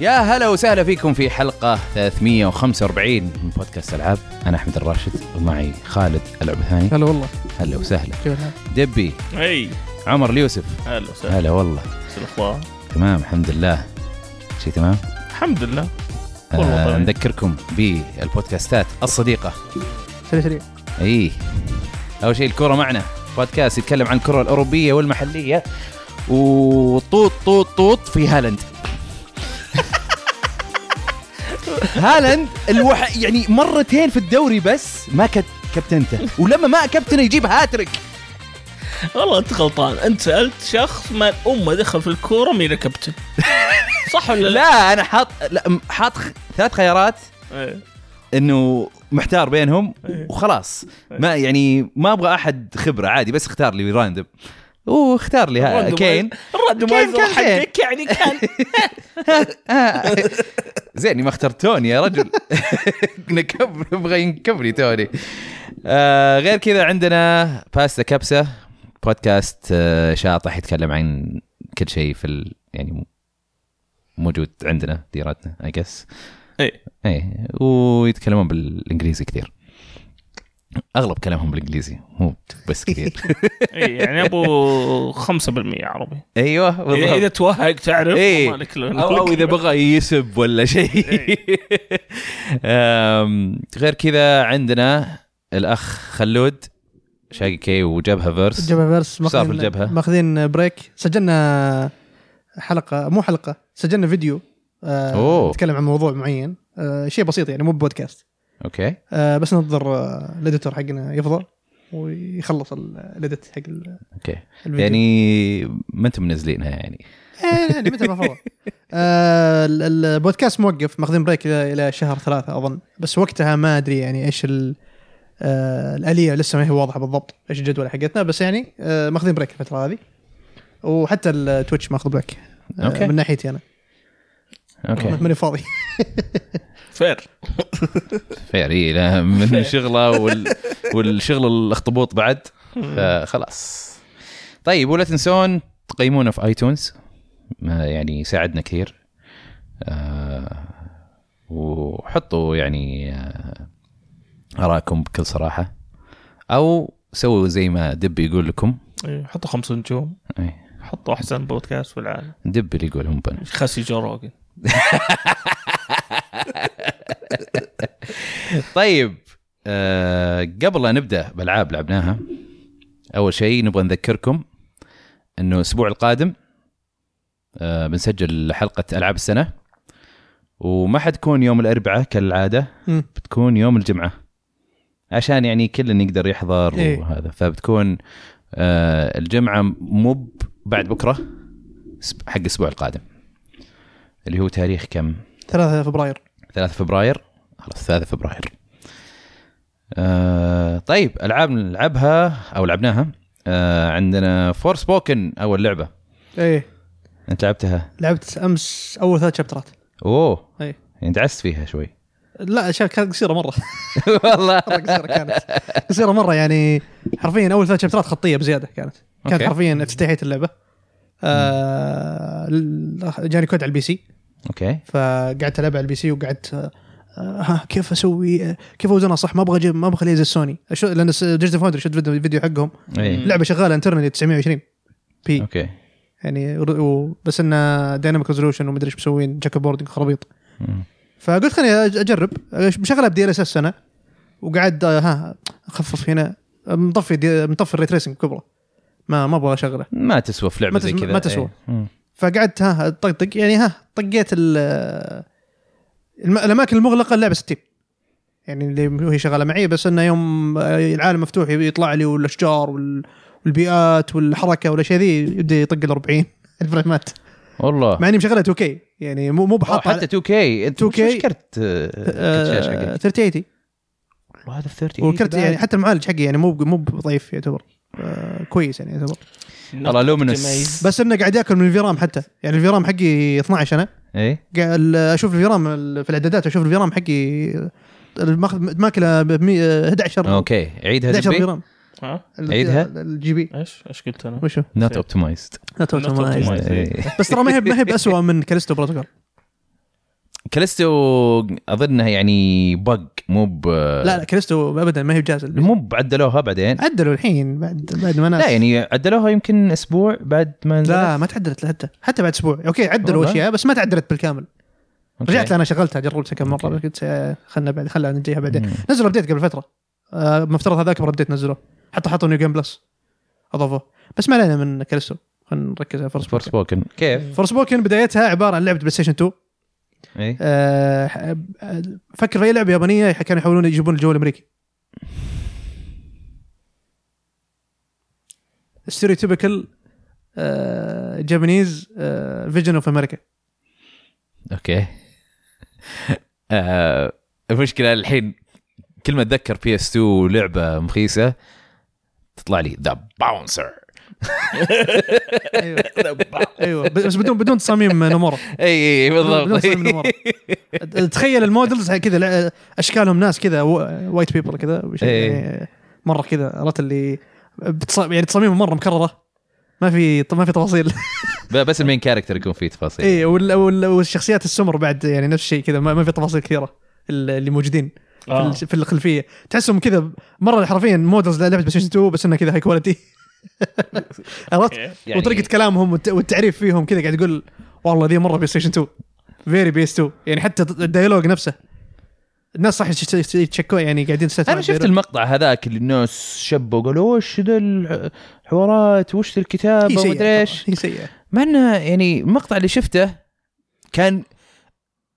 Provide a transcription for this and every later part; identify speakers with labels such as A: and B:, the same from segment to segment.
A: يا هلا وسهلا فيكم في حلقة 345 من بودكاست ألعاب أنا أحمد الراشد ومعي خالد العبثاني
B: هلا والله
A: هلا وسهلا
B: كيف الحال؟
A: دبي
C: اي
A: عمر اليوسف
C: هلا وسهلا
A: هلا والله
C: شو الاخبار؟
A: تمام الحمد لله شيء تمام
C: الحمد لله والله
A: آه
C: طيب.
A: نذكركم بالبودكاستات الصديقة
B: سريع سريع
A: اي اول إيه. شيء الكره معنا بودكاست يتكلم عن الكره الاوروبيه والمحليه وطوط طوط طوط في هالاند هالاند الوح... يعني مرتين في الدوري بس ما كت... كابتنته ولما ما كابتنه يجيب هاتريك
C: والله انت غلطان انت سالت شخص ما امه دخل في الكوره مين الكابتن صح ولا لا؟
A: لا انا حاط لا، م- حاط خ- ثلاث خيارات
C: إيه.
A: انه محتار بينهم
C: إيه.
A: وخلاص ما يعني ما ابغى احد خبره عادي بس اختار لي راندم واختار لي ها-
C: الراندومايز-
A: كين
C: الراندومايزر
A: كان زين.
C: حقك يعني كان
A: آه. زين ما اخترت توني يا رجل نكب نبغى ينكبني توني آه غير كذا عندنا باستا كبسه بودكاست آه شاطح يتكلم عن كل شيء في ال... يعني موجود عندنا ديرتنا اي جس
C: إيه.
A: اي ويتكلمون بالانجليزي كثير اغلب كلامهم بالانجليزي مو بس كثير
C: إيه، يعني ابو 5% عربي
A: ايوه
C: اذا إيه، إذا
A: بالضبط
C: توهق تعرف
A: إيه.
C: مالك
A: او او اذا بغى يسب ولا شيء أم، غير كذا عندنا الاخ خلود شاقي كي وجبهه فيرس
B: الجبهه فيرس
A: صار في
B: ماخذين
A: الجبهة.
B: ماخذين بريك سجلنا حلقه مو حلقه سجلنا فيديو
A: أوه.
B: آه نتكلم عن موضوع معين آه شيء بسيط يعني مو بودكاست
A: اوكي
B: آه بس ننتظر آه الاديتور حقنا يفضل ويخلص ال- الاديت حق ال-
A: اوكي
B: الفيديو
A: يعني ما انتم منزلينها يعني
B: إيه، يعني متى ما فضل آه ال- البودكاست موقف ماخذين بريك الى إلى شهر ثلاثة اظن بس وقتها ما ادري يعني ايش ال- آه الاليه لسه ما هي واضحه بالضبط ايش الجدول حقتنا بس يعني آه ماخذين بريك الفتره هذه وحتى التويتش ماخذ بريك آه
A: أوكي.
B: من ناحيتي انا
A: اوكي
B: ماني فاضي
C: فير
A: فير إي، لا، من شغله وال... والشغل الاخطبوط بعد فخلاص طيب ولا تنسون تقيمونا في ايتونز ما يعني يساعدنا كثير آه وحطوا يعني آه ارائكم بكل صراحه او سووا زي ما دب يقول لكم
C: إيه، حطوا خمس نجوم
A: أي،
C: حطوا احسن بودكاست في العالم
A: دب اللي يقولهم بنا
C: خسي جو روجن
A: طيب آه قبل لا نبدا بالعاب لعبناها اول شيء نبغى نذكركم انه الاسبوع القادم آه بنسجل حلقه العاب السنه وما حتكون يوم الاربعاء كالعاده
B: مم.
A: بتكون يوم الجمعه عشان يعني كل يقدر يحضر
B: إيه.
A: وهذا فبتكون آه الجمعه مو ب- بعد بكره سب- حق الاسبوع القادم اللي هو تاريخ كم
B: 3 فبراير
A: 3 فبراير خلاص 3 فبراير آه طيب العاب نلعبها او لعبناها آه عندنا فور سبوكن اول لعبه
B: ايه
A: انت لعبتها
B: لعبت امس اول ثلاث شابترات
A: اوه
B: اي
A: يعني دعست فيها شوي
B: لا شا- كانت قصيره مره
A: والله
B: مره قصيره كانت قصيره مره يعني حرفيا اول ثلاث شابترات خطيه بزياده كانت كانت
A: أوكي.
B: حرفيا افتتاحيه اللعبه آه ال- جاني كود على البي سي
A: اوكي
B: فقعدت العب على البي سي وقعدت آه، ها كيف اسوي آه، كيف اوزنها صح ما ابغى أجيب- ما ابغى ليز السوني أشو- لان ديجيتال فاوندري شفت فيديو فيديو حقهم
A: اي
B: لعبه شغاله انترنالي 920 بي
A: اوكي
B: يعني ر- و- بس انه دايناميك ريزولوشن ومدري ايش مسوين جاك بوردنج خرابيط
A: مم.
B: فقلت خليني أج- اجرب مشغلها بدي ال اس اس انا وقعد آه، ها اخفف هنا مطفي دي مطفي الري تريسنج كبره ما ما ابغى اشغله
A: ما تسوى في لعبه
B: ما
A: زي
B: تسوى-
A: كذا
B: ما تسوى.
A: إيه. مم.
B: فقعدت ها طقطق يعني ها طقيت ال- الم- الاماكن المغلقه اللعبه 60 يعني اللي هي شغاله معي بس انه يوم آه، العالم مفتوح يطلع لي والاشجار وال- والبيئات والحركه والاشياء ذي يبدا يطق ال 40 الفريمات
A: والله
B: مع اني مشغلها 2K يعني مو مو
A: أوه،
B: بحط
A: حتى 2 كي 2
B: 2K
A: كي ايش كرت آه، كرت شاشه حقك؟
B: 3080
A: والله هذا 30
B: والكرت آه، يعني حتى المعالج حقي يعني مو ب- مو ضعيف يعتبر آه، كويس يعني يعتبر
A: والله لومنس
B: بس انه قاعد ياكل من الفيرام حتى يعني الفيرام حقي 12 انا
A: اي
B: قاعد اشوف الفيرام ال- في الاعدادات اشوف الفيرام حقي الماخذ ماكله ب 11
A: اوكي عيدها
B: 11
A: دبي
B: فيرام
C: ها
B: ال-
A: عيدها؟
B: ال- الجي بي
C: ايش ايش قلت انا؟
B: وشو
A: نوت اوبتمايزد
B: Not
C: Not
B: optimized.
A: إيه.
C: optimized.
B: بس ترى ما هي ما هي باسوء من كاليستو بروتوكول
A: كاليستو اظنها يعني بق مو ب
B: لا لا كريستو ابدا ما هي بجاهزه للبيع.
A: آه. مو بعدلوها بعدين
B: عدلوا الحين بعد بعد ما
A: لا
B: ناس
A: يعني عدلوها يمكن اسبوع بعد ما نزلت
B: لا ما تعدلت حتى حتى بعد اسبوع اوكي عدلوا
A: والله؟
B: اشياء بس ما تعدلت بالكامل
A: أوكي.
B: رجعت انا شغلتها جربتها كم مره
A: أوكي.
B: بس قلت آه، خلنا بعد خلنا نجيها بعدين
A: مم.
B: نزلوا ابديت قبل فتره آه، مفترض هذا اكبر ابديت نزلوه حتى حطوا نيو جيم بلس اضافوه بس ما علينا من كاليستو خلينا نركز على فور
A: فور
B: سبوكن
A: سبوكن كيف؟
B: فور سبوكن بدايتها عباره عن لعبه بلاي ستيشن 2
A: اي
B: آه، ح- آه، فكر في اي لعبه يابانيه كانوا يحاولون يجيبون الجو الامريكي ستيريوتيبكال آه، جابانيز فيجن اوف امريكا
A: اوكي آه، المشكله الحين كل ما اتذكر بي اس 2 لعبه مخيسه تطلع لي ذا باونسر
B: ايوه ايوه بس بدون بدون تصاميم نمورا
A: اي
B: بدون
A: إيه، بالضبط
B: تصاميم نمورا تخيل المودلز كذا لع- اشكالهم ناس كذا وايت بيبل كذا بشكل
A: إيه.
B: يعني مره كذا عرفت اللي بتص- يعني تصاميمهم مره مكرره ما في ما في تفاصيل
A: ب- بس المين كاركتر يكون فيه تفاصيل
B: اي إيه، وال- وال- والشخصيات السمر بعد يعني نفس الشيء كذا ما ما في تفاصيل كثيره ال- اللي موجودين في,
C: آه.
B: ال- في الخلفيه تحسهم كذا مره حرفيا مودلز لعبه بلاي 2 بس انها كذا هاي كواليتي عرفت؟
C: أوكي.
A: يعني-
B: وطريقه كلامهم والت- والتعريف فيهم كذا قاعد يقول والله ذي مره بلاي ستيشن 2 فيري بيس 2 يعني حتى الديالوج نفسه الناس صح يش- يش- يتشكون يعني قاعدين
A: انا شفت المقطع هذاك اللي الناس شبوا وقالوا وش ذا الحوارات وش ذا الكتابه ومدري ايش
B: هي سيئه
A: مع انه يعني المقطع اللي شفته كان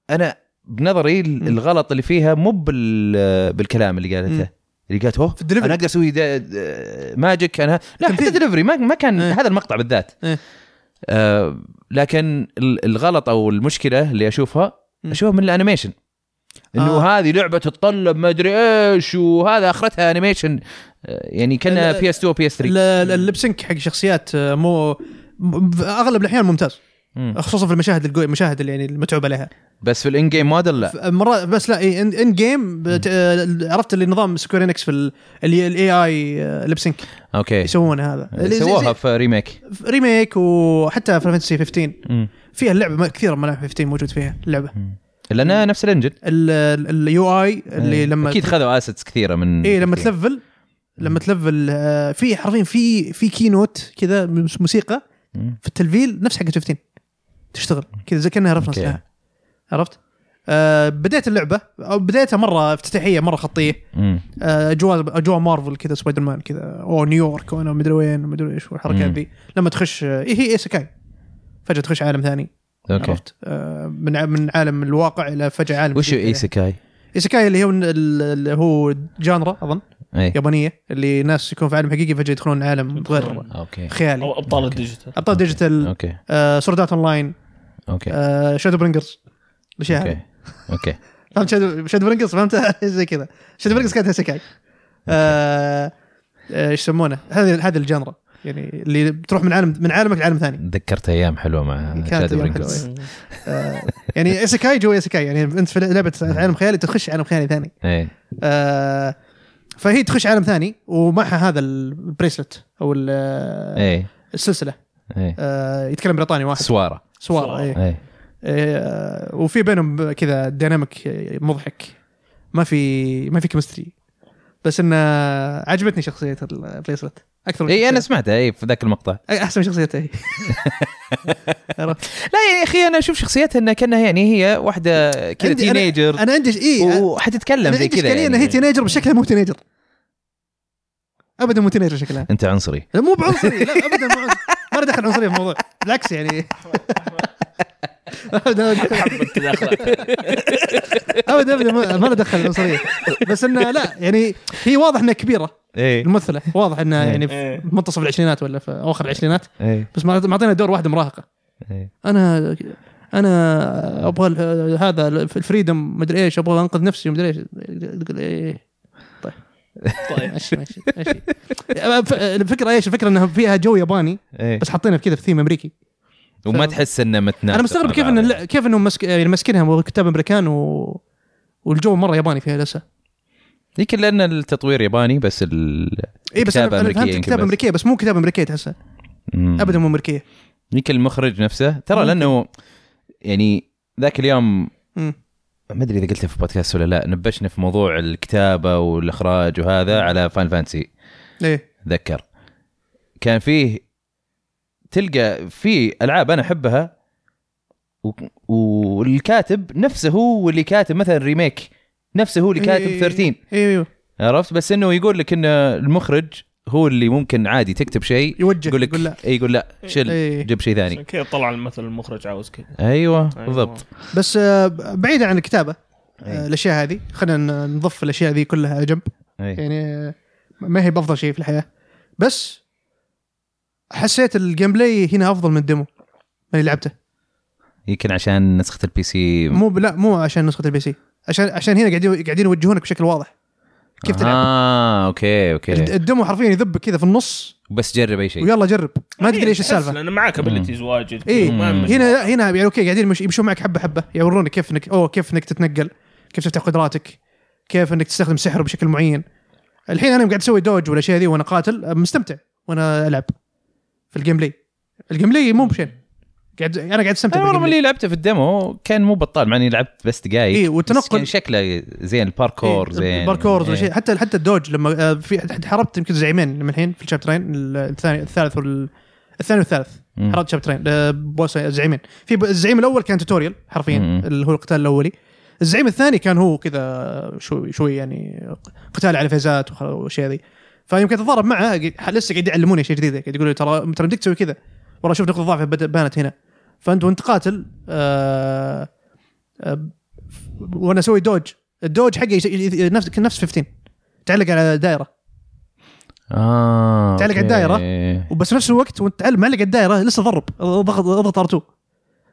A: انا بنظري ال-
B: مم.
A: الغلط اللي فيها مو بال- بالكلام اللي قالته
B: مم.
A: اللي قالت اوه
B: في الدليفري.
A: انا اقدر اسوي دا- دا- ماجيك انا لا حتى
B: التمثيل.
A: دليفري ما ما كان
B: إيه.
A: هذا المقطع بالذات
B: إيه.
A: آه، لكن ال- الغلط او المشكله اللي اشوفها
B: مم.
A: اشوفها من الانيميشن انه
B: آه.
A: هذه لعبه تتطلب ما ادري ايش وهذا اخرتها انيميشن آه، يعني كانها
B: ال-
A: بي اس 2 بي اس 3
B: ال- اللبسنك حق شخصيات آه، مو م- ب- اغلب الاحيان ممتاز
A: مم.
B: خصوصا في المشاهد القوية المشاهد اللي يعني المتعوب عليها
A: بس في الان جيم موديل لا
B: مرات بس لا إيه، ان إن جيم بت- آه، عرفت اللي نظام سكويرينكس في الاي اي لبسنك
A: اوكي
B: يسوون هذا اللي زي-
A: سووها
B: زي
A: في ريميك
B: ريميك وحتى في فانتسي 15
A: مم.
B: فيها اللعبه ما- كثير من 15 موجود فيها اللعبه
A: لانها نفس الانجن
B: اليو اي اللي
A: إيه.
B: لما
A: اكيد خذوا اسيتس كثيره من
B: اي لما
A: كثير.
B: تلفل لما تلفل آه، في حرفيا في في كينوت كذا مس- موسيقى
A: مم.
B: في التلفيل نفس حق 15 تشتغل كذا زي كانها رفرنس
A: أوكي.
B: لها عرفت؟ آه بديت اللعبه او بديتها مره افتتاحيه مره خطيه
A: مم.
B: آه، اجواء اجواء مارفل كذا سبايدر مان كذا او نيويورك وانا مدري وين مدري ايش والحركات
A: مم.
B: ذي لما تخش آه، إيه هي ايسكاي فجاه تخش عالم ثاني
A: اوكي
B: عرفت آه، من ع- من عالم الواقع الى فجاه عالم
A: وش
B: جديد.
A: ايسكاي؟
B: ايسكاي اللي هو ال- اللي هو جانرا اظن
A: اي
B: يابانيه اللي ناس يكون في عالم حقيقي فجاه يدخلون عالم غير
A: اوكي
B: خيالي
C: او ابطال الديجيتال
B: ابطال ديجيتال آه،
A: اوكي
B: سوردات اون لاين
A: اوكي
B: شادو برينجرز الاشياء هذه
A: اوكي اوكي
B: يعني؟ فهمت شادو شادو برينجرز فهمتها زي كذا شادو برينجرز كانت سكاي آه، آه، ايش يسمونه هذه هذه الجنرا يعني اللي بتروح من عالم من عالمك لعالم ثاني
A: تذكرت ايام حلوه مع
B: كانت
A: شادو
B: أيام
A: برينجرز
B: حلوة.
C: إيه،
B: آه، يعني ايسكاي جوا ايسكاي يعني انت في لعبه عالم خيالي تخش عالم خيالي ثاني
A: اي
B: آه، فهي تخش عالم ثاني ومعها هذا البريسلت او ال-
A: اي
B: السلسله
A: اي
B: آه، يتكلم بريطاني واحد
A: سواره
B: سوار إيه.
A: اي
B: إيه، وفي بينهم كذا ديناميك مضحك ما في ما في كيمستري بس انه عجبتني شخصيه البليسلت اكثر من
A: اي انا
B: شخصية-
A: إيه، سمعتها اي في ذاك المقطع
B: احسن من شخصيتها هي عرفت؟
A: لا يا اخي انا اشوف شخصيتها انها كانها يعني هي واحده كذا
B: عندي- أنا- إيه،
A: تينيجر
B: انا عندي اي
A: وحتتكلم
B: انا
A: زي
B: عندي
A: كذا
B: اشكاليه انها هي
A: يعني
B: تينيجر بس شكلها مو تينيجر ابدا مو تينيجر شكلها
A: انت عنصري
B: لا، مو بعنصري لا ابدا مو عنصري ما له دخل عنصريه في الموضوع بالعكس يعني ابدا
C: حبة كذا أخلاق.
B: ابدا ابدا ما- ما له دخل العنصريه بس انه لا يعني هي واضح انها كبيره
A: اي
B: الممثله واضح انها يعني
C: إيه.
B: في منتصف العشرينات ولا في اواخر العشرينات
A: اي
B: بس ما- معطينا دور واحده مراهقه
A: اي
B: انا انا ابغى ال- هذا الفريدم مدري ايش ابغى انقذ نفسي مدري ايش تقول ايه
C: طيب
B: ماشي ماشي ماشي ف- الفكره ايش الفكره انها فيها جو ياباني
A: اي
B: بس حاطينها كذا في ثيم امريكي
A: إيه. وما تحس انه متناسق
B: انا مستغرب
A: مع
B: كيف ان
A: بعض.
B: اللع- كيف انهم مسك... يعني ماسكينها كتاب امريكان و... والجو مره ياباني فيها لسه
A: يمكن لان التطوير ياباني بس ال
B: اي إيه، بس
A: كتابة
B: انا أنا
A: أمريكية
B: فهمت
A: يمكن
B: كتاب
A: بس.
B: امريكيه بس مو كتاب امريكيه تحسها
A: مم.
B: ابدا مو امريكيه
A: يمكن المخرج نفسه ترى
B: ممكن.
A: لانه يعني ذاك اليوم
B: مم.
A: ما ادري اذا قلتها في بودكاست ولا لا نبشنا في موضوع الكتابه والاخراج وهذا على فان فانسي
B: ايه
A: ذكر كان فيه تلقى في العاب انا احبها و- والكاتب نفسه هو اللي كاتب مثلا ريميك نفسه هو اللي كاتب 13
B: ايوه ايوه
A: عرفت بس انه يقول لك ان المخرج هو اللي ممكن عادي تكتب شيء
B: يوجه
A: يقول لك
B: يقول لا
A: إي، يقول لا شل
B: ايه
A: جيب شيء ثاني
C: عشان كذا طلع المثل المخرج عاوز كذا
A: ايوه
C: أيوة.
A: يعني. بالضبط
B: بس آه، بعيدا عن الكتابه آه،
A: أي.
B: الاشياء هذه خلينا ن- نضف الاشياء ذي كلها على جنب
A: أي.
B: يعني آه، ما هي بافضل شيء في الحياه بس حسيت الجيم بلاي هنا افضل من الديمو اللي لعبته
A: يمكن عشان نسخه البي سي
B: مو ب- لا مو عشان نسخه البي سي عشان عشان هنا قاعدين قاعدين يوجهونك بشكل واضح كيف تلعب
A: اه اوكي اوكي
B: الد- الدمو حرفيا يذبك كذا في النص
A: بس جرب اي شيء
B: ويلا جرب ما
C: إيه، يعني
B: تدري ايش السالفه
C: انا معك ابيلتيز واجد
B: إيه،
C: ما
A: مم.
C: يهمني.
B: هنا هنا يعني اوكي قاعدين مش يمشون معك حبه حبه يورونك كيف انك اوه كيف انك تتنقل كيف تفتح قدراتك كيف انك تستخدم سحر بشكل معين الحين انا قاعد اسوي دوج والاشياء ذي وانا قاتل أه، مستمتع وانا العب في الجيم بلاي الجيم بلاي مو بشين قاعد انا قاعد استمتع
A: انا
B: بالجيم
A: والله
B: بلاي.
A: اللي لعبته في الديمو كان مو بطال مع اني لعبت بس دقائق
B: يعني إيه،
A: بس
B: والتنقل-
A: كان شكله زين الباركور
B: إيه،
A: زين
B: الباركور والاشياء
A: إيه.
B: حتى حتى الدوج لما آه، في حت- حاربت يمكن زعيمين من الحين في الشابترين الثاني الثالث وال الثاني والثالث
A: مم.
B: حرات شابترين آه، بوس زعيمين في ب- الزعيم الاول كان توتوريال حرفيا
A: مم.
B: اللي هو القتال الاولي الزعيم الثاني كان هو كذا شوي شوي يعني قتال على فيزات وخ- واشياء ذي فيمكن تتضارب معه قاعد- لسه قاعد يعلموني اشياء جديده قاعد يقولوا لي ترى ترى بدك تسوي كذا والله شوف نقطه ضعفه بدأ- بانت هنا فانت وانت قاتل آه آه وانا اسوي دوج الدوج حقي يس- ي- ي- نفس نفس 15 تعلق على دائره
A: اه
B: تعلق على الدائرة.
A: آه، أوكي. آه،
B: وبس نفس الوقت وانت تعلم معلق على الدائره لسه ضرب ضغط اضغط ار2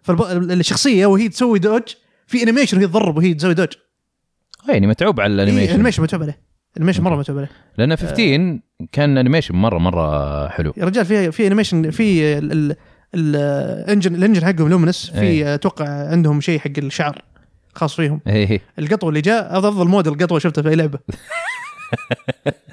B: فالشخصيه وهي تسوي دوج في انيميشن وهي تضرب وهي تسوي دوج
A: آه، يعني متعوب على
B: إيه، آه.
A: الانيميشن
B: انيميشن متعوب عليه انيميشن مره متعوب عليه
A: لان 15 كان انيميشن مره مره حلو
B: يا رجال في في انيميشن في ال- ال- الانجن الانجن حقهم لومنس في
A: إيه.
B: اتوقع عندهم شيء حق الشعر خاص فيهم
A: إيه.
B: القطو اللي جاء هذا افضل موديل قطوه شفته في اي لعبه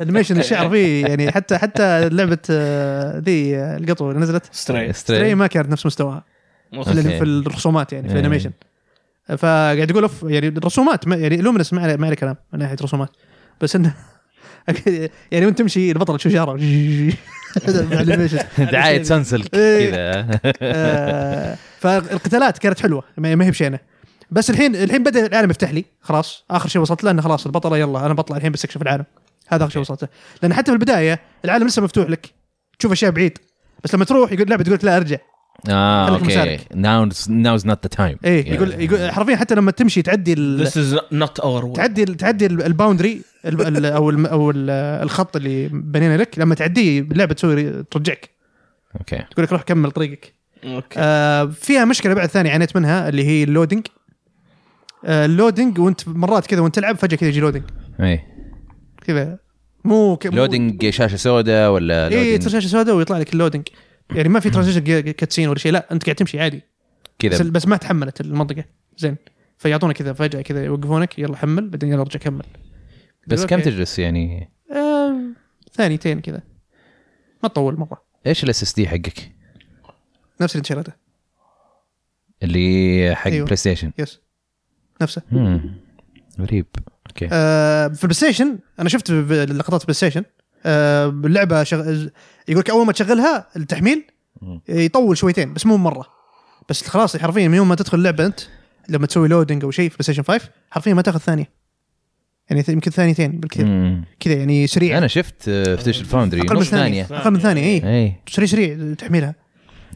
B: انيميشن الشعر فيه يعني حتى حتى لعبه آه، ذي آه، القطو اللي نزلت
C: ستريت
B: تري
A: ستريت
B: ما كانت نفس مستواها في,
A: أوكي.
B: ال- في الرسومات يعني في
A: إيه.
B: الانيميشن فقاعد يقول اوف يعني الرسومات ما يعني لومنس ما عليه ما عليه كلام من ناحيه رسومات بس انه يعني وانت تمشي البطل تشوف شعره مع الانيميشن
A: دعايه سانسلك
B: إيه.
A: كذا
B: آه، فالقتالات كانت حلوه ما ما هي بشينه بس الحين الحين بدا العالم يفتح لي خلاص اخر شيء وصلت له انه خلاص البطله يلا انا بطلع الحين بستكشف العالم هذا اخر شيء وصلت له لان حتى في البدايه العالم لسه مفتوح لك تشوف اشياء بعيد بس لما تروح يقول اللعبه تقول لك لا ارجع
A: اه
B: خليك
A: اوكي
B: مسالك.
A: ناوز ناوز نوت ذا تايم
B: ايه يقول يقول حرفيا حتى لما تمشي تعدي ال...
C: This is not our world.
B: تعدي تعدي ال- الباوندري ال- ال- او الم- او ال- الخط اللي بنينا لك لما تعديه اللعبه تسوي ترجعك
A: اوكي
B: تقول لك روح كمل طريقك
C: اوكي
B: آه فيها مشكله بعد ثانيه عانيت منها اللي هي اللودنج آه اللودنج وانت مرات كذا وانت تلعب فجاه كذا يجي لودنج
A: اي
B: كذا مو ك... مو-
A: لودنج شاشه سوداء ولا
B: اي
A: لودنج
B: ترشاشه سوداء ويطلع لك اللودنج يعني ما في ترانزيشن كاتسين ولا شيء لا انت قاعد تمشي عادي بس,
A: كذا
B: بس ما تحملت المنطقه زين فيعطونك كذا فجاه كذا يوقفونك يلا حمل بعدين يلا ارجع كمل
A: بس كم
B: أوكي.
A: تجلس يعني
B: آه، ثانيتين كذا ما تطول مره
A: ايش الاس اس دي حقك
B: نفس اللي انت شريته
A: اللي حق
B: أيوة.
A: بلاي ستيشن
B: يس نفسه
A: مم. غريب اوكي
B: آه في البلاي ستيشن انا شفت ب- لقطات بلاي ستيشن آه اللعبه شغ... يقول لك اول ما تشغلها التحميل
A: مم.
B: يطول شويتين بس مو مره بس خلاص حرفيا من يوم ما تدخل اللعبه انت لما تسوي لودنج او شيء في بلاي ستيشن 5 حرفيا ما تاخذ ثانيه يعني ث- يمكن ثانيتين بالكثير
A: مم.
B: كذا يعني سريع
A: انا شفت فتيش الفاوندري
B: اقل من إيه.
A: نص إيه.
B: ثانيه
A: ثانيه
B: اقل من ثانيه اي
A: اي
B: سريع سريع تحميلها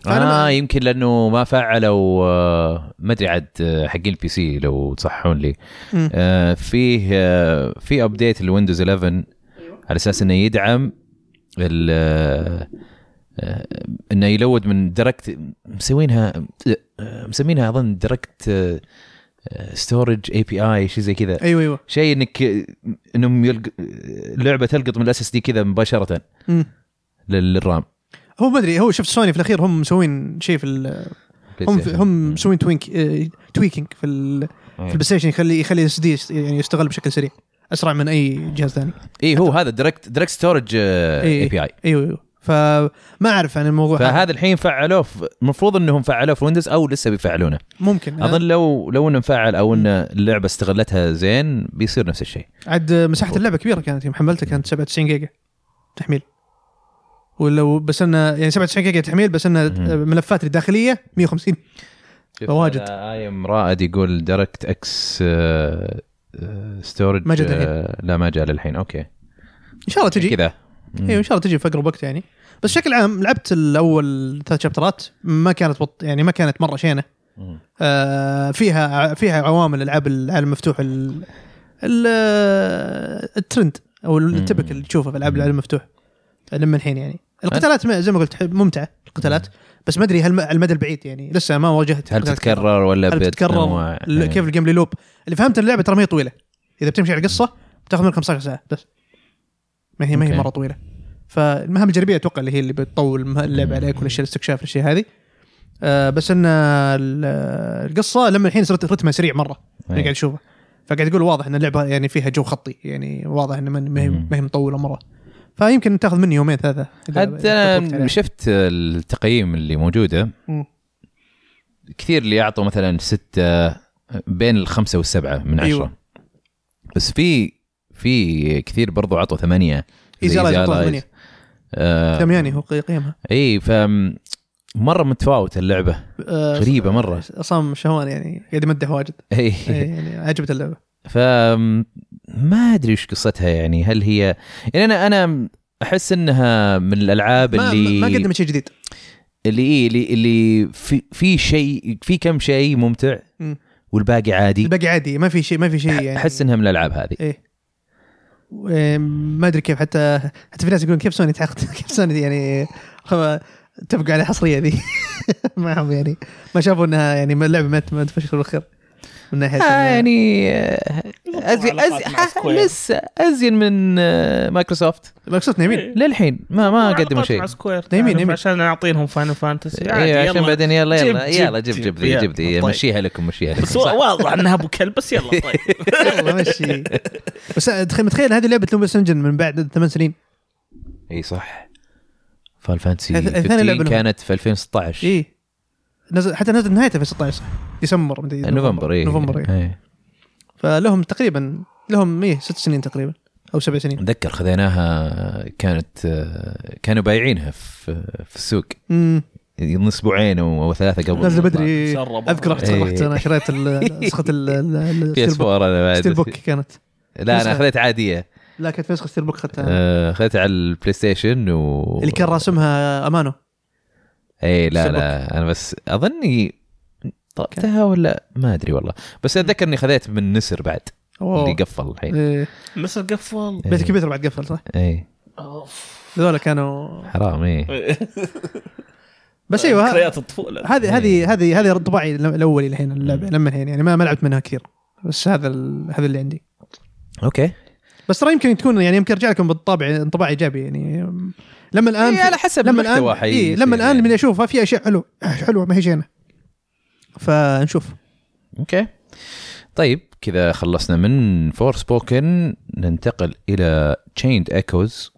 B: فأنا ما-
A: اه يمكن لانه ما فعلوا آه، ما ادري عاد آه، حق البي سي لو تصححون لي
B: مم.
A: آه، فيه آه، في ابديت لويندوز 11
B: أيوة.
A: على اساس انه يدعم ال آه، آه، انه يلود من دايركت مسوينها آه، مسمينها آه، اظن دايركت ستورج اي بي اي شيء زي كذا
B: ايوه ايوه
A: شيء انك آه، انهم يلق... اللعبه تلقط من الاس اس دي كذا مباشره
B: مم.
A: لل- للرام
B: هو ما ادري هو شفت سوني في الاخير هم مسوين شيء في ال- هم في هم مسوين توينك اه، تويكينج في ال-
A: إيه.
B: في البلاي ستيشن يخلي يخلي اس دي يعني يشتغل بشكل سريع اسرع من اي جهاز ثاني
A: إيه، اي هو هذا دايركت دايركت ستورج اي
B: إيه.
A: بي اي
B: ايوه ايوه فما اعرف عن الموضوع هذا
A: فهذا الحين فعلوه في- المفروض انهم فعلوه في ويندوز او لسه بيفعلونه
B: ممكن
A: اظن لو لو انه مفعل او ان اللعبه استغلتها زين بيصير نفس الشيء
B: عاد مساحه اللعبه كبيره كانت يوم حملتها كانت 97 جيجا تحميل ولو بس انه يعني 97 جيجا تحميل بس انه
A: مم.
B: ملفات الداخليه 150 فواجد.
A: ايم رائد يقول آه، دايركت اكس ستورج
B: ما جت الحين.
A: آه، لا ما جاء للحين اوكي
B: ان شاء الله تجي
A: كذا
B: ايوه ان شاء الله تجي في اقرب وقت يعني بس بشكل عام لعبت الاول ثلاث شابترات ما كانت بط يعني ما كانت مره شينه
A: مم.
B: آه فيها فيها عوامل العاب العالم المفتوح ال ال آه، الترند او التبك اللي تشوفه في العاب العالم المفتوح لما الحين يعني القتالات ما- زي ما قلت ممتعه القتالات بس ما ادري هل على المدى البعيد يعني لسه ما واجهت
A: هل
B: قتالات كثيرة.
A: بتتكرر ولا
B: هل بتتكرر
A: بتنوع؟
B: ال- كيف الجيم بلاي لوب اللي فهمت اللعبه ترى ما هي طويله اذا بتمشي على القصه بتاخذ منك 15 ساعه بس ما هي ما هي
A: أوكي.
B: مره طويله فالمهام الجانبيه اتوقع اللي هي اللي بتطول المه- اللعب عليك والاشياء الاستكشاف والاشياء هذه آه بس ان ال- آه، القصه لما الحين صرت رتمها سريع مره
A: أي.
B: انا قاعد اشوفه فقاعد يقول واضح ان اللعبه يعني فيها جو خطي يعني واضح ان ما هي
A: مم.
B: ما هي مطوله مره فيمكن تاخذ مني يومين ثلاثه إذا-
A: حتى
B: إذا وقفت
A: انا
B: عليها.
A: شفت التقييم اللي موجوده
B: مم.
A: كثير اللي يعطوا مثلا ستة بين الخمسة والسبعة من عشرة
B: أيوة.
A: أيوة. بس في في كثير برضو عطوا ثمانية
B: Easy Allies عطوها
A: Allies.
B: ثمانية.
A: آه
B: ثمانية هو قي- قيمها
A: اي ف مرة متفاوتة اللعبة
B: آه،
A: غريبة مرة
B: عصام شهوان يعني قاعد يمدح واجد
A: اي
B: إيه، يعني عجبت اللعبه
A: ف ما ادري ايش قصتها يعني هل هي يعني انا انا احس انها من الالعاب
B: ما,
A: اللي
B: ما قدمت شيء جديد
A: اللي إيه اللي اللي في في شيء في كم شيء ممتع
B: مم.
A: والباقي عادي
B: الباقي عادي ما في شيء ما في شيء يعني
A: احس انها من الالعاب هذه
B: ايه و- ما ادري كيف حتى حتى في ناس يقولون كيف سوني تعاقد كيف سوني يعني خم- اتفقوا على الحصريه ذي معهم يعني ما شافوا انها يعني ما- اللعبه ما ت- ما تفشل الخير من
A: آه
B: ناحيه إنها-
A: يعني
C: يقطعوا
A: أزي
C: علاقات
A: أزي
C: مع
A: ح-
C: سكوير.
A: لسه ازين من آه، مايكروسوفت
B: مايكروسوفت نايمين
A: ليلحين ما ما قدموا
C: علاقات
A: شيء
C: مع سكوير تعرف،
B: نايمين، نايمين.
C: عشان نعطيهم فاينل فانتسي
A: ايوه عشان بعدين يلا
C: جيب-
A: يلا
C: جيب-
A: يلا جيب
C: جيب.
A: جيب لي جيب لي
C: يلا.
A: مشيها لكم مشيها لكم
C: بس
A: صح؟
C: وا- واضح انها ابو كلب بس يلا طيب
B: يلا مشي بس تخيل متخيل هذه لعبه لوبس انجن من بعد ثمان سنين
A: اي إيه، صح فال فانتسي
B: الث- الثاني
A: 15
B: لعبة لهم.
A: كانت في 2016
B: اي إيه. نزل حتى نزل نهايته في 16 صح ديسمبر مدري
A: آه، نوفمبر اي
B: نوفمبر إيه. فلهم تقريبا لهم ايه ست سنين تقريبا او سبع سنين
A: اتذكر خذيناها كانت آه، كانوا بايعينها في في السوق
B: امم
A: يظن اسبوعين او أو ثلاثه قبل
B: نزل بدري
C: سربوا.
B: اذكر رحت
A: إيه.
B: رحت انا شريت ال- نسخه ال- ال- ال-
A: بي اس
B: ستيل بوك-
A: 4
B: ستيل بوك كانت
A: لا انا
B: نسخة.
A: اخذت عاديه
B: لا كانت في نسخه ستيل بوك اخذتها
A: آه، اخذتها على البلاي ستيشن و
B: اللي كان راسمها امانو
A: اي لا
B: سبك.
A: لا انا بس اظني طلبتها ولا ما ادري والله بس اتذكر اني خذيت من نسر بعد
B: أوه.
A: اللي قفل الحين
B: إيه.
C: بس قفل
B: بيت الكمبيوتر بعد قفل صح؟
A: اي
C: اوف
B: هذول كانوا
A: حرام إيه. اي
B: بس
A: إيه،
B: ايوه ه-
C: ذكريات الطفوله
B: هذه هذه هذه هذه انطباعي ال- الاولي الحين اللعبه لما الحين يعني ما ما لعبت منها كثير بس هذا ال- هذا اللي عندي
A: اوكي
B: بس ترى يمكن تكون يعني يمكن ارجع لكم بالطبع انطباع ايجابي يعني لما الان
A: إيه، على حسب
B: لما
A: المحتوى
B: الان
A: حيصير
B: إيه لما الان
A: يعني.
B: من اشوفها في اشياء حلوه حلوه ما هي شينه فنشوف
A: اوكي طيب كذا خلصنا من فور سبوكن ننتقل الى تشيند ايكوز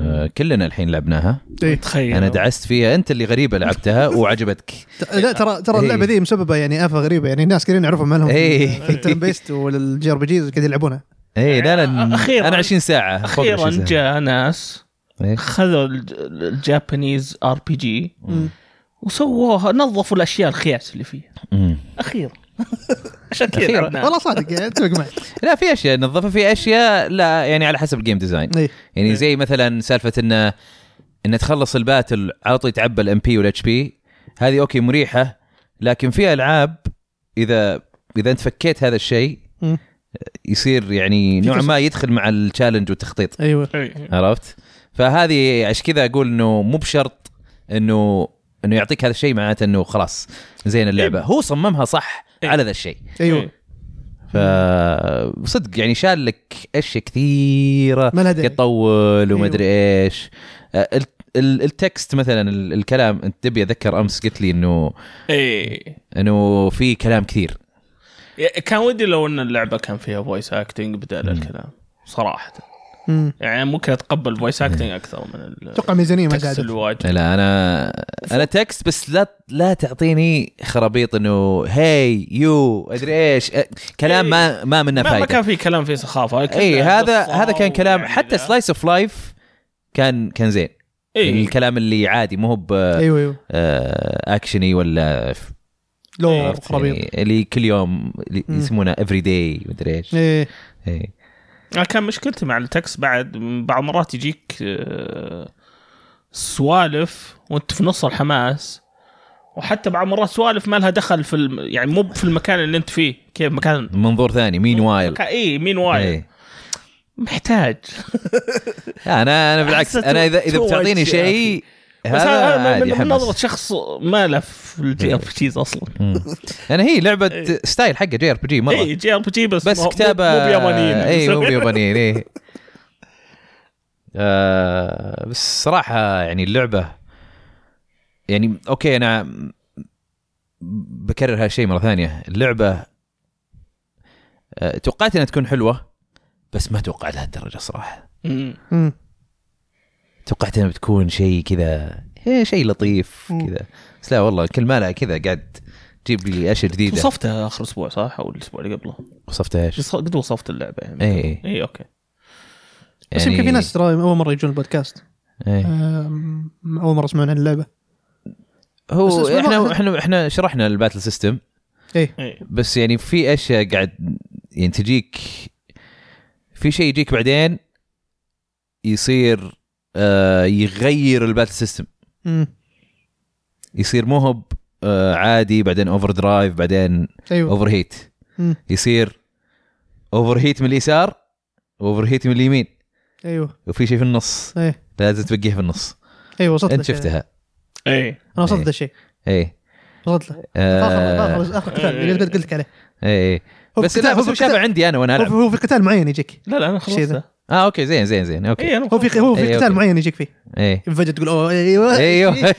A: آه، كلنا الحين لعبناها
B: إيه.
C: تخيل
A: انا دعست فيها انت اللي غريبه لعبتها وعجبتك
B: ت- لا ترى ترى اللعبه
A: إيه.
B: ذي مسببه يعني افه غريبه يعني الناس كثيرين يعرفوا مالهم
A: إيه.
B: في التيرن بيست والجي ار بي جيز قاعدين يلعبونها
A: اي إيه، لا لا
C: أخيراً-
A: انا 20 ساعه فوق
C: اخيرا
A: 20 ساعة.
C: جاء ناس
A: إيه.
C: خذوا الج- الجابانيز ار بي جي وسووها نظفوا الاشياء الخياس اللي فيها
A: أمم.
C: اخيرا عشان كذا
A: أخيراً.
C: لعبناها.
B: والله صادق يعني اتفق معك
A: لا في اشياء نظفها في اشياء لا يعني على حسب الجيم ديزاين
B: إيه.
A: يعني زي مثلا سالفه انه انه تخلص الباتل على طول تعبى الام بي والاتش بي هذه اوكي مريحه لكن في العاب اذا اذا انت فكيت هذا الشيء
B: مم.
A: يصير يعني
B: في
A: نوع
B: كسر.
A: ما يدخل مع التشالنج والتخطيط
B: ايوه
C: إيه.
A: عرفت؟ فهذه عشان كذا اقول انه مو بشرط انه انه يعطيك هذا الشيء معناته انه خلاص زين اللعبه هو صممها صح
C: إيه.
A: على ذا الشيء
B: ايوه
A: إيه. فصدق يعني شال لك اشياء كثيره
B: ما لها داعي.
A: تطول وما ادري ايش آه، ال- ال- التكست مثلا ال- الكلام انت تبي اتذكر امس قلت لي انه
C: ايه
A: انه في كلام كثير
C: يا- كان ودي لو ان اللعبه كان فيها فويس اكتنج بدل الكلام صراحه
B: مم.
C: يعني ممكن اتقبل فويس اكتنج اكثر من ال-
B: اتوقع ميزانيه ما
C: التكست
B: زادت
C: الواجب
A: لا انا انا تكست بس لا لا تعطيني خرابيط انه هي يو ادري ايش أ- كلام ما ما منه
C: إيه. ما, ما
A: فايده
C: كان في كلام فيه سخافه
A: اي
C: كلها
A: إيه، هذا
C: قصة
A: هذا كان كلام
C: ويعني
A: حتى
C: ذا.
A: سلايس اوف لايف كان كان زين
C: اي
A: الكلام اللي عادي مو هو ب
B: ايوه ايوه
A: آه، اكشني ولا ف-
C: إيه،
B: لور
A: عرفت
B: خرابيط
A: يعني اللي كل يوم اللي
B: مم.
A: يسمونه افري داي مدري ايش
B: ايه
A: إيه.
C: أنا كان مشكلتي مع التكس بعد م- بعض مرات يجيك آه، سوالف وانت في نص الحماس وحتى بعض مرات سوالف ما لها دخل في الم... يعني مو في المكان اللي انت فيه كيف مكان
A: منظور ثاني مين وايل
C: مكان- اي مين
B: إيه.
C: وايد إيه، محتاج
A: لا انا انا بالعكس
C: أحسه
A: انا اذا
C: تو-
A: اذا
C: تو
A: بتعطيني
C: وجه يا
A: شيء
C: بس
A: هذا
C: هذا من-
A: عادي
C: من نظره
A: أحمس.
C: شخص ما له في
B: إيه.
C: الجي ار بي جيز اصلا
A: مم. انا يعني هي لعبه
C: إيه.
A: ستايل حقه جي ار بي جي مره
C: اي إيه، جي ار بي جي بس
A: بس
C: مو- مو-
A: كتابه
C: مو بيابانيين
B: إيه،
A: اي مو بيابانيين اي آه، بس صراحه يعني اللعبه يعني اوكي انا بكرر هالشيء مره ثانيه اللعبه آه، توقعت انها تكون حلوه بس ما توقعت لهالدرجه صراحه
C: مم.
B: مم.
A: توقعت انها بتكون شيء كذا إيه، شيء لطيف
B: مم.
A: كذا بس لا والله كل ما لها كذا قاعد تجيب لي اشياء
B: إيه.
A: جديده
C: وصفتها اخر اسبوع صح او الاسبوع اللي قبله
A: وصفتها ايش؟
C: بس قد وصفت اللعبه يعني
A: اي
B: إيه.
A: اي
C: اي اوكي
B: بس
A: يعني-
B: يمكن في ناس ترى اول مره يجون البودكاست
A: إيه.
B: آم، اول مره يسمعون عن اللعبه بس
A: هو
B: اسمه
A: احنا
B: ما-
A: احنا احنا شرحنا الباتل سيستم
B: ايه
C: اي
A: بس يعني في اشياء قاعد يعني تجيك في شيء يجيك بعدين يصير آه يغير الباتل سيستم
B: مم.
A: يصير مو هو آه عادي بعدين اوفر درايف بعدين
B: ايوه
A: اوفر هيت
B: مم.
A: يصير اوفر هيت من اليسار واوفر هيت من اليمين
B: ايوه
A: وفي شيء في النص
B: ايه
A: لازم توقيه في النص
B: ايوه وصلت
A: انت
B: له شيء.
A: شفتها
C: اي
B: انا وصلت
A: إيه.
B: ذا الشيء
A: ايه
B: وصلت له
A: آه،
B: اخر آخر- اخر قتال اللي قلت- قلت لك عليه
A: ايه
B: هو
A: بس
B: في
A: لا
B: قتال- هو
A: بس
B: في
A: مشابه
B: قتال-
A: عندي انا وانا
B: هو
A: العب
B: في- هو في قتال معين يجيك
C: لا لا انا
B: شيء ذا.
C: خلصتها
A: اه اوكي زين زين زين اوكي
C: اي انا
B: هو في هو في
A: إيه،
B: قتال
A: أوكي.
B: معين يجيك فيه
A: ايه
B: فجاه تقول اوه ايوه
A: ايوه
B: آه،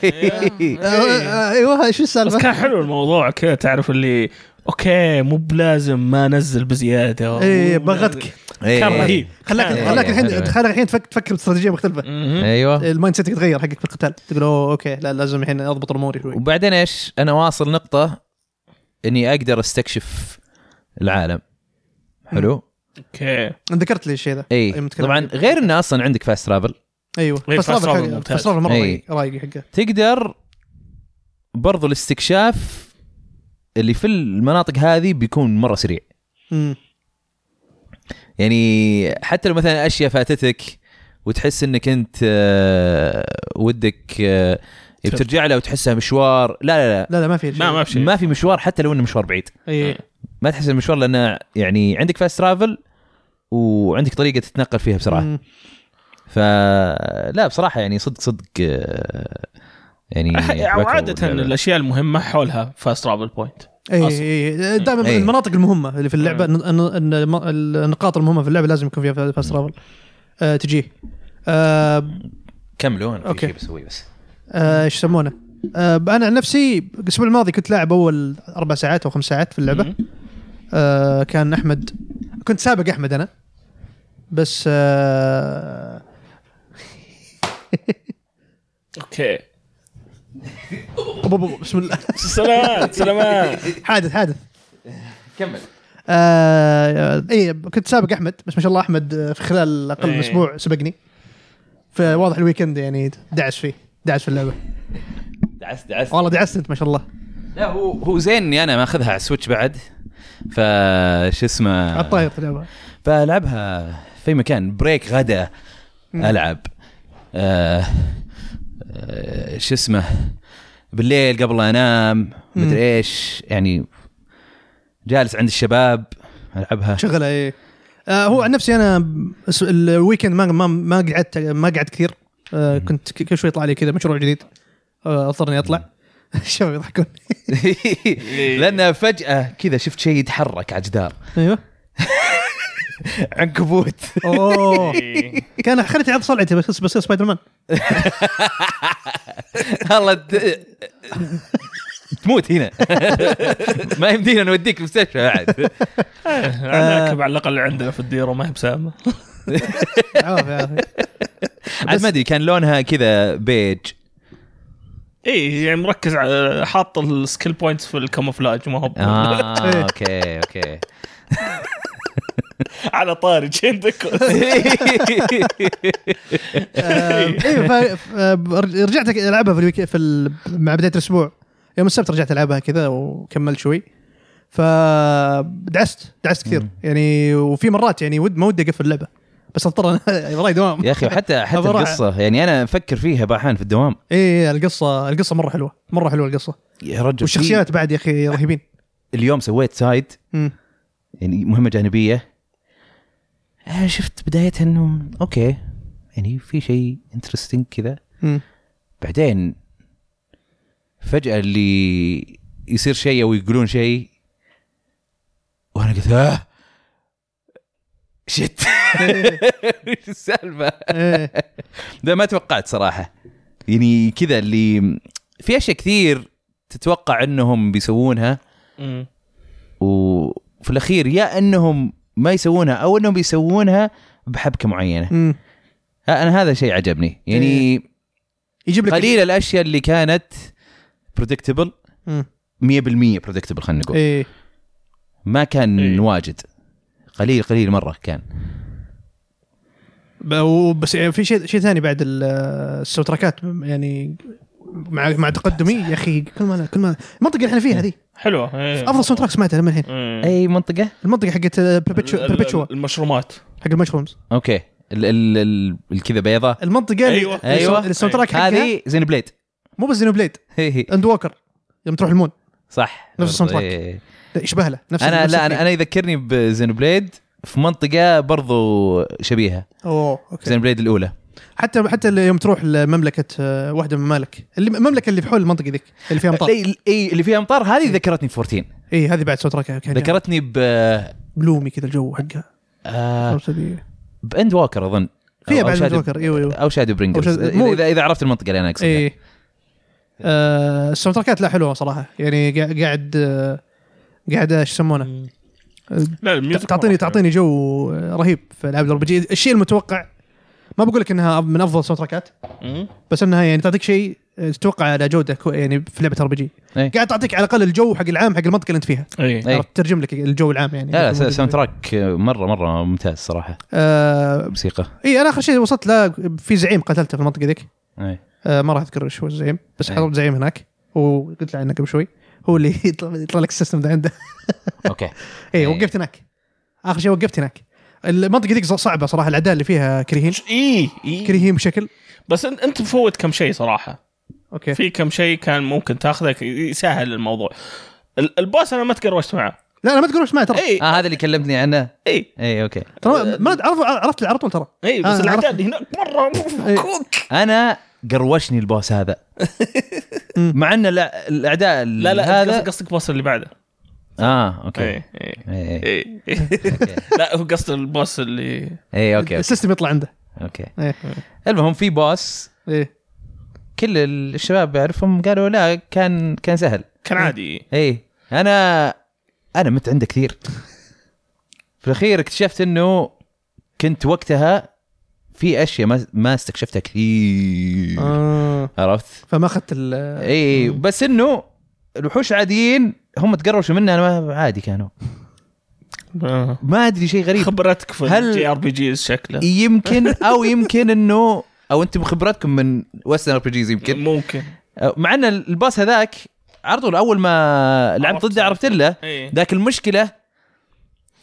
B: آه، ايوه شو
C: بس
B: السالفه؟
C: كان حلو الموضوع كذا تعرف اللي اوكي مو بلازم ما نزل بزياده
B: ايه بغتك إيه.
C: كان رهيب
B: خلاك
C: كان
B: خلاك
C: رهيب.
A: حلو.
B: الحين خلاك الحين تفكر تفكر باستراتيجيه مختلفه
C: مهم.
A: ايوه
B: المايند سيت يتغير حقك في القتال تقول اوه اوكي لا لازم الحين اضبط اموري شوي
A: وبعدين ايش؟ انا واصل نقطه اني اقدر استكشف العالم حلو؟
C: اوكي
B: ذكرت لي الشيء ذا أيوة،
A: اي
B: متكلم
A: طبعا
B: عنه.
A: غير انه اصلا عندك فاست ترافل
B: ايوه
C: إيه،
B: فصل
C: فصل
B: رابع
C: ممتاز.
B: فصل مره
A: إيه.
B: رايق- رايق حقه
A: تقدر برضو الاستكشاف اللي في المناطق هذه بيكون مره سريع
B: أمم.
A: يعني حتى لو مثلا اشياء فاتتك وتحس انك انت آه، ودك آه، بترجع لها وتحسها مشوار لا لا لا
B: لا لا ما في شيء.
C: ما ما في شيء
A: ما في مشوار حتى لو انه مشوار بعيد
B: إيه.
A: ما تحس المشوار لانه يعني عندك فاست ترافل وعندك طريقه تتنقل فيها بسرعه
B: أمم.
A: فلا بصراحه يعني صدق صدق آه، يعني
C: او
A: عجبتني
C: عاده
A: اللعبة.
C: الاشياء المهمه حولها فاست ترافل بوينت
B: اي
C: أصلاً.
B: اي دائما
A: إيه.
B: المناطق المهمه اللي في اللعبه الن-
C: أيوة.
B: الن- الم- النقاط المهمه في اللعبه لازم يكون فيها فاست ترافل آه، تجيه آه،
A: كملوا انا في
B: أوكي.
A: شيء بسويه بس
B: آه، ايش يسمونه؟ آه، انا عن نفسي الاسبوع الماضي كنت لاعب اول اربع ساعات او خمس ساعات في اللعبه
C: مهم.
B: آه، كان احمد كنت سابق احمد انا بس آه،
C: اوكي
B: أبو- أبو- بسم الله
C: سلامات سلامات
B: حادث حادث
A: كمل
B: آه اي كنت سابق احمد بس ما شاء الله احمد آه، في خلال اقل من
C: إيه.
B: اسبوع سبقني فواضح الويكند يعني دعس فيه دعس في اللعبه
A: دعست دعست
B: والله دعست انت ما شاء الله
A: لا هو هو زين اني انا ماخذها على السويتش بعد فش
B: على
A: اسمه
B: الطاير في اللعبه
A: فالعبها في مكان بريك غدا العب آه آه، شو اسمه بالليل قبل لا انام مدري ايش يعني جالس عند الشباب العبها
B: شغله اي آه هو عن نفسي انا الس- الويكند ما ما ما قعدت ما قعدت كثير آه كنت ك- كل شوي يطلع لي كذا مشروع جديد آه اضطرني اطلع الشباب يضحكون
A: لان فجاه كذا شفت شيء يتحرك على الجدار
B: ايوه
A: عنكبوت
B: اوه
C: إيه.
B: كان خليته يعض صلعتي بس بس سبايدر مان
A: الله ت- تموت هنا ما يمدينا نوديك المستشفى بعد
B: آه.
C: عنا كب على الاقل عندنا في الديره ما هي بسامه
B: عافية عافية
A: عاد ما ادري كان لونها كذا بيج
C: اي يعني مركز على حاط السكيل بوينتس في الكاموفلاج ما هو
B: آه.
A: اه اوكي اوكي
C: على طاري جين ديكوز
B: آه، إيه، اي رجعت العبها في الويك في ال- مع بدايه الاسبوع يوم السبت رجعت العبها كذا وكملت شوي فدعست دعست كثير يعني وفي مرات يعني ود ما ودي اقفل اللعبه بس اضطر أنا- وراي دوام
A: يا اخي وحتى حتى
B: أبغى أروح.
A: القصه يعني انا افكر فيها باحيان في الدوام
B: اي القصه القصه مره حلوه مره حلوه القصه
A: يا رجل في-
B: والشخصيات بعد يا اخي رهيبين
A: اليوم سويت سايد
B: مم.
A: يعني مهمه جانبيه أنا شفت بدايتها انه اوكي يعني في شيء انترستنج كذا
B: مم.
A: بعدين فجاه اللي يصير شيء او يقولون شيء وانا قلت اه شت ايش السالفه؟
B: إيه.
A: ده ما توقعت صراحه يعني كذا اللي في اشياء كثير تتوقع انهم بيسوونها وفي الاخير يا انهم ما يسوونها او انهم بيسوونها بحبكه معينه
B: مم.
A: ها، انا هذا شيء عجبني يعني
B: يجيب لك
A: قليله الاشياء اللي كانت بريدكتبل 100% بريدكتبل خلينا نقول
B: اي
A: ما كان
C: إيه.
A: واجد قليل قليل مره كان
B: بس يعني في شيء شيء ثاني بعد ال- السوتراكات يعني مع مع تقدمي يا اخي كل ما كل ما المنطقه اللي احنا فيها هذه
C: حلوه إيه.
B: افضل ساوند تراك سمعتها لما الحين
C: إيه.
A: اي منطقه
B: المنطقه حقت
C: ال-
B: بربيتشوا
C: ال-
B: بربيتشوا
C: المشرومات
B: حق المشرومز
A: اوكي ال ال ال الكذا بيضه
B: المنطقه اللي-
C: أيوة.
B: الساوند-
A: أيوة.
B: الساوند تراك حقها
A: هذه زين بليد
B: مو بس زينو بليد اند ووكر يوم تروح المون
A: صح
B: نفس الساوند تراك.
A: إيه.
B: لا، يشبه له نفس
A: انا
B: نفس
A: لا
B: الفكرة.
A: انا انا يذكرني بزين بليد في منطقه برضو شبيهه
B: اوه اوكي
A: زين بليد الاولى
B: حتى حتى اللي يوم تروح لمملكه آه، واحده من الممالك اللي المملكه اللي في حول المنطقه ذيك اللي فيها امطار
A: اي إي، اللي فيها امطار هذه ذكرتني ب 14
B: اي هذه بعد صوت راكع كان جا-
A: ذكرتني ب
B: بلومي كذا الجو حقها
A: آه،
B: عرفت اللي-
A: باند ووكر اظن أو- آه،
B: فيها
A: أو
B: بعد
A: شادو-
B: جوكر ايوه ايوه
A: او شادو
B: أو
A: برينجرز
B: شادو- مو-
A: اذا اذا عرفت المنطقه اللي انا اقصدها
B: اي إيه. آه، الساوند تراكات لا حلوه صراحه يعني قا- قاعد آه، قاعد ايش يسمونه
C: لا الميوزك
B: تعطيني
C: مرة حلوة.
B: تعطيني جو آه، رهيب في العاب الار جي الشيء المتوقع ما بقول لك انها من افضل ساوند تراكات
C: مم.
B: بس انها يعني تعطيك شيء تتوقع على جوده كو- يعني في لعبه ار بي جي
A: إيه.
B: قاعد تعطيك على الاقل الجو حق العام حق المنطقه اللي انت فيها
C: اي
A: إيه.
B: عرفت ترجم لك الجو العام يعني
A: لا لا ساوند تراك مره مره ممتاز صراحه
B: آه،
A: موسيقى
B: اي انا اخر شيء وصلت لا في زعيم قتلته في المنطقه ذيك
A: اي
B: آه، ما راح اذكر ايش هو الزعيم بس
A: إيه.
B: حضرت زعيم هناك وقلت له عنه قبل شوي هو اللي يطلع, يطلع لك السيستم ده عنده
A: اوكي
B: اي
A: إيه.
B: وقفت هناك اخر شيء وقفت هناك المنطقه ذيك صعبه صراحه الاعداء اللي فيها كريهين
C: اي اي
B: كريهين بشكل
C: إيه، بس انت انت مفوت كم شيء صراحه
B: اوكي
C: في كم شيء كان ممكن تاخذه ك- يسهل الموضوع ال- البوس انا ما تقروشت معه
B: لا لا ما تقول ايش معي ترى
C: اي
A: اه هذا اللي كلمتني عنه
C: اي
A: اي اوكي
B: ترى ما عرفت عرفت على طول ترى
C: اي
B: آه،
C: بس الاعداء اللي هناك مره كوك
A: انا قروشني البوس هذا مع ان الأ- الاعداء
C: لا لا
A: هذا
C: قصدك قصدك بوس اللي بعده
A: اه اوكي
C: اي اي
A: اي إي.
C: إيه. لا هو قصد البوس اللي
A: اي اوكي إيه، أوكي.
B: السيستم يطلع عنده
A: اوكي
B: ايه
A: المهم في بوس
B: ايه
A: كل الشباب بعرفهم قالوا لا كان كان سهل
C: كان عادي
A: اي انا انا مت عنده كثير في الاخير اكتشفت انه كنت وقتها في اشياء ما ما استكشفتها كثير
B: آه.
A: عرفت؟
B: فما اخذت ال
A: اي بس انه الوحوش عاديين هم تقرشوا مني انا ما- عادي كانوا
C: آه.
A: ما ادري شيء غريب
C: خبرتك في
A: هل-
C: الجي ار بي جيز شكله
A: يمكن او يمكن انه او انتم خبرتكم من وسترن ار بي جيز يمكن
C: ممكن
A: أه، مع ان الباص هذاك على طول اول ما لعبت
C: عرفت.
A: ضده عرفت له
C: اي
A: ذاك المشكله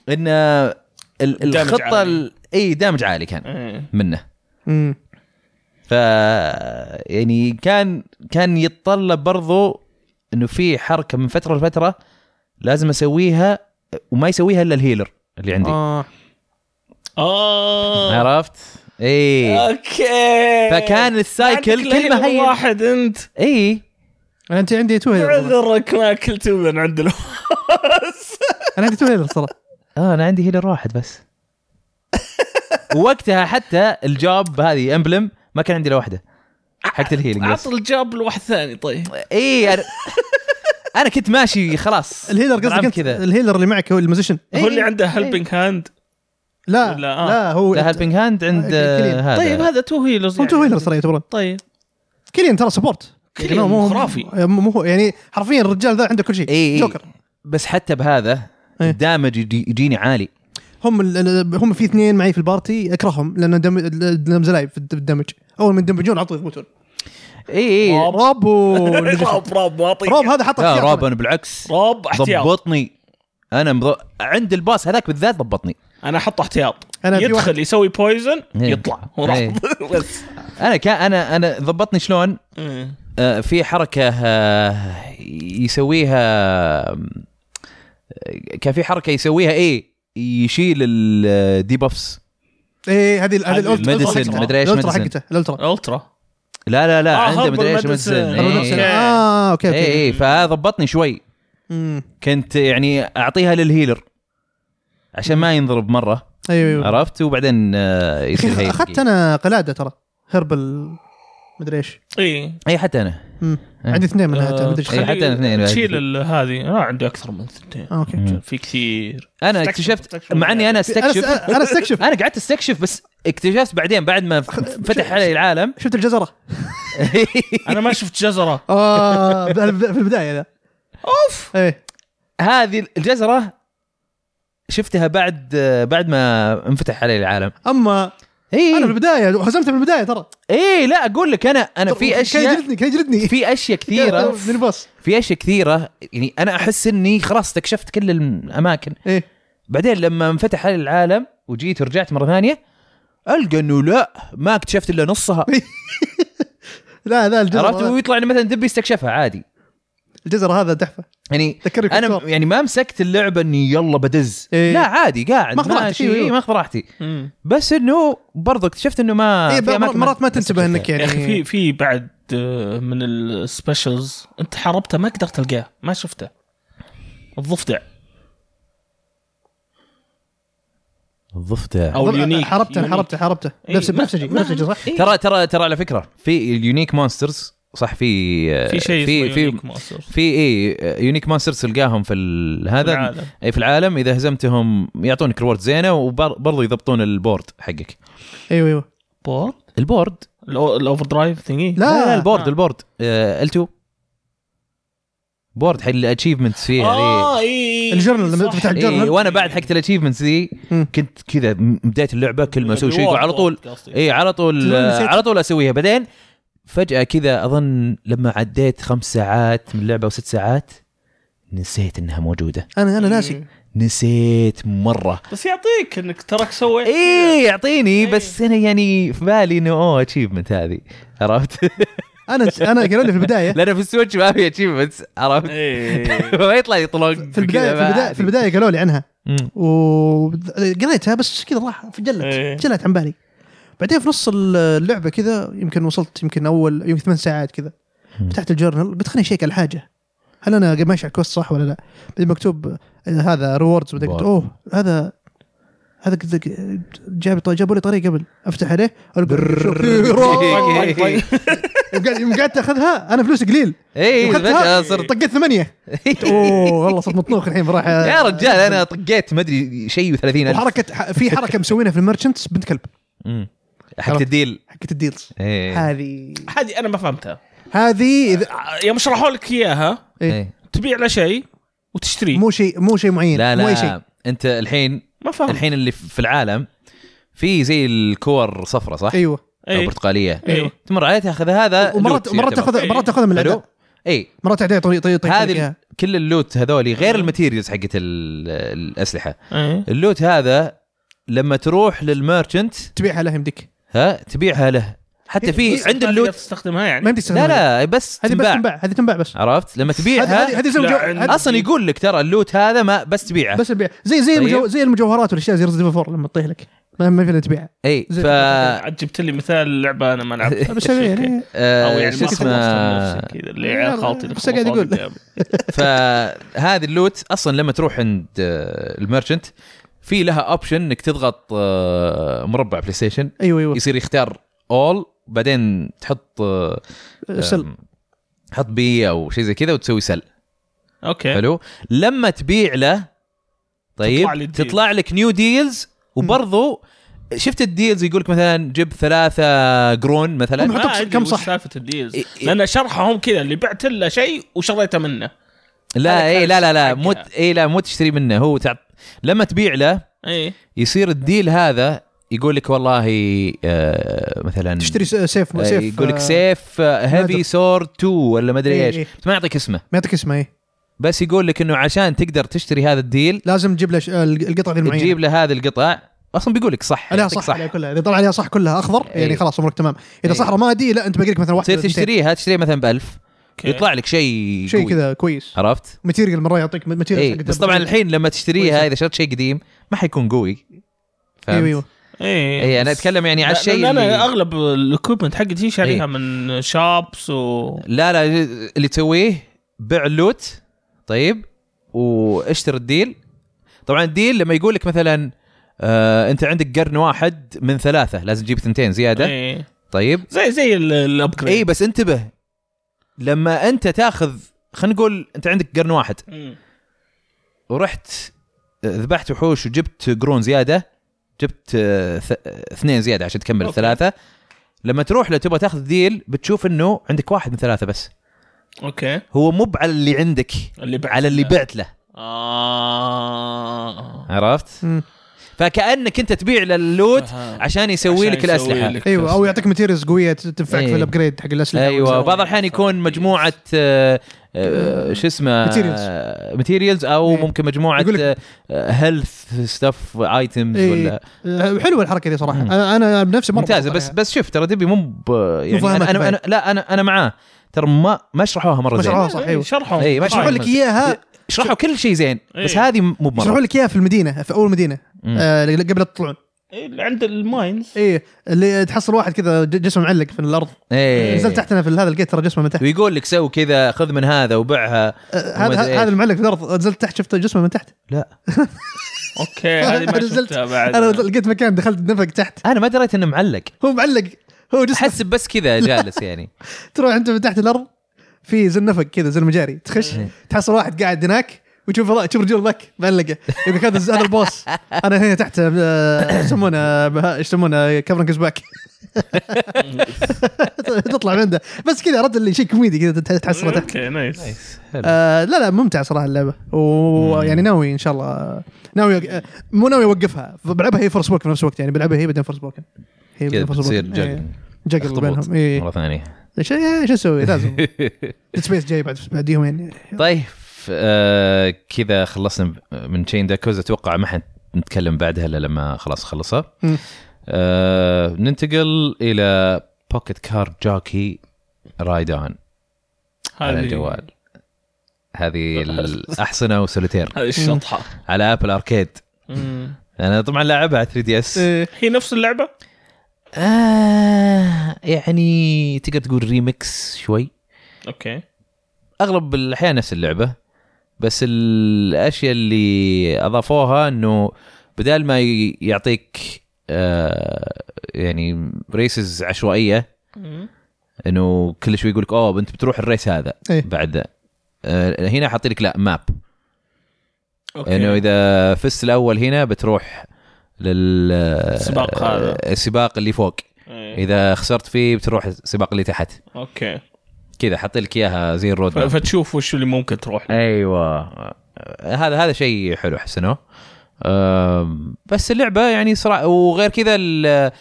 A: ان ال- ال-
C: دامج
A: الخطه
C: عالي.
A: ال- اي دامج عالي كان
C: إيه.
A: منه
B: مم.
A: ف يعني كان كان يتطلب برضو انه في حركه من فتره لفتره لازم اسويها وما يسويها الا الهيلر اللي عندي
C: آه.
B: اه
C: اه
A: آه. عرفت؟
C: آه.
A: اي
C: اوكي
A: فكان السايكل
C: عندك
A: كلمه
C: لعيب
A: هي
C: واحد انت
A: اي
B: انا انت عندي تو هيلر
C: عذرك ما اكلت من عند الهوس
B: انا عندي تو هيلر ترى
A: اه انا عندي هيلر واحد بس وقتها حتى الجوب هذه امبلم ما كان عندي الا واحده حقت الهيلينج بس
C: عط الجاب لواحد ثاني طيب
A: اي أنا- انا كنت ماشي خلاص
B: الهيلر
A: بلعب
B: قصدك انت
A: كذا
B: الهيلر اللي معك هو الموزيشن
A: إيه.
C: هو اللي عنده هيلبنج هاند
B: لا
C: ولا-
B: لا,
C: آه.
B: لا هو
A: لا هيلبنج هاند عند آه، هذا
C: طيب هذا تو هيلرز
B: هم تو هيلرز ترى يعتبرون
C: طيب
B: كيليان ترى سبورت
C: كيليان
B: يعني مو- مو-
C: خرافي.
B: مو هو يعني حرفيا الرجال ذا عنده كل شيء
A: اي اي
B: جوكر
A: بس حتى بهذا
B: إيه.
A: الدامج يجي- يجيني عالي
B: هم ال- ال- هم في اثنين معي في البارتي اكرههم لان دم... لهم زلايب في الد- في الدمج اول ما يندمجون عطوا يثبتون
A: اي اي
B: روب و
C: راب راب واطي
B: روب هذا حطك
A: لا
B: في
A: راب
B: عقبة.
A: انا آه، بالعكس
C: راب احتياط
A: ضبطني انا مض... عند الباص هذاك بالذات ضبطني
C: انا احط احتياط
B: أنا في واحد-
C: يدخل يسوي بويزن
A: إيه.
C: يطلع وراب بس
A: انا كان انا انا ضبطني شلون
C: مم.
A: آه، في حركه آه، يسويها آه، كان في حركه يسويها ايه يشيل آه، الديبفس
B: ايه هذه ال- هذه
C: هذه
B: الألترا-
C: الميديسن،
B: الألترا حقته.
A: مدري إيش
B: الالترا
A: ميديسن.
B: حقته الالترا
C: إيه. الترا
A: لا لا لا
C: آه،
A: عنده
C: هربل
A: مدري ايش
C: ميديسن.
A: مدسن.
C: هربل
A: إيه،
C: ميديسن.
A: إيه.
B: اه اوكي
A: اي
B: اوكي
A: اي فضبطني شوي
B: مم.
A: كنت يعني اعطيها للهيلر عشان ما ينضرب مره
B: ايوه ايوه
A: عرفت وبعدين آه، يصير
B: أخي،
A: هيلر.
B: اخذت انا قلاده ترى هربل مدري ايش
C: اي
A: اي حتى انا
B: مم.
A: إيه.
B: عندي اثنين منها
C: إيه. آه،
B: مدري
A: إيه،
B: ايش
A: حتى
C: خلي-
A: الاثنين بعد.
C: تشيل ال- هذه انا عندي اكثر من اثنين
B: آه، اوكي
A: مم.
C: في كثير
A: انا
C: استكشف-
A: اكتشفت
C: استكشف.
A: مع اني انا
B: انا
A: استكشف
B: س- انا استكشف
A: انا قعدت استكشف بس اكتشفت بعدين بعد ما ف- فتح علي العالم
B: شفت الجزره
C: انا ما شفت جزره
B: اه ب- ب- في البدايه ذا
C: اوف
B: ايه
A: هذه الجزره شفتها بعد بعد ما انفتح علي العالم
B: اما انا في
A: اي
B: البدايه هزمته من البدايه ترى
A: اي إيه، لا اقول لك انا انا في
B: كان
A: اشياء
B: يجلدني كان يجلدني
A: في اشياء
B: كان-
A: كثيره
B: من الباص
A: في اشياء كثيره يعني انا احس اني خلاص استكشفت كل الاماكن
B: ايه
A: بعدين لما انفتح علي العالم وجيت ورجعت مره ثانيه القى انه لا ما اكتشفت الا نصها
B: إيه، لا لا الجزر
A: عرفت ويطلع لي مثلا دبي استكشفها عادي
B: الجزر هذا تحفه
A: يعني
B: ذكرك
A: انا
B: بالكور.
A: يعني ما مسكت اللعبه اني يلا بدز
B: إيه.
A: لا عادي قاعد
B: ماخذ راحتك،
A: ماشي
B: أيوه، أيوه.
A: إيه، ماخذ راحتي بس انه برضو اكتشفت انه ما
B: إيه،
A: في
B: بقى-
A: أماكن
B: مرات ما تنتبه انك
C: يا اخي
B: يعني
C: في في بعد آه، من السبيشلز انت حاربته ما قدرت تلقاه ما شفته الضفدع
A: الضفدع
C: او اليونيك
B: حربته
C: يونيك.
B: حربته حربته
C: إيه،
B: نفس
C: ما-
B: بنفسجي
C: ما-
B: بنفسجي صح؟
C: إيه.
A: ترى ترى ترى على فكره في اليونيك مونسترز صح
B: إيه،
A: في
C: في شيء
A: في في
C: في
A: في اي يونيك مونسترز تلقاهم في ال- هذا
C: العالم.
A: اي في العالم اذا هزمتهم يعطونك ريورد زينه وبرضه يضبطون البورد حقك
B: ايوه ايوه
C: بورد
A: البورد
C: الاوفر درايف ثينجي
B: لا.
A: لا لا البورد
C: آه.
A: البورد ال2 بورد حق الاتشيفمنتس فيها ليه.
C: اه اي
B: الجرنال لما تفتح الجرنال.
A: إيه وانا بعد حقت الاتشيفمنتس ذي
B: مم.
A: كنت كذا م- بدايه اللعبه كل ما اسوي شيء يقول على طول
C: إيه.
A: اي إيه، على طول
B: تقول نسيت.
A: على طول اسويها بعدين فجاه كذا اظن لما عديت خمس ساعات من اللعبه او ست ساعات نسيت انها موجوده
B: انا انا ناسي
A: إيه. نسيت مره
C: بس يعطيك انك تراك سويت
A: ايه يعطيني
C: إيه.
A: بس انا يعني في بالي انه اوه اتشيفمنت هذه عرفت؟
B: انا انا قالوا لي في البدايه
A: لانه في السويتش ما في اتشيفمنتس عرفت؟
C: إيه.
A: ما يطلع لي طلق
B: في البدايه في البدايه في البدايه قالوا لي عنها
A: مم.
B: وقريتها بس كذا راح
C: إيه.
B: فجلت جلت عن بالي بعدين في نص اللعبه كذا يمكن وصلت يمكن اول يمكن ثمان ساعات كذا فتحت الجورنال قلت خليني اشيك على حاجه هل انا قاعد ماشي على الكوست صح ولا لا؟ بعدين مكتوب آه، هذا ريوردز قلت
A: Reward.
B: اوه هذا هذا قد- جاب طيب، جابوا لي طريق قبل افتح عليه ألقى- شوف،
A: إيه.
B: طق- طق- يوم قعدت اخذها انا فلوس قليل
A: ايه
B: يوم
A: فجاه
B: أخذتها،
A: صرت
B: طقيت ثمانيه اوه والله صرت مطنوخ الحين راح
A: يا رجال انا طقيت ما ادري شيء و30 الف
B: وحركه ح- في حركه مسوينها في الميرشنتس بنت كلب
A: مم. حقت الديل
B: حقت الديلز
A: ايه
B: هذه
C: هذه انا ما فهمتها
B: هذه إذا-
C: يوم شرحوا لك اياها
B: إيه.
A: إيه.
C: تبيع له شيء وتشتريه
B: مو شيء مو شيء معين
A: لا
B: مو أي شيء
A: لا انت الحين
C: ما فهمت
A: الحين اللي في العالم في زي الكور صفرة صح؟
B: ايوه
A: او
C: إيه.
A: برتقاليه
C: إيه.
A: تمر عليها تاخذ هذا
B: أيوه. ومرات مرات تاخذ
C: إيه.
B: مرات تاخذها من
A: حلو
B: الاعداء
A: اي
B: مرات اعداء طريق طريق طريق
A: هذه
B: طريق إياها.
A: ال- كل اللوت هذولي غير الماتيريالز حقت ال- الاسلحه
C: إيه.
A: اللوت هذا لما تروح للميرشنت
B: تبيعها لها يمديك
A: ها تبيعها له حتى
B: إيه،
A: في عند
C: ما
A: اللوت
C: تقدر تستخدمها
B: ما
C: يعني
B: يمديك
A: لا
B: تستخدمها.
A: لا بس
B: هذه بس
A: تنباع
B: تنباع هذه تنباع بس
A: عرفت لما
B: هذه هذه
A: تبيعها
B: هذه زي
C: لا،
B: مجو...
C: عند-
B: هذه
A: اصلا يقول لك ترى اللوت هذا ما بس تبيعه
B: بس تبيع زي زي المجو...
A: طيب.
B: زي المجوهرات والاشياء زي ريزد فور لما تطيح لك ما ما فينا تبيعها
A: اي
B: زي
A: ف
C: عاد جبت لي مثال لعبه انا ما لعبتها
A: طيب،
B: بس شوية يعني
C: او
A: آه،
C: يعني
A: شو
C: ما
A: اسمه
C: اسمه كذا اللي على خاطري
B: بس قاعد أقول.
A: فهذه اللوت اصلا لما تروح عند آه، الميرشنت في لها اوبشن انك تضغط آه، مربع بلاي ستيشن
B: ايوه ايوه
A: يصير يختار اول بعدين تحط آه،
B: سل
A: آم، تحط بي او شيء زي كذا وتسوي سل
C: اوكي إيه.
A: حلو لما تبيع له
C: تطلع لي
A: طيب
C: الديل.
A: تطلع لك نيو ديلز وبرضو شفت الديلز يقول لك مثلا جيب ثلاثه جرون إيه، مثلا
B: هم حط-
C: ما أدري
B: كم
C: وش
B: صح؟
C: سالفه الديلز
A: إي- إي.
C: لان شرحهم كذا اللي بعت له شيء وشريته منه
A: لا
C: هذا
A: اي
C: كان
A: لا لا لا
C: حقها.
A: مو ت- اي لا مو تشتري منه هو تعب لما تبيع له
C: اي
A: يصير الديل هذا يقول لك والله آه مثلا
B: تشتري س- سيف
A: آه،
B: سيف
A: يقول لك
B: آه،
A: سيف هيفي
B: نادر.
A: سورد 2 ولا ما ادري
B: إيه،
A: ايش
B: إيه.
A: بس ما يعطيك اسمه
B: ما يعطيك اسمه ايه
A: بس يقول لك انه عشان تقدر تشتري هذا الديل
B: لازم تجيب له ش- ال- القطعه ذي المعينه
A: تجيب له هذه القطع اصلا بيقول لك صح
B: عليها
A: يعطيك
B: صح, عليها كلها اذا طلع عليها صح كلها اخضر
A: إيه.
B: يعني خلاص امرك تمام اذا
A: إيه.
B: صحراء مادي لا انت باقي لك مثلا واحد
A: تصير تشتريها تشتريها مثلا ب 1000 يطلع لك شيء
B: شيء
A: كذا
B: كذا كويس
A: عرفت؟
B: ماتيريال مره يعطيك ماتيريال
A: اي آه. إيه، بس طبعا الحين لما تشتريها
B: كويسة.
A: اذا شريت شيء قديم ما حيكون قوي
B: إيه،
A: فهمت؟
B: ايوه ايوه
C: اي
A: اي انا اتكلم يعني على الشيء
C: انا
A: اللي
C: اغلب الاكويبمنت حقتي شاريها
A: إي.
C: من شابس و
A: لا لا اللي تسويه بيع اللوت طيب واشتري الديل طبعا الديل لما يقول لك مثلا آه انت عندك قرن واحد من ثلاثه لازم تجيب ثنتين زياده
C: إي.
A: طيب
C: زي زي ال-
A: اي
C: الابجريد
A: بس انتبه لما انت تاخذ خلينا نقول انت عندك قرن واحد
C: اي
A: ورحت آه، ذبحت وحوش وجبت قرون زياده جبت آه، ث- آه، اثنين زياده عشان تكمل
C: أوكي.
A: الثلاثه لما تروح لو تبغى تاخذ ديل بتشوف انه عندك واحد من ثلاثه بس
C: اوكي
A: هو مو على اللي عندك
C: اللي بعت
A: على اللي
C: له.
A: بعت له آه.
C: اه
A: عرفت
B: مم.
A: فكانك انت تبيع للوت
C: أها.
A: عشان يسوي
C: عشان
A: لك
C: يسوي
A: الاسلحه
C: لك.
B: ايوه او يعطيك ماتيريالز قويه ت- تنفعك
A: إيه.
B: في الابجريد حق الاسلحه
A: ايوه
B: والزرع.
A: بعض الاحيان يكون مجموعه آه، آه، شو اسمه
B: Materials.
A: ماتيريالز او
B: إيه.
A: ممكن آه، مجموعه
B: يقول لك-
A: هيلث ستاف ايتمز
B: إيه.
A: ولا
B: آه، حلوه الحركه دي صراحه
A: مم.
B: انا انا بنفسي مره
A: ممتازه
B: بطلع
A: بس
B: عليها.
A: بس شوف ترى دبي مو ب- يعني
B: مو
A: أنا,
B: فاهمك
A: انا انا لا انا انا معاه ترى ما ما شرحوها مره
B: ما
A: زين
B: شرحوها صح ايوه
C: شرحهم
A: إي، ما
B: شرحوا لك اياها
A: شرحوا كل شيء زين بس
C: إيه.
A: هذه مو
B: شرحوا
A: بمره
B: لك اياها في المدينه في اول مدينه
A: مم.
B: آه قبل لا تطلعون
C: إي، عند الماينز
B: ايه اللي تحصل واحد كذا ج- جسمه معلق في الارض
A: إيه.
B: نزلت تحتنا في هذا لقيت ترى جسمه من تحت
A: ويقول لك سوي كذا خذ من هذا وبعها
B: آه، هذا
A: أدري إيش.
B: هذا المعلق في الارض نزلت تحت شفت جسمه من تحت
A: لا
C: اوكي إيه، هذه ما
B: نزلت.
C: شفتها بعد
B: انا لقيت مكان دخلت نفق تحت
A: انا ما دريت انه معلق
B: هو معلق هو جسمه
A: احسب بس كذا جالس يعني
B: تروح انت من تحت الارض في زي النفق كذا زي المجاري تخش
A: إيه.
B: تحصل واحد قاعد هناك وتشوف رأ- تشوف رجول ذاك معلقه يقول لك هذا الز- هذا البوس انا هنا تحت آه، يسمونه آه، ايش يسمونه كفرنج باك تطلع من عنده بس كذا رد اللي شيء كوميدي كذا تح- تحصله تحت
C: اوكي نايس
B: آه لا لا ممتع صراحه اللعبه ويعني يعني ناوي ان شاء الله ناوي آه، مو ناوي اوقفها بلعبها هي فورس بوكن في نفس الوقت يعني بلعبها هي بعدين فورس بوكن هي
A: كذا إيه.
B: بعدين Forspoken.
A: بتصير
B: إيه،
A: جل
B: جقل
A: اخطبوط
B: بينهم اي
A: مره ثانيه
B: شو شو اسوي لازم سبيس جاي بعد يعني. بعد يومين
A: طيب آه كذا خلصنا من تشين داكوز اتوقع ما حنتكلم بعدها الا لما خلاص خلصها
B: مم.
A: آه ننتقل الى بوكيت كار جاكي رايدان على الجوال هذه الاحصنه وسوليتير
C: هذه الشطحه
A: على ابل اركيد
C: مم.
A: انا طبعا لاعبها على 3 دي اس
B: إيه.
C: هي نفس اللعبه
A: آه يعني تقدر تقول ريمكس شوي
C: اوكي
A: اغلب الاحيان نفس اللعبه بس الاشياء اللي اضافوها انه بدال ما ي- يعطيك آه يعني ريسز عشوائيه
C: مم.
A: انه كل شوي يقول لك اوه انت بتروح الريس هذا
B: إيه.
A: بعد آه هنا حاطين لك لا ماب
C: اوكي
A: انه اذا فزت الاول هنا بتروح لل آه،
C: السباق هذا.
A: السباق اللي فوق
C: إي.
A: اذا خسرت فيه بتروح السباق اللي تحت
C: اوكي
A: كذا حاطين لك اياها زي الرود
C: ف-
A: ماب.
C: فتشوف وش اللي ممكن تروح له
A: ايوه آه، هذا هذا شيء حلو حسنوه آم، بس اللعبه يعني صراحه وغير كذا ال-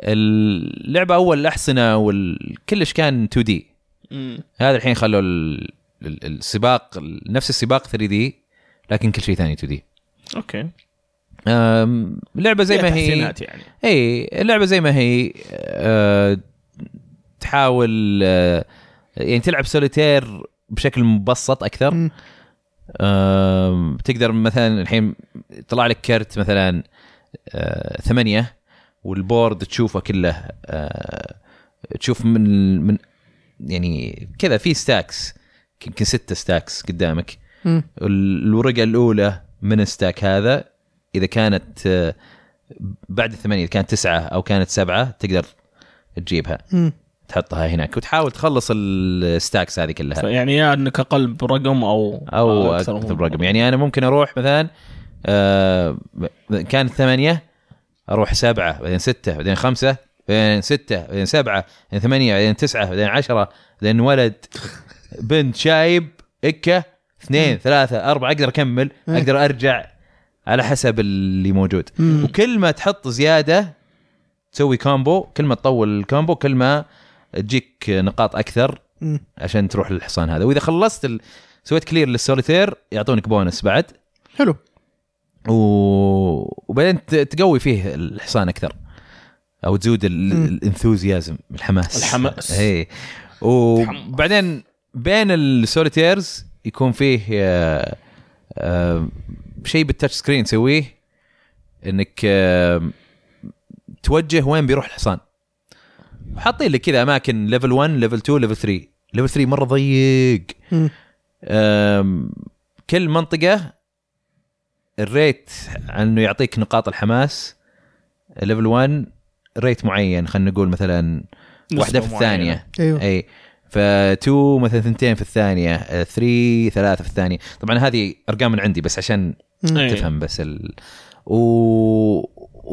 A: اللعبه اول الاحصنه وال- كلش كان 2 دي
C: مم.
A: هذا الحين خلوا ال- ال- السباق نفس السباق 3 دي لكن كل شيء ثاني 2 دي
C: اوكي
A: لعبه زي ما
C: فيها
A: هي
C: تحسينات يعني
A: اي اللعبه زي ما هي آه، تحاول آه، يعني تلعب سوليتير بشكل مبسط اكثر
B: مم.
A: آم، تقدر مثلا الحين طلع لك كرت مثلا آه، ثمانية والبورد تشوفه كله آه، تشوف من من يعني كذا في ستاكس يمكن ستة ستاكس قدامك
B: مم.
A: ال- الورقة الأولى من الستاك هذا إذا كانت آه، بعد الثمانية إذا كانت تسعة أو كانت سبعة تقدر تجيبها
B: مم.
A: تحطها هناك وتحاول تخلص الستاكس هذه كلها
C: يعني يا انك اقل برقم او
A: او اكثر
C: من
A: آه، برقم يعني انا ممكن اروح مثلا آه كانت ثمانيه اروح سبعه بعدين سته بعدين خمسه بعدين سته بعدين سبعه بعدين ثمانيه بعدين تسعه بعدين عشره بعدين ولد بنت شايب اكه اثنين ثلاثه اربعه اقدر اكمل
B: إيه.
A: اقدر ارجع على حسب اللي موجود
B: مم.
A: وكل ما تحط زياده تسوي كومبو كل ما تطول الكومبو كل ما تجيك نقاط اكثر
B: مم.
A: عشان تروح للحصان هذا واذا خلصت ال... سويت كلير للسوليتير يعطونك بونس بعد
B: حلو
A: و... وبعدين ت- تقوي فيه الحصان اكثر او تزود ال...
B: مم.
A: الانثوزيازم الحماس
C: الحماس.
A: اي وبعدين بين السوليتيرز يكون فيه آه، آه، شيء بالتاتش سكرين تسويه انك آه، توجه وين بيروح الحصان حاطين لك كذا اماكن ليفل 1 ليفل 2 ليفل 3 ليفل 3 مره ضيق
B: مم.
A: أم، كل منطقة الريت انه يعطيك نقاط الحماس ليفل 1 ريت معين خلينا نقول مثلا
C: نسبة
A: واحدة في
C: معينة.
A: الثانية
B: ايوه
A: اي ف2 مثلا ثنتين في الثانية 3 ثلاثة في الثانية طبعا هذه ارقام من عندي بس عشان
C: إيه.
A: تفهم بس ال... و...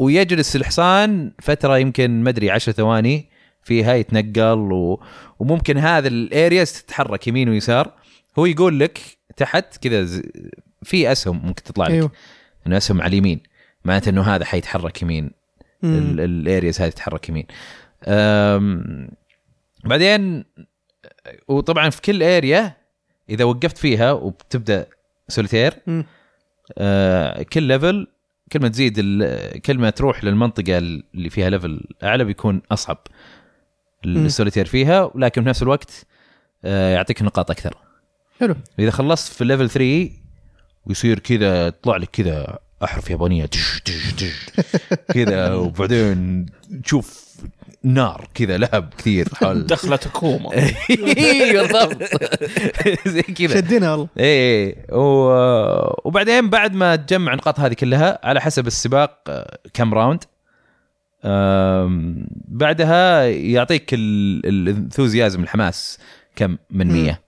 A: ويجلس الحصان فتره يمكن ما ادري 10 ثواني فيها يتنقل و... وممكن هذا الارياز تتحرك يمين ويسار هو يقول لك تحت كذا ز... في اسهم ممكن تطلع لك أيوه.
B: ايوه
A: انه اسهم على اليمين معناته انه هذا حيتحرك يمين
B: مم.
A: الارياز هذه تتحرك يمين أم... بعدين وطبعا في كل اريا اذا وقفت فيها وبتبدا سوليتير
B: مم.
A: آه، كل ليفل كل ما تزيد ال- كل ما تروح للمنطقه اللي فيها ليفل اعلى بيكون اصعب
B: مم.
A: السوليتير فيها ولكن في نفس الوقت آه، يعطيك نقاط اكثر
B: حلو
A: اذا خلصت في ليفل 3 ويصير كذا يطلع لك كذا احرف يابانيه تش تش تش كذا وبعدين تشوف نار كذا لهب كثير حول
C: دخلت كوما
A: إيه. إي، بالضبط زي كذا
B: شدينا والله
A: ايه و... وبعدين بعد ما تجمع النقاط هذه كلها على حسب السباق آه، كم راوند آم، بعدها يعطيك ال- الانثوزيازم الحماس كم من
B: مم.
A: 100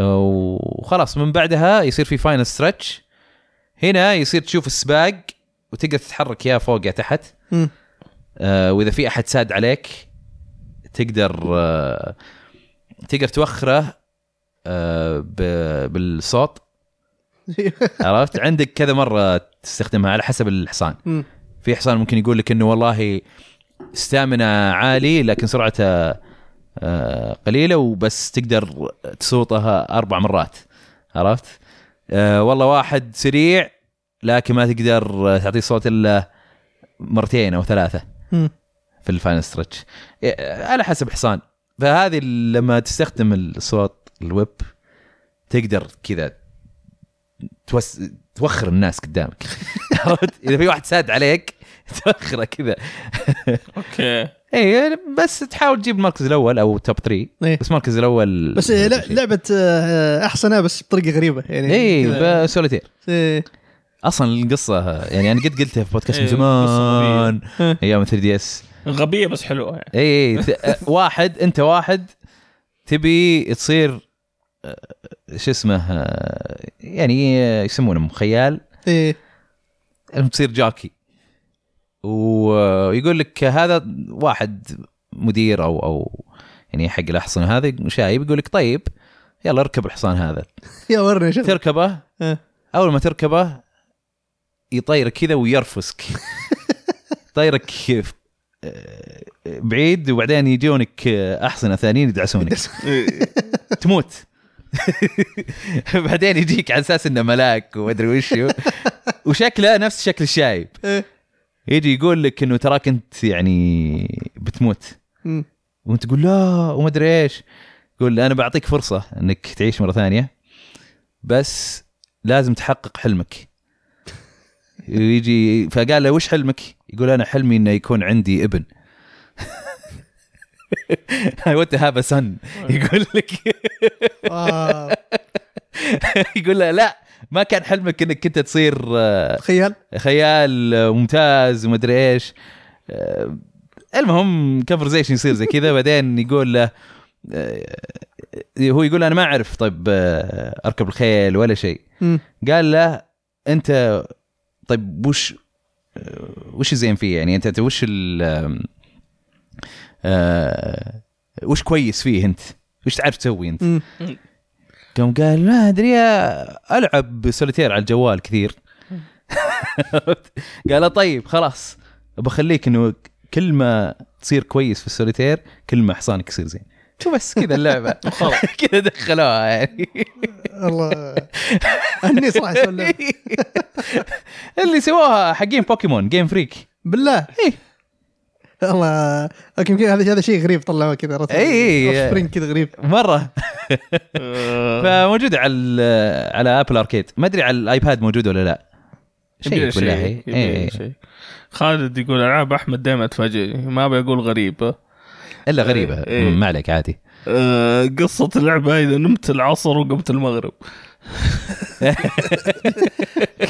A: وخلاص من بعدها يصير في فاينل ستريتش هنا يصير تشوف السباق وتقدر تتحرك يا فوق يا تحت
B: مم.
A: آه، واذا في احد ساد عليك تقدر آه، تقدر توخره آه، ب- بالصوت عرفت عندك كذا مره تستخدمها على حسب الحصان
B: مم.
A: في حصان ممكن يقول لك انه والله ستامنا عالي لكن سرعته آه، قليله وبس تقدر تسوطها اربع مرات عرفت آه، والله واحد سريع لكن ما تقدر تعطيه صوت الا مرتين او ثلاثه
B: مم.
A: في الفاينل ستريتش إيه، على حسب حصان فهذه لما تستخدم الصوت الويب تقدر كذا توس... توخر الناس قدامك عرفت؟ اذا في واحد ساد عليك توخره كذا
C: اوكي
A: اي بس تحاول تجيب المركز الاول او توب 3
B: إيه.
A: بس المركز الاول
B: بس آه، لا- لعبه آه، احسنها بس بطريقه غريبه
A: إيه،
B: يعني كذا.
A: اي سوليتير
B: إيه.
A: اصلا القصه يعني انا قد قلتها في بودكاست من
C: إيه، قصة
A: زمان ايام 3 دي اس
C: غبيه بس حلوه يعني
A: اي ت- واحد انت واحد تبي تصير آه، شو اسمه آه، يعني آه، يسمونه خيال
B: ايه
A: المهم تصير جاكي و- ويقول لك هذا واحد مدير او او يعني حق الاحصن هذا شايب يقول لك طيب يلا اركب الحصان هذا
B: يا ورنا شوف
A: تركبه
B: آه.
A: اول ما تركبه يطيرك كذا ويرفسك طيرك كيف آه، بعيد وبعدين يجونك آه، احصنه ثانيين يدعسونك تموت بعدين يجيك على اساس انه ملاك ومدري وش هو. وشكله نفس شكل الشايب
B: إيه.
A: يجي يقول لك انه تراك انت يعني بتموت
B: مم.
A: وانت تقول لا وما ادري ايش يقول انا بعطيك فرصه انك تعيش مره ثانيه بس لازم تحقق حلمك يجي فقال له وش حلمك؟ يقول انا حلمي انه يكون عندي ابن I want to have a son يقول لك
B: آه،
A: يقول له لا ما كان حلمك انك انت تصير آه،
B: تخيل
A: خيال آه، ممتاز وما ادري ايش آه، المهم كونفرزيشن يصير زي كذا بعدين يقول له آه، هو يقول انا ما اعرف طيب آه، اركب الخيل ولا شيء
B: مم.
A: قال له انت طيب وش وش الزين فيه يعني انت أنت وش ال آه، وش كويس فيه انت؟ وش تعرف تسوي انت؟
B: مم.
A: قام قال ما ادري العب سوليتير على الجوال كثير قال له طيب خلاص بخليك انه كل ما تصير كويس في السوليتير كل ما حصانك يصير زين شو بس كذا اللعبه كذا دخلوها يعني
B: الله اني صراحه أسولف.
A: اللي سووها حقين بوكيمون جيم فريك
B: بالله
A: إيه،
B: الله اوكي يمكن هذا هذا شيء غريب طلعوه كذا عرفت؟
A: إي.
B: Offspring كذا غريب
A: مره
C: آه،
A: فموجوده على ال- على ابل اركيد ما ادري على الايباد موجود ولا لا إيه، شيء بالله إي. إي.
C: شيء خالد يقول العاب احمد دائما تفاجئني ما بقول غريبه
A: الا غريبه
C: إي.
A: ما عليك عادي
C: أه قصه اللعبه اذا نمت العصر وقمت المغرب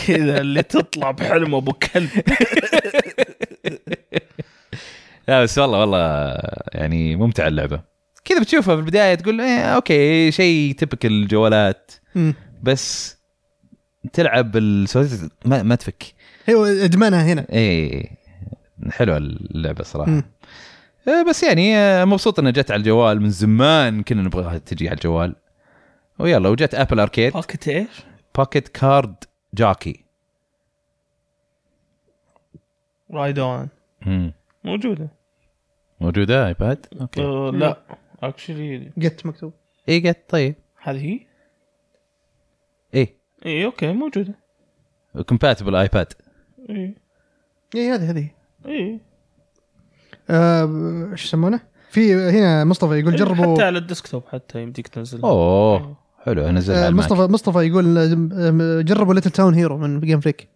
C: كذا اللي تطلع بحلم ابو كلب
A: لا بس والله والله يعني ممتعه اللعبه كذا بتشوفها في البدايه تقول إيه اوكي شيء تبك الجوالات
B: مم.
A: بس تلعب السواليف ما, ما تفك إيه،
B: هي ادمانها هنا
A: اي حلوه اللعبه صراحه
B: مم.
A: آه، بس يعني آه، مبسوط انها جت على الجوال من زمان كنا نبغاها تجي على الجوال ويلا وجت ابل اركيد
C: باكت ايش؟
A: باكيت كارد جاكي
C: رايد اون
A: مم.
C: موجوده
A: موجوده ايباد اوكي
C: أه لا اكشلي
B: جت مكتوب
A: اي قد طيب إيه.
C: هذه هي؟ إيه،
A: اي
C: اي اوكي موجوده
A: كومباتبل ايباد
C: اي
B: اي إيه، هذه هذه
C: اي
B: آه، شو يسمونه؟ في هنا مصطفى يقول جربوا
C: حتى على الديسكتوب حتى يمديك تنزلها
A: اوه Oh. حلو انزلها
B: آه،
A: على الماك
B: مصطفى مصطفى يقول آه، جربوا ليتل تاون هيرو من جيم فريك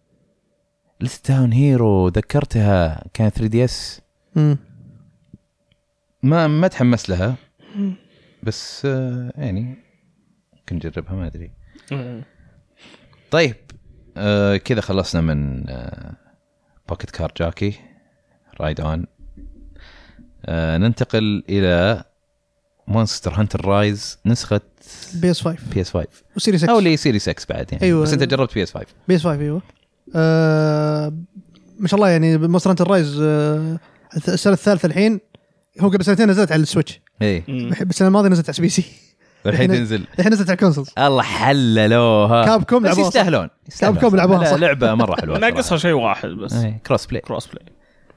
A: ليتل تاون هيرو ذكرتها كانت 3 دي اس
B: مم.
A: ما ما تحمس لها
B: Hmm.
A: بس آه، يعني ممكن نجربها ما ادري
C: مم.
A: طيب آه كذا خلصنا من آه باكت كار جاكي رايد اون آه ننتقل الى مونستر هانتر رايز نسخه
B: بي اس 5
A: بي اس 5
B: وسيريس
A: او
B: 6
A: اللي سيريس 6 بعد يعني
B: أيوة.
A: بس انت جربت بي اس 5
B: بي اس 5 ايوه آه، ما شاء الله يعني مصر انتر رايز آه، السنه الثالثه الحين هو قبل سنتين نزلت على السويتش
A: اي
C: مم.
B: السنه الماضيه نزلت على بي سي
A: إيه. الحين تنزل
B: الحين نزلت على الكونسولز
A: الله حللوها
B: كاب كوم
A: آه. بس
B: لعبوها صح.
A: يستاهلون يستاهلون
B: كاب كوم
A: صراحة.
B: لعبوها
A: لا،
B: صح.
A: لعبه مره حلوه
C: ناقصها شيء واحد بس
B: إيه.
A: كروس بلاي
C: كروس بلاي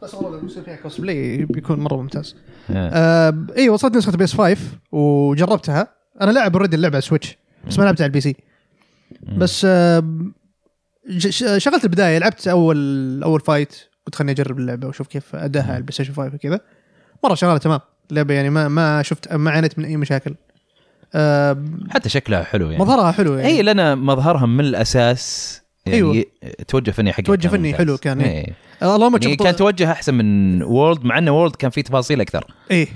B: بس والله لو يصير فيها كوست بلاي بيكون مره ممتاز
A: آه.
B: آه اي وصلت نسخه بيس 5 وجربتها انا لاعب اوريدي اللعبه على سويتش بس ما لعبتها على البي سي بس آه ج- ش- شغلت البدايه لعبت اول اول فايت قلت خليني اجرب اللعبه واشوف كيف اداها على البلاي ستيشن 5 وكذا مره شغاله تمام اللعبه يعني ما ما شفت ما عانيت من اي مشاكل آه
A: حتى شكلها حلو يعني
B: مظهرها حلو يعني
A: اي لان مظهرها من الاساس يعني
B: أيوة.
A: توجه فني حقيقي
B: توجه فني حلو كان، إيه. آه، اللهم
A: يعني
B: شوف
A: كان توجه احسن من وورلد مع انه وورلد كان فيه تفاصيل اكثر
B: ايه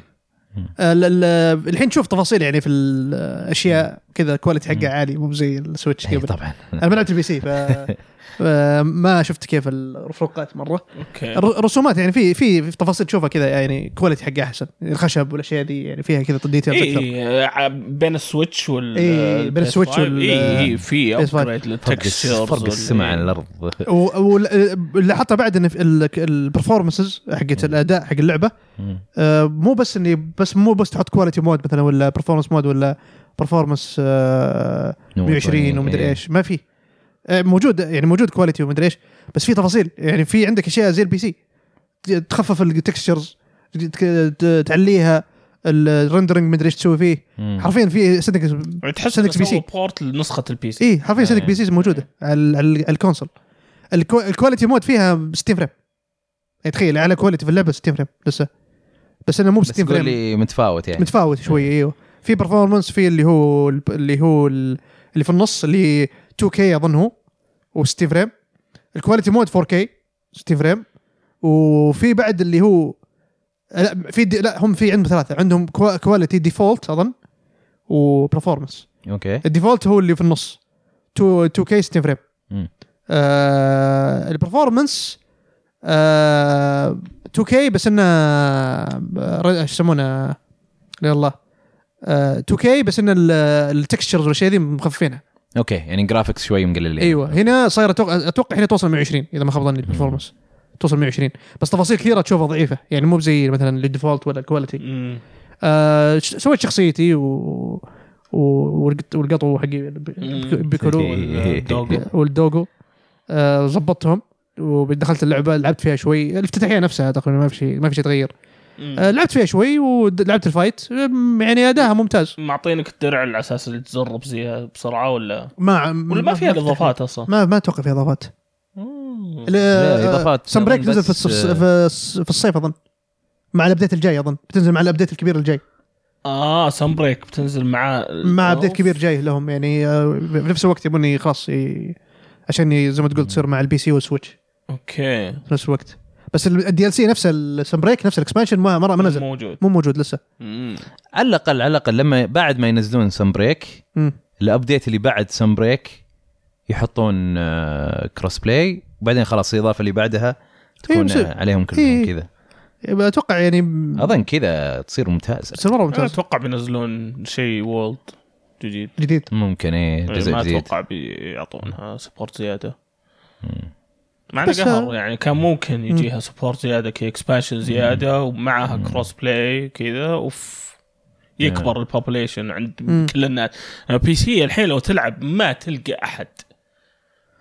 B: ال- ال- الحين تشوف تفاصيل يعني في الاشياء كذا كواليتي حقها عالي مو زي السويتش
A: إيه،
B: قبل
A: طبعا
B: انا ما لعبت البي سي ف ما شفت كيف الرفوقات مره
C: اوكي
B: الر- الرسومات يعني في في في تفاصيل تشوفها كذا يعني كواليتي حقها احسن الخشب والاشياء دي يعني فيها كذا ديتيلز
C: إيه،
B: اكثر
C: اي ع- آه، بين السويتش وال
B: إي، إيه، بين السويتش وال-
C: اي اي في
B: PS5.
C: ابجريد
A: فرق الس-
C: للتكستشرز
A: فرق السمع عن الارض
B: و- واللي حطه بعد ان البرفورمنسز حقت الاداء حق اللعبه
A: مم.
B: آه، مو بس اني بس مو بس تحط كواليتي مود مثلا ولا برفورمنس مود ولا آه، برفورمنس 120 ومدري
A: إيه.
B: ايش ما في آه، موجود يعني موجود كواليتي ومدري ايش بس في تفاصيل يعني في عندك اشياء زي البي سي تخفف التكستشرز تعليها الرندرنج مدري ايش تسوي فيه
A: مم.
B: حرفيا في صدق
C: تحس
B: صدق
C: انك
B: بي
C: بي
B: سي إيه.
C: سي بورت لنسخه البي سي
B: اي حرفيا
A: إيه.
B: صدق بي سي موجوده على ال- على ال- الكونسول الكو- الكواليتي مود فيها 60 فريم يعني تخيل اعلى كواليتي في اللعبه 60 فريم لسه بس انه مو ب
A: بس
B: 60
A: تقول
B: فريم
A: لي متفاوت يعني
B: متفاوت شوي ايوه في برفورمانس في اللي هو اللي هو ال- اللي في النص اللي 2 كي اظن هو و60 فريم الكواليتي مود 4 كي 60 فريم وفي بعد اللي هو لا في دي لا هم في عندهم ثلاثه عندهم كوا- كواليتي ديفولت اظن وبرفورمانس
A: اوكي
B: الديفولت هو اللي في النص 2 كي 60 فريم
A: مم.
B: آه البرفورمانس آه 2 كي بس انه آه، ايش يسمونه لا الله آه 2 كي بس ان ال- التكستشرز والاشياء ذي أيوة. مخففينها
A: اوكي يعني جرافيكس شوي مقللين
B: إيوه، ايوه هنا صاير أتوقع, اتوقع هنا توصل 120 اذا ما خاب ظني البرفورمانس توصل 120 بس تفاصيل كثيره تشوفها ضعيفه يعني مو زي مثلا الديفولت ولا الكواليتي
C: مم.
B: آه ش- سويت شخصيتي و... و... والقط- والقطو حقي ب-
C: مم.
B: بيكولو
C: والدوغو.
B: والدوغو آه، ظبطتهم ودخلت اللعبه لعبت فيها شوي الافتتاحيه نفسها تقريبا ما في شيء ما في شيء تغير
C: مم.
B: آه، لعبت فيها شوي ولعبت الفايت أم، يعني اداها ممتاز
C: معطينك الدرع على اساس اللي تزر بزيها بسرعه ولا
B: ما
C: ولا ما فيها الاضافات اصلا؟
B: ما ما اتوقع فيها اضافات
C: مم.
A: إضافات
B: سن بريك
A: أظن
B: نزل في
A: بس،
C: آه.
B: الص- في الص- في الصيف اظن مع الابديت الجاي اظن بتنزل مع الابديت الكبير الجاي
C: اه سن بريك بتنزل معاه
B: مع ابديت كبير جاي لهم يعني آه، في نفس الوقت يبوني خلاص ي- عشان ي- زي ما تقول تصير مع البي سي والسويتش
C: اوكي
B: في نفس الوقت بس الدي ال سي نفسه السن بريك نفس الاكسبانشن ما مره ما نزل
C: موجود
B: مو موجود لسه
C: مم.
A: على الاقل على الاقل لما بعد ما ينزلون سم بريك
B: مم.
A: الابديت اللي بعد سم بريك يحطون آه، كروس بلاي وبعدين خلاص الاضافه اللي بعدها تكون
B: بصير.
A: آه، عليهم كلهم
B: إيه.
A: كذا
B: اتوقع يعني م-
A: اظن كذا تصير ممتازه
B: بس مره
C: انا
B: ممتاز
C: اتوقع بينزلون شيء وولد جديد
B: جديد
A: ممكن ايه جزء
C: إيه، ما
A: جديد
C: اتوقع بيعطونها سبورت زياده مع انه
B: بس-
C: قهر يعني كان ممكن يجيها سبورت زياده كي اكسبانشن زياده ومعها كروس بلاي كذا اوف يكبر البوبوليشن
B: مم.
C: عند كل الناس بي سي الحين لو تلعب ما تلقى احد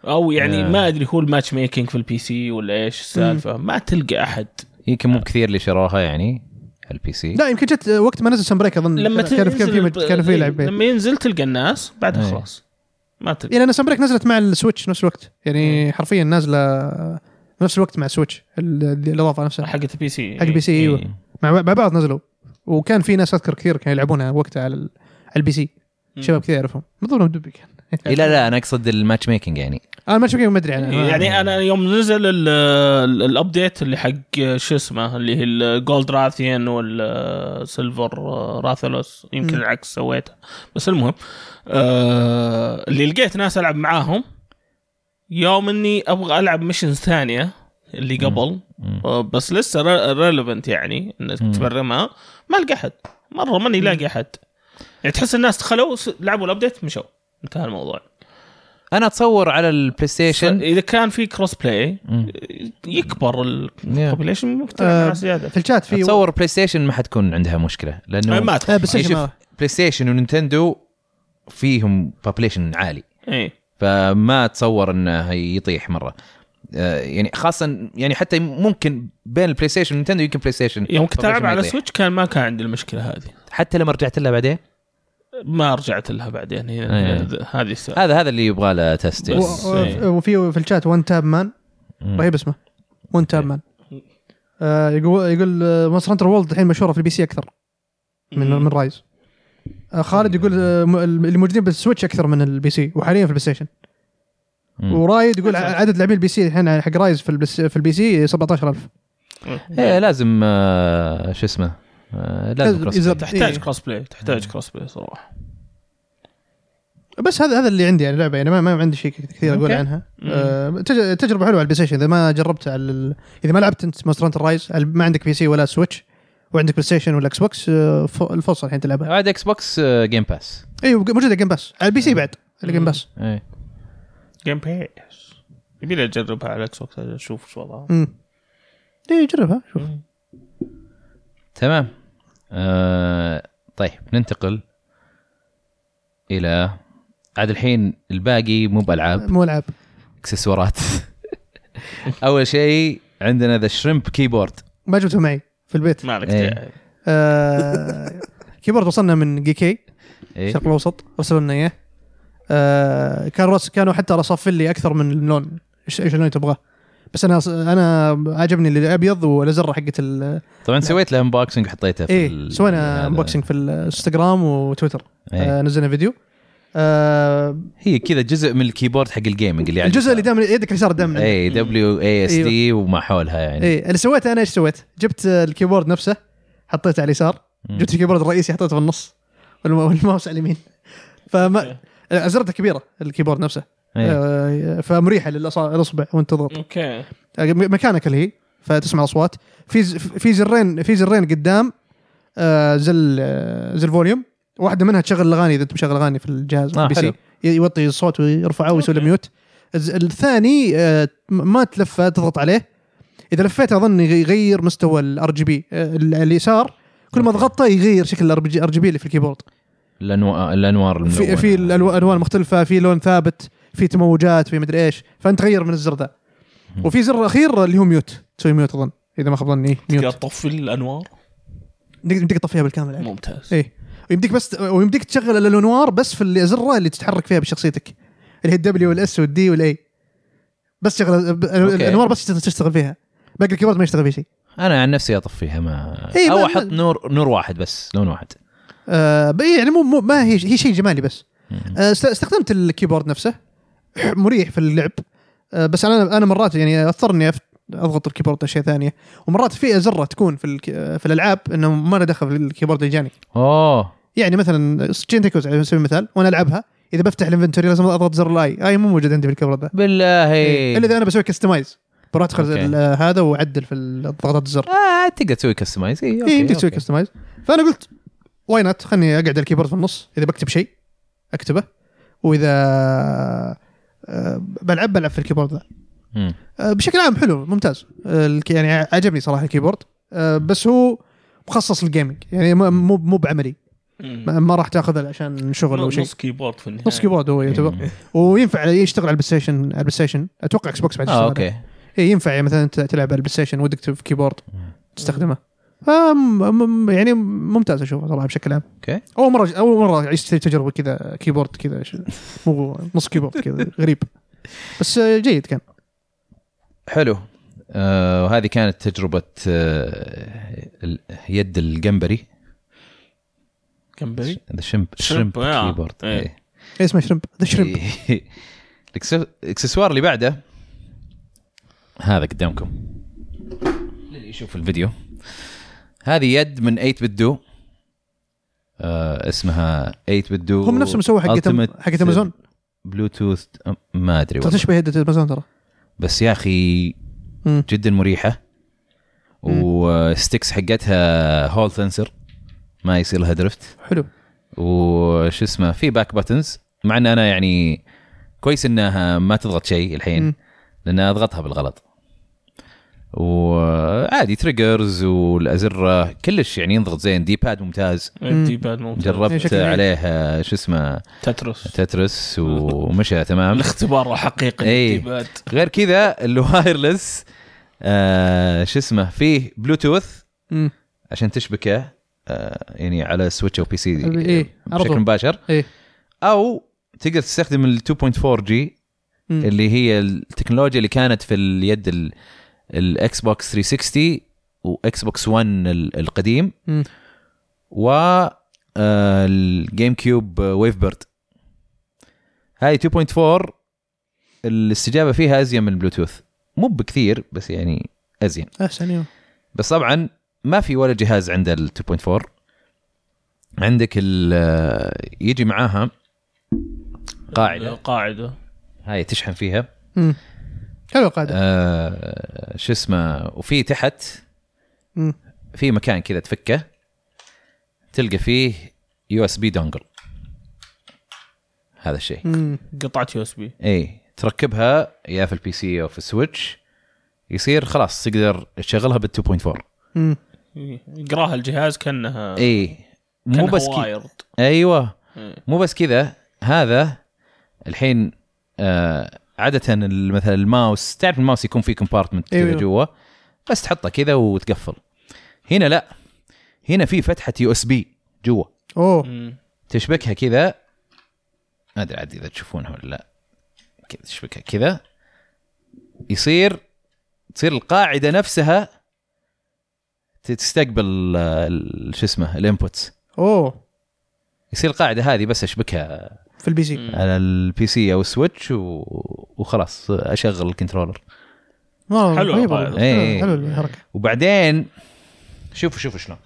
C: او يعني
A: يا.
C: ما ادري هو الماتش ميكينج في البي سي ولا ايش السالفه ما تلقى احد
A: يمكن مو كثير اللي شروها يعني البي سي
B: لا يمكن جت وقت ما نزل سن بريك اظن
C: لما
B: كان كان في
C: تنزل
B: مج- كان في
C: إيه،
B: لاعبين
C: لما ينزل تلقى الناس بعدها
A: إيه.
C: خلاص ما تلقى
B: يعني انا سن بريك نزلت مع السويتش نفس الوقت يعني حرفيا نازله في نفس الوقت مع السويتش ال- ال- الاضافه نفسها
C: حقت البي سي
B: إيه. حق البي سي
C: إيه.
B: ايوه
A: إيه.
B: مع مع بعض نزلوا وكان في ناس اذكر كثير كانوا يلعبونها وقتها على ال- على البي سي شباب كثير اعرفهم من ضمنهم دبي كان
A: إيه، لا لا انا اقصد الماتش ميكنج يعني
B: انا ما شفت ما ادري عنها
C: يعني انا يوم نزل ال- ال- الابديت اللي حق شو اسمه اللي هي الجولد راثيان والسيلفر راثلوس يمكن
B: مم.
C: العكس سويته بس المهم آه، اللي لقيت ناس العب معاهم يوم اني ابغى العب ميشنز ثانيه اللي قبل
A: مم.
C: آه، بس لسه ريليفنت يعني انك
A: مم.
C: تبرمها ما القى احد مره ماني لاقي احد يعني تحس الناس دخلوا س- لعبوا الابديت مشوا انتهى الموضوع
A: انا اتصور على البلاي ستيشن
C: اذا كان في كروس بلاي
A: مم.
C: يكبر البوبليشن ممكن
B: آه،
C: تلعب مع زياده
B: في الشات في
A: اتصور بلاي ستيشن ما حتكون عندها مشكله لانه
C: آه، ما
B: آه،
C: تخ-
B: بس إيش
A: شوف،
B: ما-
A: بلاي ستيشن ونينتندو فيهم بوبليشن عالي
C: اي
A: فما اتصور انه يطيح مره آه، يعني خاصه يعني حتى ممكن بين البلاي ستيشن ونينتندو يمكن بلاي ستيشن
C: يوم كنت
A: بوبليشن
C: العب
A: ما
C: على
A: يطيح.
C: سويتش كان ما كان عندي المشكله هذه
A: حتى لما رجعت لها بعدين
C: ما رجعت لها بعدين هي
A: إيه.
C: هذه السالفه
A: هذا هذا اللي يبغى له تست
B: و-
A: يعني.
C: بس.
B: و- طيب، وفي في الشات وان تاب مان
A: مم. إيه.
B: رهيب اسمه وان تاب مان آه، يقول يقول آه، مونستر هانتر وولد الحين مشهوره في البي سي اكثر Uh, من
C: مم.
B: من رايز آه، خالد يقول آه، م- اللي موجودين بالسويتش اكثر من البي سي وحاليا في البلاي ستيشن
A: مم.
B: ورايد يقول
C: أساس.
B: عدد لاعبين البي سي الحين حق رايز في البس- في البي سي 17000
C: Mm.
A: إيه لازم آه، شو اسمه آه، لازم
B: لازم
A: cross
B: إذا
A: play.
C: تحتاج
B: إيه.
C: كروس بلاي تحتاج كروس بلاي صراحه
B: بس هذا هذا اللي عندي يعني لعبه يعني ما, ما عندي شيء كثير اقول
C: أوكي.
B: عنها
C: مم.
B: آه، تج- تجربه حلوه على البلاي ستيشن اذا ما جربت على ال... اذا ما لعبت انت مونستر هانتر رايز على- ما عندك بي سي ولا سويتش وعندك بلاي ستيشن ولا اكس بوكس آه، ف- الفرصه الحين تلعبها
A: عاد اكس بوكس آه، جيم باس
B: ايوه موجوده جيم باس على البي سي بعد الجيم
C: مم.
B: باس
A: إيه.
C: جيم باس يبي لي اجربها على الاكس بوكس اشوف ايش وضعها
B: امم اي إيه، جربها شوف
C: مم.
A: تمام آه طيب ننتقل الى عاد الحين الباقي مو بالعاب
B: مو العاب
A: اكسسوارات اول شيء عندنا ذا شريمب كيبورد
B: ما جبته معي في البيت
C: ما لك
A: إيه.
C: داعي.
B: آه كيبورد وصلنا من جي كي
A: إيه؟
B: الشرق الاوسط وصلوا لنا اياه آه، كان رص كانوا حتى رصفين لي اكثر من لون ايش ايش اللون تبغاه بس انا انا عجبني اللي الابيض والازرق حقت ال
A: طبعا سويت له انبوكسنج وحطيته في
B: ايه
A: ال-
B: سوينا
A: هذا.
B: انبوكسنج في الانستغرام وتويتر
A: إيه.
B: آه نزلنا فيديو آه
A: هي كذا جزء من الكيبورد حق الجيمنج اللي إيه، على
B: الجزء اللي
A: اليسار.
B: دائما يدك اليسار دائما
A: اي دبليو اي اس دي
B: أيوة.
A: وما حولها يعني
B: ايه اللي سويته انا ايش سويت؟ جبت آه، الكيبورد نفسه حطيته على اليسار
A: مم.
B: جبت الكيبورد الرئيسي حطيته في النص والم- والماوس على اليمين فما
C: أوكي.
B: ازرته كبيره الكيبورد نفسه
A: إيه.
B: آه، فمريحه للأصا- للاصبع وانت تضغط
C: اوكي
B: ميكانيكال هي فتسمع اصوات في ز- في زرين في زرين قدام آه، زل آه، زل فوليوم واحده منها تشغل الاغاني اذا انت مشغل اغاني في الجهاز في
A: آه،
B: البي سي
A: حلو.
B: ي- يوطي الصوت ويرفعه ويسوي له
C: أوكي.
B: ميوت الز- الثاني آه، م- ما تلفه تضغط عليه اذا لفيت اظن يغير مستوى الار جي بي آه، اليسار كل ما ضغطته يغير شكل الار جي بي اللي في الكيبورد
A: الانوار الانوار الملونة.
B: في في الالوان ألوان مختلفه في لون ثابت في تموجات في مدري ايش فانت غير من الزر ذا
A: مم.
B: وفي زر اخير اللي هو ميوت تسوي ميوت اظن اذا ما خاب ظني إيه،
C: تقدر
B: ميوت
C: تطفي الانوار
B: يمديك تطفيها بالكامل عادي.
C: ممتاز
B: ايه ويمديك بس ويمديك تشغل الانوار بس في الازرة اللي تتحرك فيها بشخصيتك اللي هي الدبليو والاس والدي والاي بس تشغل ب- الانوار بس تشتغل فيها باقي الكيبورد ما يشتغل فيه شيء
A: انا عن نفسي اطفيها ما
B: إيه،
A: او
B: ما-
A: احط نور نور واحد بس لون واحد
B: آه ب- يعني مو مو- ما هي هي شيء جمالي بس
A: مم.
B: آه، است- استخدمت الكيبورد نفسه مريح في اللعب آه، بس انا انا مرات يعني اضطر اني أف- اضغط الكيبورد اشياء ثانيه ومرات في ازره تكون في الك- آه، في الالعاب انه ما له دخل في الكيبورد اللي جاني
A: اوه
B: يعني مثلا جين تيكوز على سبيل المثال وانا العبها اذا بفتح الانفنتوري لازم اضغط زر الاي اي مو موجود عندي في الكيبورد ذا
A: بالله
B: إيه، الا اذا انا بسوي كستمايز بروح ادخل
A: أوكي.
B: ال- آه، هذا واعدل في ال- ضغطات الزر
A: آه تقدر تسوي كستمايز اي
B: اي يمديك إيه، تسوي كستمايز فانا قلت واي نوت خلني اقعد على الكيبورد في النص اذا بكتب شيء اكتبه واذا آه، بلعب بلعب في الكيبورد ذا آه، بشكل عام حلو ممتاز آه، الك- يعني عجبني صراحه الكيبورد آه، بس هو مخصص للجيمنج يعني ما- مو مو بعملي ما- ما راح تاخذه عشان شغل او شيء
C: Mm. نص كيبورد في النهايه
B: نص كيبورد هو يعتبر وينفع يشتغل على البلاي ستيشن على البلاي ستيشن اتوقع اكس
C: آه،
B: بوكس بعد
A: اه
B: يشتغل
A: اوكي
B: إيه ينفع يعني مثلا انت تلعب على البلاي ستيشن ودك تف- كيبورد
A: مم.
B: تستخدمه فم- م- يعني ممتاز اشوفه صراحه بشكل عام
A: اوكي
B: اول مره اول مره عشت تجربه كذا كيبورد كذا ش- مو نص كيبورد كذا غريب بس آه، جيد كان
A: حلو آه، وهذه كانت تجربة آه، ال- يد الجمبري
C: كمبري
A: ذا شمب
C: شريمب،
A: شمب
C: آه.
A: كيبورد
C: إيه.
A: إيه.
B: إيه اسمه شرمب ذا شرمب
A: إيه. الإكس- الاكسسوار اللي بعده هذا قدامكم للي يشوف الفيديو هذه يد من 8 بت دو آه اسمها 8 بت دو
B: هم نفسهم سووا حقت أم- حقت امازون
A: بلوتوث أم- آه، ما ادري
B: ترى
A: والله
B: تشبه يد امازون ترى
A: بس يا اخي
B: مم.
A: جدا مريحه
B: مم.
A: وستكس حقتها هول سنسر ما يصير لها درفت
B: حلو
A: وش اسمه في باك باتنز مع ان انا يعني كويس انها ما تضغط شيء الحين
B: مم.
A: لان اضغطها بالغلط وعادي تريجرز والازره كلش يعني ينضغط زين دي باد ممتاز
B: Mm.
C: دي باد ممتاز
B: إيه،
A: جربت
B: شكله جميل.
A: عليه شو اسمه
C: تترس
A: تترس ومشى تمام
C: الاختبار حقيقي
A: إيه.
C: دي باد
A: غير كذا الوايرلس آه شو اسمه فيه بلوتوث
B: مم.
A: عشان تشبكه آه يعني على سويتش او بي سي
B: إيه، على
A: بشكل
B: طول.
A: مباشر
B: إيه.
A: او تقدر تستخدم ال 2.4 جي
B: مم.
A: اللي هي التكنولوجيا اللي كانت في اليد ال- الاكس بوكس 360 واكس بوكس 1 ال- القديم
B: مم.
A: و آه، الجيم كيوب آه، ويف بيرد هاي 2.4 الاستجابه فيها ازين من البلوتوث مو بكثير بس يعني ازين
B: احسن يوم
A: بس طبعا ما في ولا جهاز عنده ال 2.4 عندك ال آه، يجي معاها قاعده
C: قاعده
A: هاي تشحن فيها
B: مم. حلو القاعده
A: آه شو اسمه وفي تحت
B: مم.
A: في مكان كذا تفكه تلقى فيه يو اس بي دونجل هذا الشيء
B: مم.
C: قطعه يو اس بي
A: اي تركبها يا في البي سي او في السويتش يصير خلاص تقدر تشغلها بال 2.4
B: مم.
C: يقراها الجهاز كانها
A: اي مو
C: كانها
A: بس كذا
C: وايرد
A: ايوه
C: إيه.
A: مو بس كذا هذا الحين آه عاده ال- مثلا الماوس تعرف الماوس يكون فيه كومبارتمنت كذا
B: أيوة.
A: جوا بس تحطه كذا وتقفل هنا لا هنا في فتحه يو اس بي جوا
B: اوه
C: مم.
A: تشبكها كذا ما ادري عاد اذا تشوفونها ولا لا كذا تشبكها كذا يصير تصير القاعده نفسها تستقبل آه، ال- شو اسمه الانبوتس
B: اوه
A: يصير القاعده هذه بس اشبكها
B: في البي سي
C: مم.
A: على البي سي او السويتش و... وخلاص اشغل الكنترولر
B: والله
C: حلو
B: رهيب
C: القاعدة.
B: والله.
A: إيه.
B: طيب، حلو الحركه
A: وبعدين شوفوا شوفوا شلون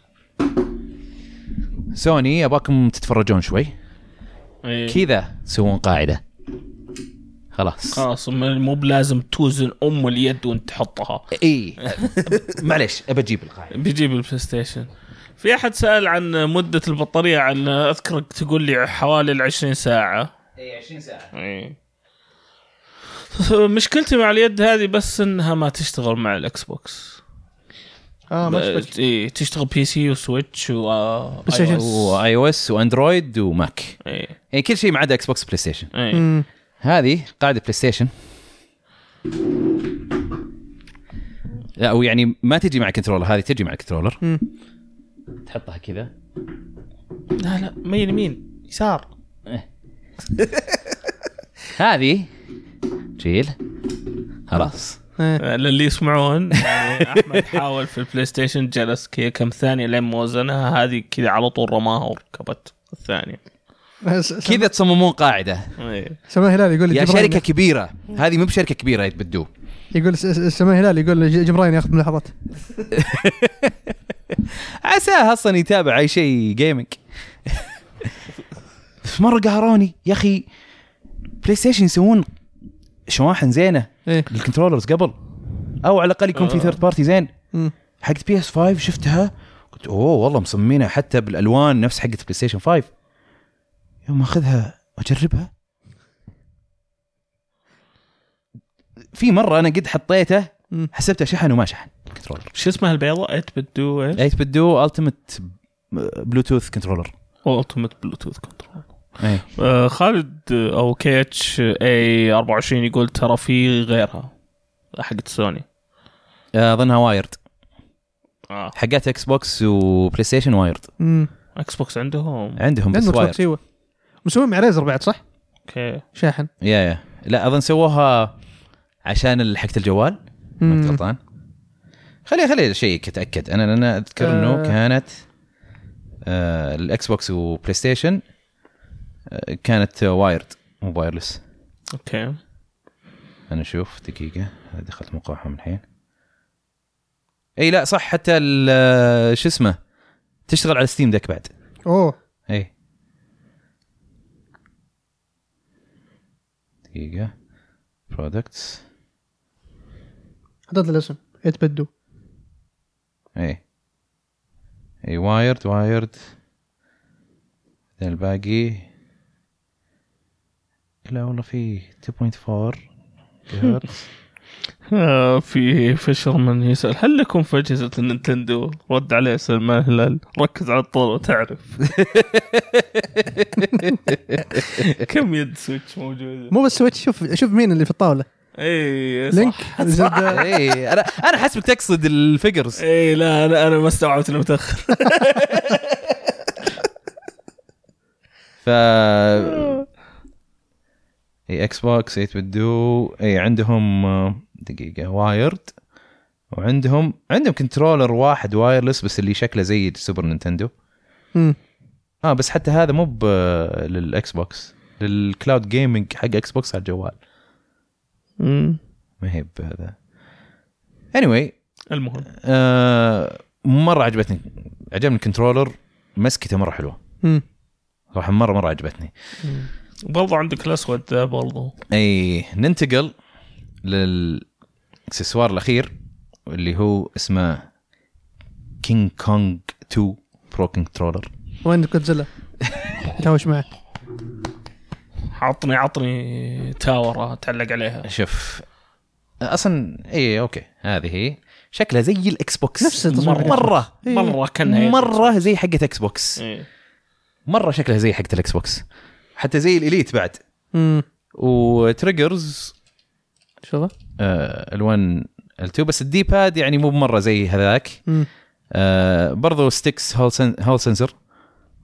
A: سوني اباكم تتفرجون شوي
C: إيه.
A: كذا تسوون قاعده خلاص
C: خلاص م- مو بلازم توزن ام اليد وانت تحطها
A: اي معليش ابى اجيب القاعده
C: بيجيب البلاي ستيشن في احد سال عن مده البطاريه عن اذكرك تقول لي حوالي ال 20 ساعه
A: اي 20 ساعه
C: إيه. مشكلتي مع اليد هذه بس انها ما تشتغل مع الاكس بوكس
B: اه ما شفت.
C: ب- إيه، تشتغل بي سي وسويتش و آه،
B: بلاي ستيشن.
C: iOS.
A: واي او اس واندرويد وماك
C: إيه،
A: يعني كل شيء ما عدا اكس بوكس بلاي ستيشن
C: إيه.
B: مم.
A: هذه قاعده بلاي ستيشن لا ويعني ما تجي مع كنترولر هذه تجي مع كنترولر
B: مم.
A: تحطها كذا
C: لا لا ميل يمين يسار
A: هذه جيل خلاص
B: إيه.
C: آه، للي يسمعون يعني احمد حاول في البلاي ستيشن جلس كذا كم ثانيه لين ما وزنها هذه كذا على طول رماها وركبت الثانيه
B: س- س-
A: كذا تصممون قاعده
C: إيه.
B: سماح هلال يقول لي
A: يا
B: جبران-
A: شركه كبيره هذه مو بشركه كبيره يتبدو
B: يقول س- س- سماح هلال يقول لي ج- جبران ياخذ ملاحظات
A: عساه اصلا يتابع اي شيء جيمنج مره قهروني يا اخي بلاي ستيشن يسوون شواحن زينه
B: ايه
A: للكنترولرز قبل او على الاقل يكون في
C: آه.
A: ثيرد بارتي زين
B: مم.
A: حقت بي اس 5 شفتها قلت اوه والله مصممينها حتى بالالوان نفس حقت بلاي ستيشن 5 يوم اخذها اجربها في مره انا قد حطيته
B: مم.
A: حسبته شحن وما شحن الكنترولر
C: شو اسمها البيضة؟ ات بتدو ايش؟
A: ايش بتدو التيمت بلوتوث كنترولر
C: التيمت بلوتوث كنترول
A: ايه
C: آه خالد آه، او كي اتش اي 24 يقول ترى في غيرها حقت سوني
A: اظنها آه، وايرد
C: اه
A: حقات اكس بوكس وبلاي ستيشن وايرد
B: مم.
C: اكس بوكس عندهم
A: عندهم بس
B: عندهم
A: وايرد
B: بوكس ايوه مسوين مع ريزر بعد صح؟
C: اوكي
B: شاحن
A: يا يا لا اظن سووها عشان حقت الجوال ما
B: مم.
A: كنت غلطان خلي خلي شيء اتاكد انا انا اذكر انه
B: آه.
A: كانت آه الاكس بوكس وبلاي ستيشن آه كانت آه، وايرد مو وايرلس
C: اوكي
A: انا اشوف دقيقه دخلت موقعهم الحين اي لا صح حتى ال- شو اسمه تشتغل على ستيم دك بعد
B: اوه
A: اي دقيقه برودكتس
B: حدد لي الاسم يتبدو
A: ايه اي وايرد وايرد بعدين الباقي لا والله في 2.4 جيجاهرتز
C: آه في فشرمان يسال هل لكم في اجهزه النينتندو؟ رد عليه سلمان هلال ركز على الطول وتعرف كم يد سويتش موجوده؟
B: مو بس سويتش شوف شوف مين اللي في الطاوله
C: اي
B: لينك
C: صح
B: زد
A: اي انا انا حسبك تقصد الفيجرز
C: اي إيه، لا انا انا ما استوعبت انه متاخر
A: ف إيه، اي اكس بوكس 8 بدو اي إيه، عندهم آه، دقيقه وايرد وعندهم عندهم كنترولر واحد وايرلس بس اللي شكله زي السوبر نينتندو
B: مم.
A: اه بس حتى هذا مو ب- آه، للاكس بوكس للكلاود جيمنج حق اكس بوكس على الجوال ما هي بهذا anyway
C: المهم
A: آه مره عجبتني عجبني الكنترولر مسكته مره حلوه
B: مم.
A: صراحه مره مره عجبتني
C: برضو عندك الاسود ذا برضو
A: اي ننتقل للاكسسوار الاخير اللي هو اسمه كينج كونج 2 برو كنترولر
B: وين جودزيلا؟ تهاوش معه
C: عطني عطني تاور اتعلق عليها
A: شوف اصلا اي اوكي هذه هي شكلها زي الاكس بوكس
B: نفس التصميم
A: مره مره,
B: إيه.
C: مره كانها
A: مرة زي حقه اكس بوكس
C: إيه.
A: مره شكلها زي حقه الاكس بوكس حتى زي الاليت بعد
B: مم.
A: وتريجرز
B: شوفه
A: آه الوان ال2 بس الدي باد يعني مو بمره زي هذاك
B: مم.
A: آه برضو ستكس هول سن هول سنسر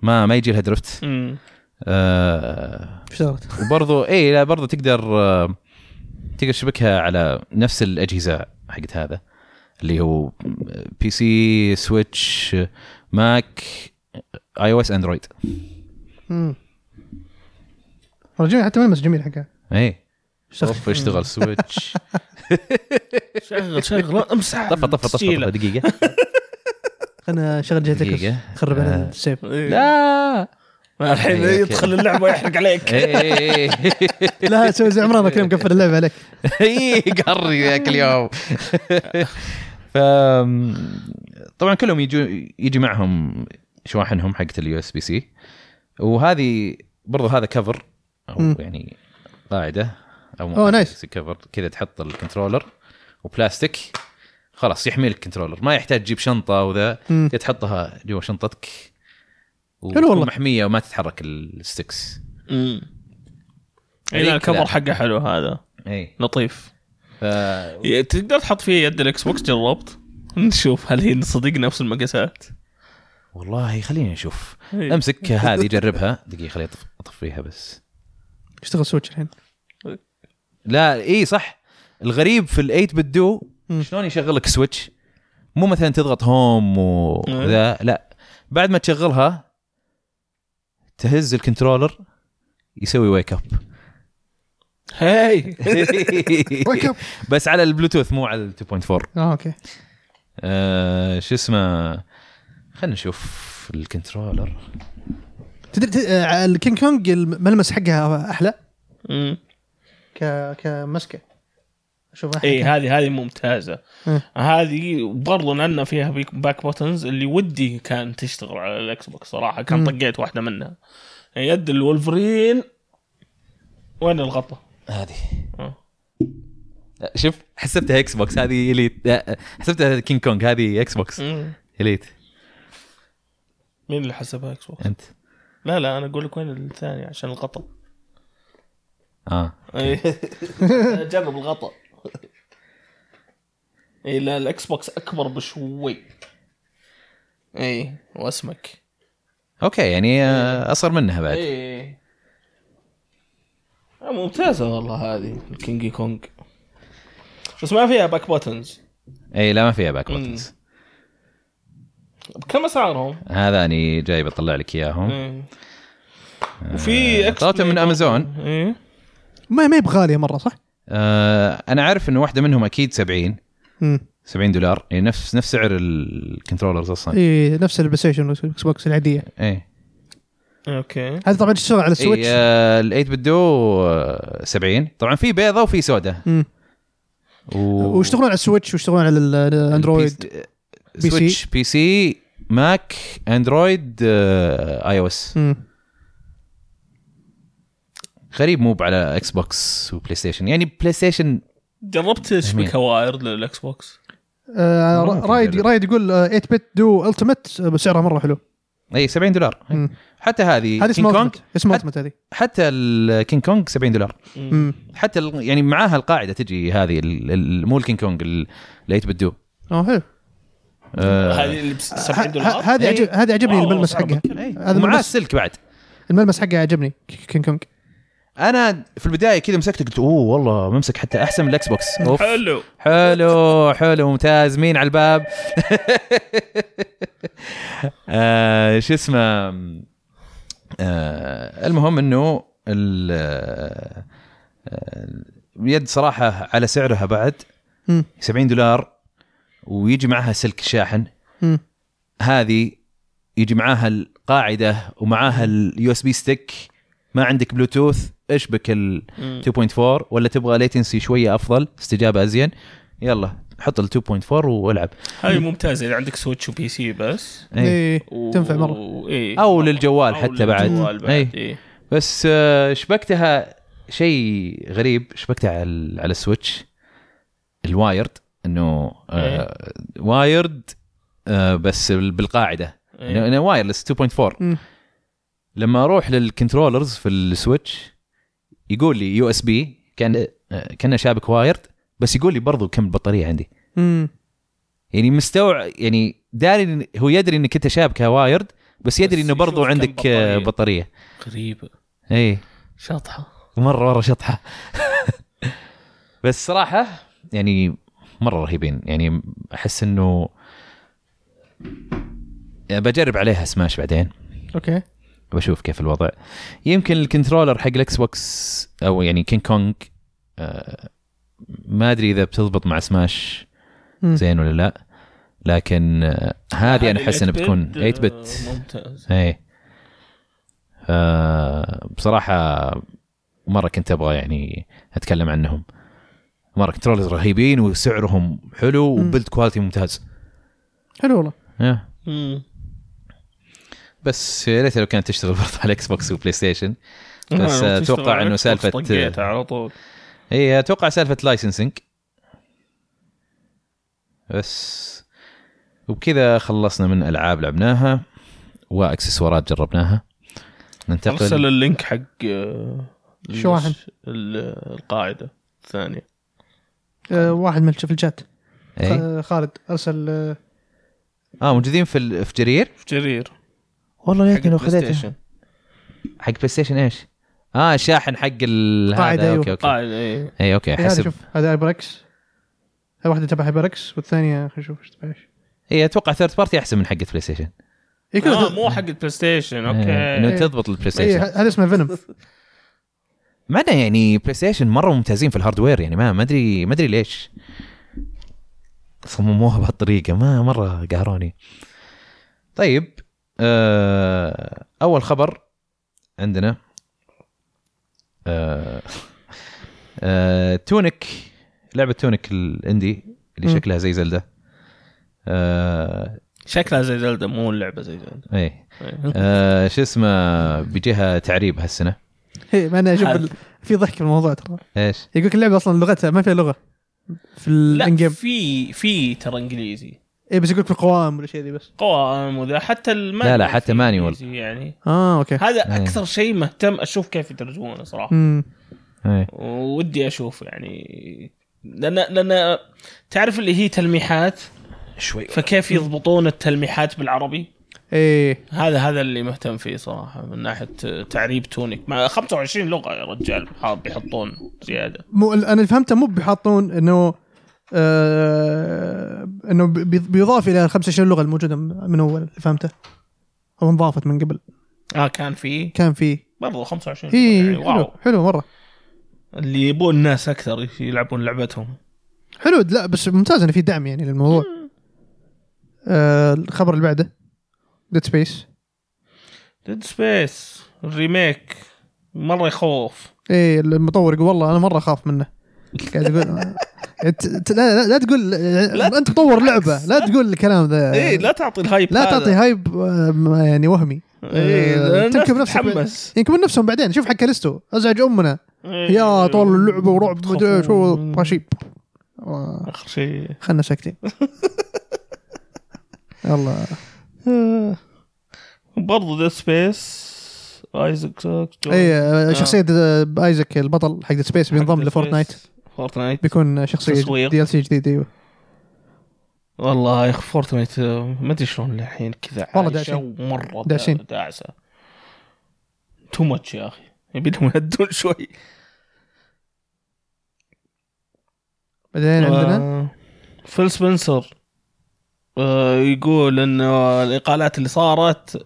A: ما ما يجي لها درفت
C: مم.
A: آه
B: ايش صارت؟
A: وبرضو اي لا برضو تقدر آه تقدر تشبكها على نفس الاجهزه حقت هذا اللي هو بي سي سويتش ماك اي او اس اندرويد
B: مم. والله جميل حتى ملمس جميل حقها
A: اي
B: اشتغل
A: طف إيه. اشتغل سويتش
C: شغل شغل امسح
A: طفى طفى طفى
C: تسجيله.
A: طفى دقيقة
B: خلنا نشغل جهتك
A: دقيقة.
B: خرب
A: آه.
B: علينا السيف
C: إيه.
A: لا
C: الحين
A: إيه،
C: يدخل اللعبه ويحرق عليك
A: إيه، إيه،
B: لا سوي زي عمران كريم قفل اللعبه عليك
A: إيه. قري ذاك اليوم ف طبعا كلهم يجو يجي معهم شواحنهم حقت اليو اس بي سي وهذه برضو هذا كفر او
B: مم.
A: يعني قاعده او
B: أوه، نايس.
A: كفر كذا تحط الكنترولر وبلاستيك خلاص يحمي لك الكنترولر ما يحتاج تجيب شنطه وذا
B: مم.
A: تقدر تحطها جوا شنطتك
B: حلو
A: وتكون
B: والله.
A: محميه وما تتحرك الستكس
C: امم اي إيه، لا، الكفر حقه حلو هذا
A: اي
C: لطيف
A: إيه، ف...
C: إيه، تقدر تحط فيه يد الاكس بوكس جربت نشوف هل هي صدق نفس المقاسات
A: والله خلينا نشوف
C: إي.
A: امسك هذه جربها دقيقه خليني أطف- اطفيها بس
B: يشتغل سويتش الحين
A: لا اي صح الغريب في الايت بتدو
B: مم.
A: شلون يشغل لك سويتش مو مثلا تضغط هوم وذا لا بعد ما تشغلها تهز الكنترولر يسوي ويك اب
C: هاي
B: ويك اب
A: بس على البلوتوث مو على ال 2.4
B: اه اوكي
A: آه، شو اسمه خلينا نشوف الكنترولر
B: تدري تد- آه، الكينج كونج الملمس حقها احلى
C: أمم.
B: ك كمسكه اشوف
C: اي إيه، هذه هذه ممتازه
B: مم.
C: هذه برضو لان فيها بيك- باك بوتنز اللي ودي كان تشتغل على الاكس بوكس صراحه كان
B: مم.
C: طقيت واحده منها يد الولفرين وين الغطا؟
A: هذه
C: آه.
A: آه، شوف حسبتها اكس بوكس هذه اليت آه، حسبتها كينج كونج هذه اكس بوكس
C: مم.
A: اليت
C: مين اللي حسبها اكس بوكس؟
A: انت
C: لا لا انا اقول لك وين الثاني عشان الغطا
A: اه
C: إيه. جرب الغطا اي إيه، لا الاكس بوكس اكبر بشوي اي واسمك
A: اوكي يعني آه، اصغر منها بعد
C: اي إيه. آه، ممتازه والله هذه الكينج كونج بس ما فيها باك بوتنز
A: اي لا ما فيها باك بوتنز
C: بكم اسعارهم؟
A: هذا اني جاي بطلع لك اياهم
C: إيه. وفي إيه. اكس
A: طلبتها آه، من امازون
C: اي
B: ما ما هي بغاليه مره صح؟
A: آه انا عارف انه واحده منهم اكيد 70
B: امم
A: 70 دولار يعني نفس نفس سعر الكنترولرز اصلا
B: اي إيه، نفس البلاي ستيشن والاكس بوكس العاديه
A: اي
C: اوكي
B: هذه طبعا تشتغل على
A: اي
B: السويتش
A: آه الايت بدو آه، 70 طبعا في بيضه وفي سوداء
B: مم.
A: و...
B: ويشتغلون على السويتش ويشتغلون على ال- الاندرويد
A: بي سويتش بي سي ماك اندرويد آه، اي او اس
B: مم.
A: غريب موب على اكس بوكس وبلاي ستيشن يعني بلاي ستيشن
C: جربت شبكه وايرد للاكس بوكس
B: آه،
A: مرة
B: را- رايد
A: تجرب.
B: رايد يقول آه، 8 بت دو التيمت آه، بسعرها مره حلو
A: اي 70 إيه، دولار
B: مم.
A: حتى هذه
B: هذه
A: كينج
B: اسمها
A: كونج
B: التيمت اسمها
A: حت-
B: التيمت هذه
A: إيه، حتى الكينج كونج 70 دولار
B: مم.
A: حتى ال- يعني معاها القاعده تجي هذه ال- ال- مو الكينج كونج ال- الايت بدو
B: اه حلو
A: آه.
C: هذه اللي ب 70
B: ه-
C: دولار
B: ه- هذه عجب هذه عجبني
C: والله
B: الملمس
C: صعب
B: حقها هذا
A: ومعاه
B: الملمس
A: السلك بعد
B: الملمس حقها عجبني كينج كونج
A: انا في البدايه كذا مسكته قلت اوه والله ممسك حتى احسن من الاكس بوكس اوف
C: حلو
A: حلو حلو ممتاز مين على الباب آه شو اسمه آه المهم انه ال- آه، اليد صراحه على سعرها بعد
B: مم.
A: 70 دولار ويجي معها سلك شاحن
B: مم.
A: هذه يجي معاها القاعده ومعاها اليو اس بي ستيك ما عندك بلوتوث اشبك ال
C: مم.
A: 2.4 ولا تبغى ليتنسي شويه افضل استجابه ازين يلا حط ال 2.4 والعب
C: هاي ممتازه اذا عندك سويتش وبي سي بس
A: اي
B: إيه،
C: و...
B: تنفع مره
C: إيه.
A: أو للجوال
C: أو
A: حتى بعد.
C: للجوال بعد.
A: إيه.
C: إيه.
A: بس آه، شبكتها شيء غريب شبكتها على ال- على السويتش الوايرد انه آه، وايرد آه، بس بال- بالقاعده
C: إيه.
A: انه وايرلس 2.4
B: مم.
A: لما اروح للكنترولرز في السويتش يقول لي يو اس بي كان آه، كانه شابك وايرد بس يقول لي برضو كم البطاريه عندي
B: مم.
A: يعني مستوعب يعني داري إن- هو يدري انك انت شابكه وايرد بس يدري
C: بس
A: انه برضو
C: يشوف كم
A: عندك آه، إيه. بطاريه
C: غريبه
A: اي
C: شطحه
A: مره مره شطحه بس صراحه يعني مره رهيبين يعني احس انه يعني بجرب عليها سماش بعدين
B: اوكي
A: بشوف كيف الوضع يمكن الكنترولر حق الاكس بوكس او يعني كينج كونج آه، ما ادري اذا بتضبط مع سماش
B: مم.
A: زين ولا لا لكن آه، هذه انا احس انها بتكون 8 بت
C: ممتاز
A: اي آه، بصراحه مره كنت ابغى يعني اتكلم عنهم مره كنترولرز رهيبين وسعرهم حلو
B: مم.
A: وبيلد كواليتي ممتاز
B: حلو والله
A: آه،
C: مم.
A: بس يا ريت لو كانت تشتغل برضه على اكس بوكس وبلاي ستيشن
C: أنا
A: بس
C: لو تشتغل
A: اتوقع
C: على
A: انه
C: Xbox
A: سالفه
C: طقيتها على طول
A: هي اتوقع سالفه لايسنسنج بس وبكذا خلصنا من العاب لعبناها واكسسوارات جربناها
C: ارسل
A: ننتقل
C: اللينك حق آه،
B: شو واحد؟
C: ال- القاعده الثانيه
B: آه واحد من في الشات
A: اي
B: خ- خالد ارسل آه،
A: اه إيه. موجودين في ال- في جرير
C: في جرير
A: والله
C: حق
A: يمكن لو
C: البلاي
A: خذيتها
C: ستيشن
A: حق بلاي ستيشن ايش؟ اه شاحن حق ال
B: قاعدة،
A: هذا إيه،
B: أيوة.
A: اوكي اوكي
C: قاعده اي
A: اي اوكي
B: هذا
A: حسب
B: إيه، شوف هذا هايبركس هذا واحده تبع هايبركس والثانيه خلينا نشوف ايش تبع ايش
A: اي اتوقع ثيرد بارتي احسن من حق بلاي ستيشن
B: إيه، كذا-
C: آه مو حق البلاي ستيشن
A: آه، انه
C: اوكي
B: إيه.
A: تضبط البلاي
B: إيه،
A: ستيشن
B: ه- هذا اسمه فينوم
A: معنا يعني بلاي ستيشن مره ممتازين في الهاردوير يعني ما ما ادري ما ادري ليش صمموها بهالطريقه ما مره قهروني طيب آه اول خبر عندنا آه آه تونك لعبه تونك الاندي اللي
B: مم.
A: شكلها زي زلده آه
C: شكلها زي زلدة مو اللعبه زي زلدة
A: ايه
C: إيه.
A: آه، شو اسمه بيجيها تعريب هالسنه
B: إيه، مع اني اشوف
C: هذا.
B: ال- في ضحك في الموضوع ترى
A: ايش؟
B: يقول لك اللعبه اصلا لغتها ما فيها لغه في الان
C: لا
B: جيم
C: في في ترى انجليزي
B: اي بس يقول لك في القوائم ولا شيء ذي بس
C: قوائم وذا حتى المانيوال
A: لا، حتى
C: فيه
A: مانيوال.
C: إنجليزي يعني
B: اه اوكي
A: إيه.
C: هذا اكثر شيء مهتم اشوف كيف يترجمونه صراحه
B: امم
A: إيه.
C: ودي اشوف يعني لان لان تعرف اللي هي تلميحات
A: شوي
C: فكيف يضبطون التلميحات بالعربي
B: ايه
C: هذا هذا اللي مهتم فيه صراحه من ناحيه تعريب تونيك مع 25 لغه يا رجال حاط- بيحطون زياده
B: مو انا اللي فهمته مو بيحطون انه آه انه بي- بي- بيضاف الى ال 25 لغه الموجوده م- من اول اللي فهمته او انضافت من قبل
C: اه كان في
B: كان في
C: برضو 25 لغه
B: اي
C: يعني
B: حلو
C: واو
B: حلو مره
C: اللي يبون الناس اكثر يلعبون لعبتهم
B: حلو لا بس ممتاز انه في دعم يعني للموضوع آه الخبر اللي بعده ديد سبيس
C: ديد سبيس الريميك مره يخوف
B: ايه المطور يقول والله انا مره اخاف منه قاعد يقول آه، ت- ت- لا, لا لا تقول
C: لا
B: انت مطور لعبه لا تقول الكلام ذا
C: ايه لا تعطي الهايب
B: إيه. لا
C: هذا.
B: تعطي هايب آه، م- يعني وهمي
C: إيه،
B: آه،
C: لأن الناس
B: تركب نفسك
C: تتحمس.
B: يمكن نفسهم بعدين شوف حق كاليستو ازعج امنا
C: إيه،
B: يا طول اللعبه ورعب
C: تخافون.
B: مدري شو رشيب آه،
C: اخر شيء
B: خلنا ساكتين الله آه.
C: برضو ذا سبيس ايزك
B: اي آه، شخصيه آه، ايزك البطل حق سبيس بينضم لفورتنايت
C: فورتنايت
B: بيكون شخصيه
C: تسويق.
B: دي ال سي جديد ايوه
C: والله يا اخي فورتنايت آه، ما ادري شلون الحين كذا
B: والله
C: عايشة
B: داعسين.
C: ومره دا-
B: داعسين.
C: داعسه تو ماتش يا اخي يبي لهم يهدون شوي
B: بعدين عندنا
C: آه، فيل سبنسر آه، يقول انه الاقالات اللي صارت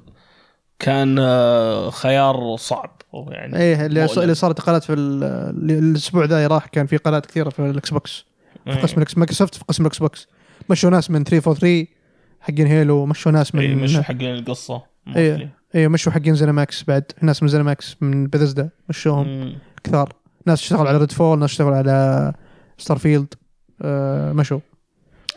C: كان آه، خيار صعب أو يعني
B: ايه اللي
C: مؤلم.
B: اللي صارت قالات في ال- اللي الاسبوع ذا راح كان في قالات كثيره في الاكس بوكس في
C: إيه.
B: قسم الاكس مايكروسوفت في قسم الاكس بوكس مشوا ناس من 343 حقين هيلو مشوا ناس من
C: اي مش حقين القصه
B: إيه. اي مشوا حقين زينماكس بعد ناس من زينماكس من بethesda مشوهم
C: مم.
B: كثار ناس اشتغلوا على ريد فول ناس اشتغلوا على ستارفيلد آه مشوا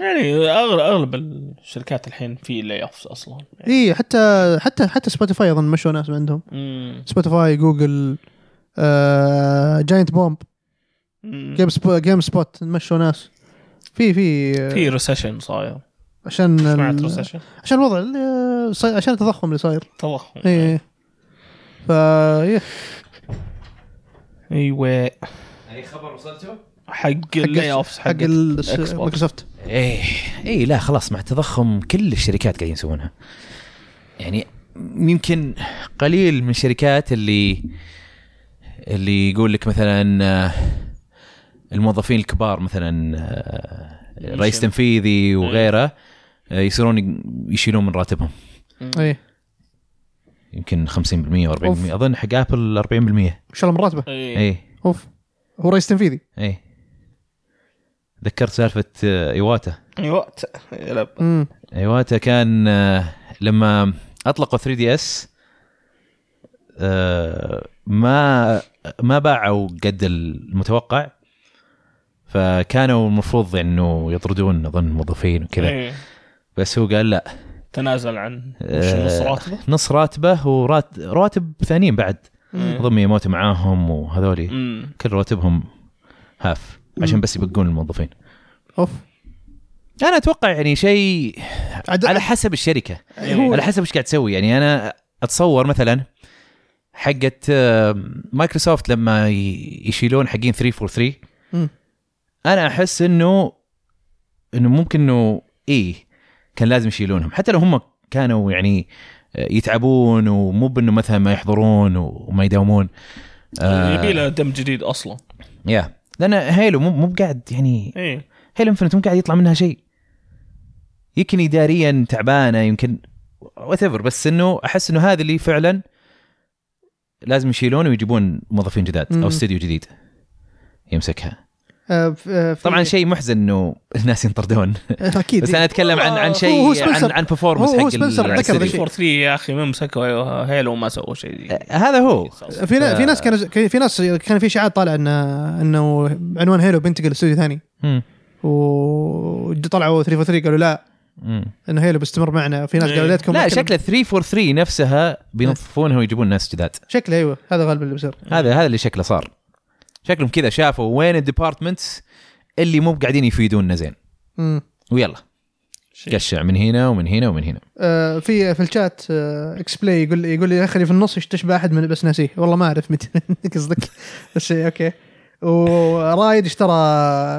C: يعني اغلب اغلب الشركات الحين في لاي اوفز اصلا
B: اي حتى حتى حتى سبوتيفاي اظن مشوا ناس من عندهم
C: مم.
B: سبوتيفاي جوجل آه جاينت بومب
C: مم.
B: جيم سبوت جيم سبوت مشوا ناس في في آه،
C: في ريسيشن صاير
B: عشان
C: سمعت
B: ال-
C: ريسيشن
B: عشان الوضع اللي صاير عشان التضخم اللي صاير
C: تضخم
B: ايه فا إيه.
C: ايوه
A: اي خبر وصلته؟
C: حق اللاي اوفز
B: حق
C: حق
B: ال-
C: Xbox.
B: مايكروسوفت
A: ايه اي لا خلاص مع التضخم كل الشركات قاعدين يسوونها يعني يمكن قليل من الشركات اللي اللي يقول لك مثلا آه، الموظفين الكبار مثلا آه، رئيس تنفيذي وغيره آه، يصيرون يشيلون من راتبهم
B: ايه
A: يمكن 50% و40% اظن حق ابل 40%
B: شال من راتبه
C: ايه
A: اي
B: اوف هو رئيس تنفيذي
A: اي إيه. ذكرت سالفه آه، ايواتا
C: وقت يلعب
B: امم
A: ايواتا أيوة، كان آه، لما اطلقوا 3 دي اس ما ما باعوا قد المتوقع فكانوا المفروض انه يطردون اظن موظفين وكذا
C: إيه.
A: بس هو قال لا
C: تنازل عن وش
A: آه،
C: نص راتبه
A: نص راتبه ورات راتب ثانيين بعد
C: إيه.
A: اظن ميموتو معاهم وهذولي
C: مم.
A: كل رواتبهم هاف عشان
C: إيه.
A: بس يبقون الموظفين
B: اوف
A: انا اتوقع يعني شيء
B: عد-
A: على حسب الشركه
B: إيه. هو-
A: على حسب ايش قاعد تسوي يعني انا اتصور مثلا حقت آه، مايكروسوفت لما ي- يشيلون حقين 343
B: مم.
A: انا احس انه انه ممكن انه اي كان لازم يشيلونهم حتى لو هم كانوا يعني آه، يتعبون ومو بانه مثلا ما يحضرون وما يداومون آه.
C: يبي له دم جديد اصلا
A: يا لان هيلو مو مو قاعد يعني
B: إيه.
C: ايه
A: هيلو انفنت مو قاعد يطلع منها شيء يمكن اداريا تعبانه يمكن وات بس انه احس انه هذا اللي فعلا لازم يشيلونه ويجيبون موظفين جداد
B: مم.
A: او استديو جديد يمسكها
B: آه، ف- آه، في-
A: طبعا شيء محزن انه الناس ينطردون
B: اكيد
A: بس انا اتكلم عن عن
B: هو- هو
A: شيء
B: سبنسر-
A: عن عن بيرفورمنس
B: هو- هو
A: حق
B: سبنسر ذكر هذا
C: 3
A: الاستديو.
B: الشيء.
C: 4 3 يا اخي ما مسكوا هيلو ما سووا شيء
A: آه، هذا هو
B: في نا-
A: ف-
B: في ناس كانوا في ناس كان في اشاعات طالعه انه انه عنوان هيلو بينتقل لاستوديو ثاني
A: مم.
B: وطلعوا 343 قالوا لا
A: مم.
B: انه هيلو بتستمر معنا في ناس
C: إيه.
B: قالوا لا تكون
A: لا
B: ممكن-
A: شكله 343 نفسها بينظفونها ويجيبون ناس جداد
B: شكله ايوه هذا غالبا اللي بيصير
A: هذا هذا اللي شكله صار شكلهم كذا شافوا وين الديبارتمنتس اللي مو قاعدين يفيدوننا زين
B: مم.
A: ويلا قشع من هنا ومن هنا ومن هنا
B: آه، في في الشات آه، اكس بلاي يقول يقول لي يا اخي اللي في النص تشبه احد من بس ناسيه والله ما اعرف متى قصدك بس إيه، اوكي ورايد اشترى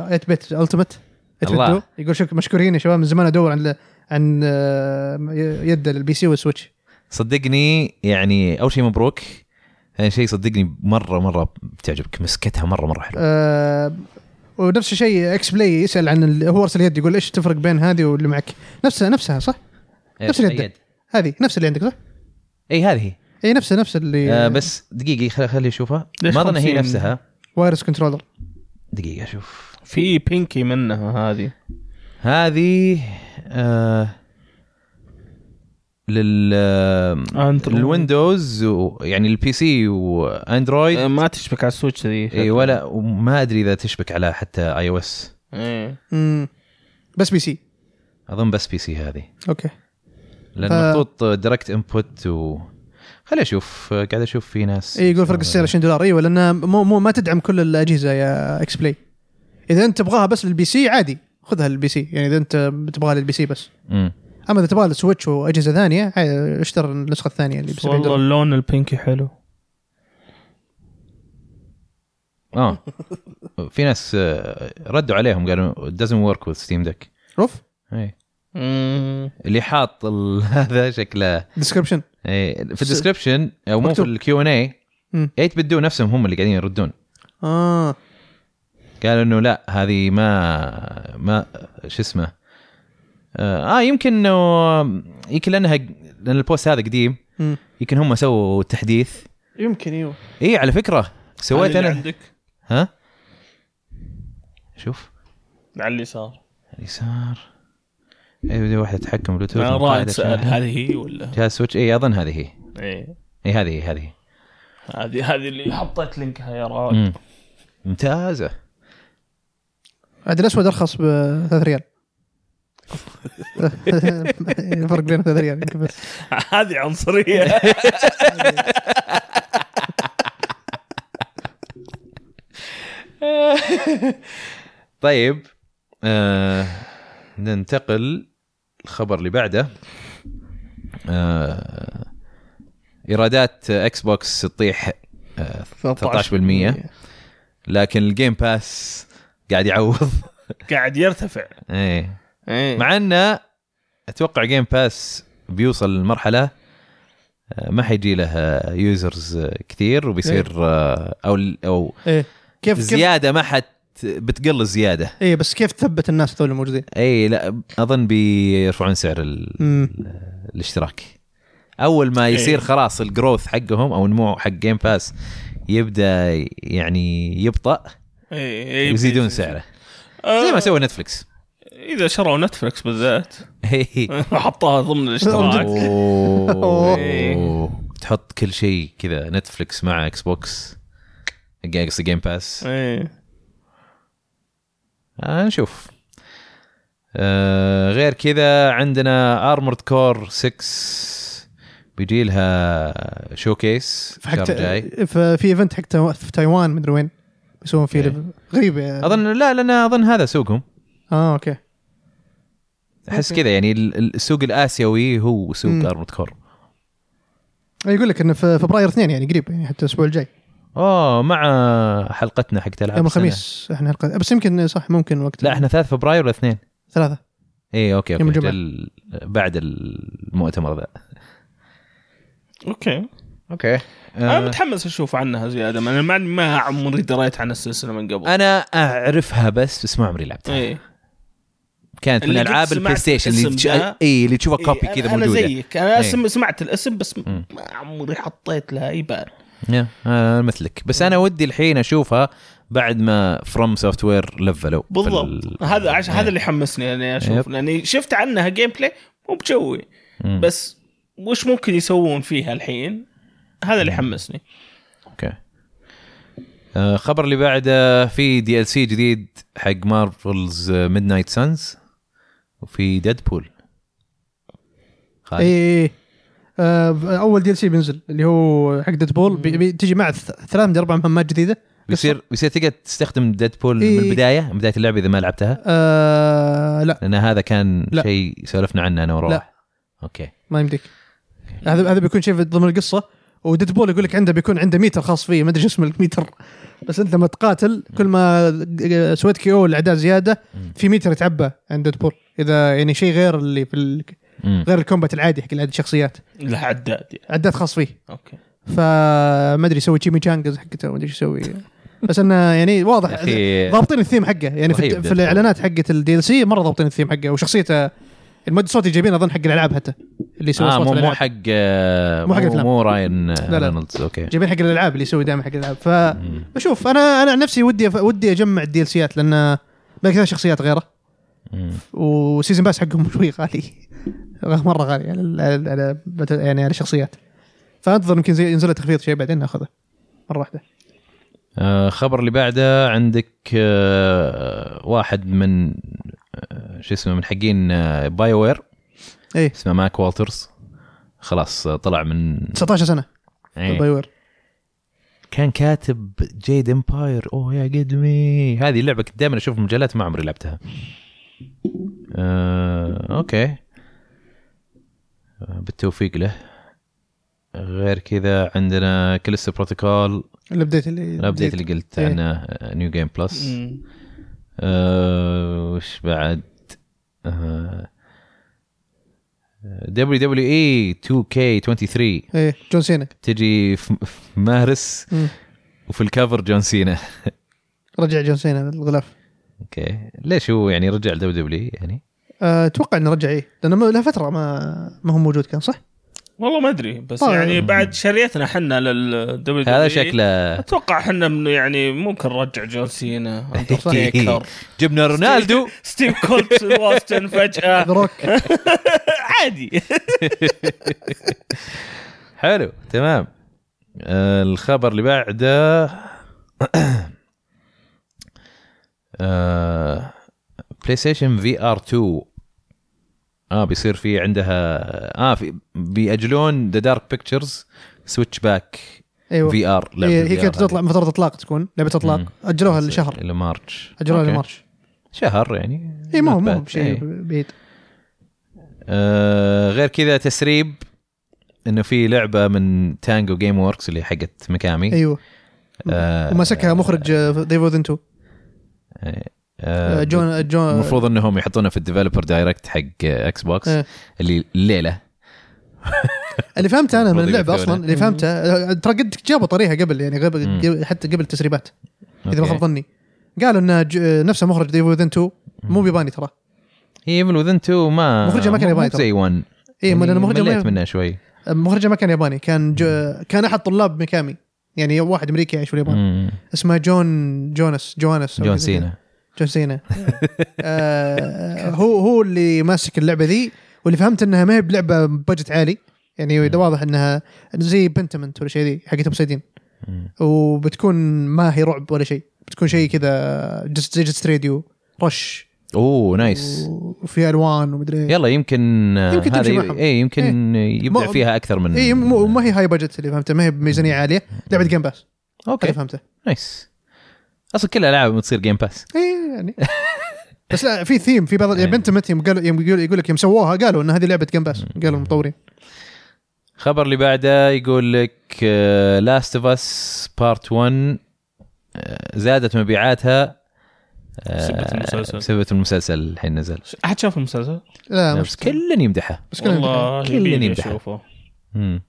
B: 8 بت التمت
A: الله.
B: يقول شك مشكورين يا شباب من زمان ادور عن عن آه، يد البي سي والسويتش
A: صدقني يعني اول شيء مبروك ثاني شيء صدقني مره مره بتعجبك مسكتها مره مره حلوه
B: آه، ونفس الشيء اكس بلاي يسال عن ال- هو ارسل يد يقول ايش التفرق بين هذه واللي معك نفسها نفسها صح؟ نفس اليد. هذه نفس اللي عندك صح؟
A: اي إيه، طيب. هذه هي.
B: اي نفسها نفس اللي
A: آه بس دقيقه خل- خلي اشوفها
C: ليش
A: ما اظن هي
C: 50؟
A: نفسها
B: وايرس كنترولر
A: دقيقه اشوف
C: في بينكي منها هذه
A: هذه آه لل
C: أندرويد.
A: الويندوز و- يعني البي سي
B: طيب.
A: واندرويد
C: آه، ما تشبك على السويتش ذي
A: اي إيه، ولا وما ادري اذا تشبك على حتى اي او اس
C: ايه
B: مم. بس بي سي
A: اظن بس بي سي هذه
B: اوكي
A: لان
B: ف-
A: محطوط دايركت انبوت و خليني اشوف قاعد اشوف في ناس
B: اي يقول فرق السعر 20 دولار ايوه لان مو مو ما تدعم كل الاجهزه يا اكس بلاي اذا انت تبغاها بس للبي سي عادي خذها للبي سي يعني اذا انت تبغاها للبي سي بس
A: أمم.
B: اما اذا تبغى السويتش واجهزه ثانيه عادي، اشتر النسخه الثانيه اللي ب 70
C: والله
B: دولار
C: اللون البينكي حلو
A: اه في ناس آه، ردوا عليهم قالوا doesn't work with ستيم دك
B: شوف
A: اي
C: مم.
A: اللي حاط ال- هذا شكله
B: ديسكربشن
A: اي إيه، في
B: س-
A: الديسكربشن او مو في
B: مكتوب.
A: الكيو ان اي
B: أمم.
A: 8 بدو نفسهم هم اللي قاعدين يردون
B: اه
A: قالوا انه لا هذه ما ما شو اسمه اه آه، يمكن انه يمكن لانها لان البوست هذا قديم
B: مم.
A: يمكن هم سووا تحديث
B: يمكن ايوه
A: اي على فكره سويت
C: هذه اللي
A: انا
C: عندك
A: ها شوف
C: على اليسار
A: اليسار اي بدي واحده تحكم بلوتوث
C: أنا
A: مقاعدة
C: رائد آه، سأل
A: شاحن.
C: هذه هي ولا
A: جهاز سويتش اي اظن هذه هي
C: ايه
A: اي هذه هي هذه هي.
C: هذه هذه اللي حطيت لينكها يا رائد
A: مم. ممتازه
B: عاد الاسود ارخص ب 3 ريال الفرق بينه 3 ريال يمكن بس
C: هذه عنصريه
A: طيب آه ننتقل الخبر اللي بعده آه ايرادات اكس بوكس تطيح آه 13% لكن الجيم باس قاعد يعوض
C: قاعد يرتفع
A: ايه
C: ايه
A: مع انه اتوقع جيم باس بيوصل لمرحله آه، ما حيجي له يوزرز كثير وبيصير آه، او او
B: ايه إيه. كيف كيف
A: زياده ما حت بتقل الزياده
B: ايه بس كيف تثبت الناس هذول الموجودين؟
A: اي إيه، لا اظن بيرفعون سعر ال...
B: امم
A: الاشتراك اول
C: إيه.
A: ما يصير خلاص الجروث حقهم او نمو حق جيم باس يبدا يعني يبطا
C: ايه إيه،
A: ويزيدون
C: بيزيد.
A: سعره زي ما
C: آه،
A: سوى نتفلكس
C: اذا شروا نتفلكس بالذات
A: إي.
C: حطها ضمن الاشتراك
A: إيه. أوه.
C: إيه.
A: تحط كل شيء كذا نتفلكس مع اكس بوكس قصدي جيم باس
C: ايه
A: آه نشوف آه غير كذا عندنا ارمورد كور 6 بيجي لها شوكيس الشهر الجاي
B: فحق- ففي ايفنت حق تايوان- في تايوان مدري وين يسوون فيه
A: إيه.
B: ليفل غريبه يعني
A: اظن لا لان اظن هذا سوقهم
B: اه اوكي
A: احس
B: أوكي.
A: كذا يعني ال- ال- السوق الاسيوي هو سوق
B: مم.
A: ارنولد كور
B: يقول لك انه في فبراير 2 يعني قريب يعني حتى الاسبوع الجاي
A: اوه مع حلقتنا حق تلعب
B: يوم الخميس احنا حلقه بس يمكن صح ممكن وقت
A: لا احنا 3 فبراير إيه، الاثنين
B: ثلاثه
A: اي اوكي
B: يوم
A: اوكي
B: الجمعة.
A: دل... بعد المؤتمر ذا
C: اوكي
A: اوكي
C: انا
A: آه
C: متحمس اشوف عنها زياده ما- ما ما عمري دريت عن السلسله من قبل
A: انا اعرفها بس بس ما عمري لعبتها
C: ايه
A: كانت من
C: اللي قد
A: العاب
C: سمعت
A: البلاي ستيشن
C: الاسم
A: اللي تش...
C: ده.
A: اي اللي تشوفها كوبي
C: إيه،
A: كذا
C: انا
A: موجوده
C: زيك انا
A: إيه.
C: سم... سمعت الاسم بس
A: مم.
C: م- ما عمري حطيت لها اي بال
A: يا، آه مثلك بس انا ودي الحين اشوفها بعد ما فروم سوفت وير لفلوا
C: بالضبط هذا عشان هذا اللي حمسني اني
A: إيه. يب.
C: اشوف لاني شفت عنها جيم بلاي مو بجوي
A: بس
C: بس وش ممكن يسوون فيها الحين هذا اللي حمسني
A: اوكي آه، خبر اللي بعده في دي ال سي جديد حق مارفلز ميد نايت سانز وفي ديدبول خالد
B: اي إيه، آه اول دي ال سي بينزل اللي هو حق ديد بول بي بي تجي مع ث- ثلاث من اربع مهمات جديده
A: بيصير بيصير تقدر تستخدم ديدبول
B: إيه.
A: من البدايه من بدايه اللعبه اذا ما لعبتها
B: آه لا
A: لان هذا كان
B: لا.
A: شيء سولفنا عنه انا وراح
B: لا.
A: اوكي
B: ما يمديك هذا هذا بيكون شيء في ضمن القصه وديد بول يقول لك عنده بيكون عنده ميتر خاص فيه ما ادري شو اسمه الميتر بس انت لما تقاتل كل ما سويت كي او الاعداء زياده
A: مم.
B: في ميتر يتعبى عند ديد بول اذا يعني شيء غير اللي في ال...
A: مم.
B: غير الكومبات العادي حق العادي الشخصيات
C: العداد يعني.
B: عداد خاص فيه
C: اوكي
B: فما ادري يسوي تشيمي تشانجز حقته ما ادري ايش يسوي بس انه يعني
A: يا
B: واضح
A: اخي
B: ضابطين الثيم حقه يعني
A: رهيب
B: في,
A: Deadpool.
B: في الاعلانات حقت الدي ال سي مره ضابطين الثيم حقه وشخصيته المؤدي الصوتي جايبين اظن حق الالعاب حتى اللي يسوي
A: آه
B: صوت
A: مو مو
B: الالعاب
A: حق آه،
B: مو حق
A: مو,
B: الأفلام.
A: مو راين آه،
B: لا.
A: رينولدز اوكي
B: جايبين حق الالعاب اللي يسوي دائما حق الالعاب ف
A: مم.
B: بشوف انا انا عن نفسي ودي ودي اجمع الدي ال سيات لان باقي ثلاث شخصيات غيره
A: مم.
B: وسيزن باس حقهم شوي غالي مره غالي على على- على يعني على الشخصيات فانتظر يمكن زي- ينزل له تخفيض شيء بعدين ناخذه مره واحده
A: آه، خبر اللي بعده عندك آه، واحد من آه، شو اسمه من حقين باي وير
B: ايه
A: اسمه ماك والترز خلاص آه، طلع من
B: 19 سنه
A: إيه.
B: باي وير
A: كان كاتب Oh, جيد امباير اوه يا قدمي هذه اللعبه كنت دائما اشوف مجلات ما عمري لعبتها آه، اوكي آه، بالتوفيق له غير كذا عندنا كلست بروتوكول
B: الابديت اللي
A: الابديت اللي قلت
B: إيه.
A: عنه آه، نيو جيم بلس
C: مم.
A: آه، وش بعد آه، دبليو دبليو اي 2 كي 23
B: ايه جون سينا
A: تجي في في مارس
B: مم.
A: وفي الكفر جون سينا
B: رجع جون سينا الغلاف
A: اوكي ليش هو يعني رجع لدبليو دبليو يعني
B: آه، اتوقع انه رجع ايه لانه ما- له فتره ما ما هو موجود كان صح؟
C: والله ما ادري بس
B: طيب.
C: يعني بعد شريتنا حنا للدبليو
A: هذا شكله
C: اتوقع احنا من- يعني ممكن نرجع جون سينا أندرتيكر.
A: جبنا رونالدو
C: ستيف كولت واستن
A: آه.
C: فجاه
B: ذا روك
C: عادي
A: حلو تمام آه، الخبر اللي بعده آه، بلاي ستيشن في ار 2 اه بيصير في عندها اه في بيأجلون ذا دارك بيكتشرز سويتش باك
B: ايوه
A: في ار
B: هي هي كانت تطلع فتره اطلاق تكون لعبه اطلاق اجلوها لشهر
A: الى مارتش
B: اجلوها
A: إيه، أوكي.
B: لمارش إيه،
A: شهر يعني
B: اي ما هو
A: not
B: ما هو
A: bad.
B: بشيء
A: إيه.
B: بعيد
A: آه، غير كذا تسريب انه في لعبه من تانجو جيم وركس اللي حقت مكامي
B: ايوه
A: إيه. آه،
B: ومسكها مخرج ديفو ذنتو
A: آه،
B: جون جون
A: المفروض انهم يحطونها في الديفلوبر دايركت حق اكس بوكس
B: إيه.
A: اللي الليله
B: اللي فهمته انا من
A: المفروض
B: اللعبه
A: يقفلونها.
B: اصلا اللي فهمته آه، ترى قد جابوا طريقها قبل يعني
A: مم.
B: قبل حتى قبل التسريبات اذا ما
A: أوكي.
B: خاب ظني قالوا ان ج- آه، نفسه مخرج ديفو ذن 2 مو ياباني ترى
A: هي ايفل وذن 2 ما
B: مخرجها ما كان
A: مو-
B: ياباني
A: مو زي 1
B: اي لانه مخرجه
A: يعني مليت
B: إيه، ما-
A: منها شوي
B: مخرجه ما كان ياباني كان ج- كان احد طلاب ميكامي يعني واحد امريكي يعيش في اليابان
A: مم.
B: اسمه جون جونس جوانس أو
A: جون
B: كذا.
A: سينا
B: جون سينا آه هو هو اللي ماسك اللعبه ذي واللي فهمت انها ما هي بلعبه بجت عالي يعني ده واضح انها زي بنتمنت ولا شيء ذي حقت اوبسيدين
A: مم.
B: وبتكون ما هي رعب ولا شيء بتكون شيء كذا جست زي جست راديو رش
A: اوه نايس
B: و- وفي الوان ومدري إيه.
A: يلا يمكن آه،
B: يمكن تمشي
A: هذا
B: معهم.
A: اي يمكن يبدع
B: ما-
A: فيها اكثر من
B: اي إيه، مو- ما هي هاي بجت اللي فهمته ما هي بميزانيه عاليه لعبه جيم باس
A: اوكي
B: اللي فهمته
A: نايس اصلا كل الالعاب بتصير جيم باس
B: اي يعني بس لا في ثيم في بعض يوم انتمت يوم قالوا يوم يقول يقول لك يوم سووها قالوا ان هذه لعبه جيم باس قالوا المطورين
A: خبر اللي بعده يقول لك آه، لاست اوف اس بارت 1 آه، زادت مبيعاتها آه،
C: بسبة المسلسل.
A: بسبة المسلسل الحين نزل
C: احد شاف المسلسل؟
B: لا مش
A: بس كل يمدحها
B: بس كلهم يمدحون.
C: والله
A: كلنا
C: يبيني
A: نمدحه.
C: اشوفه
A: مم.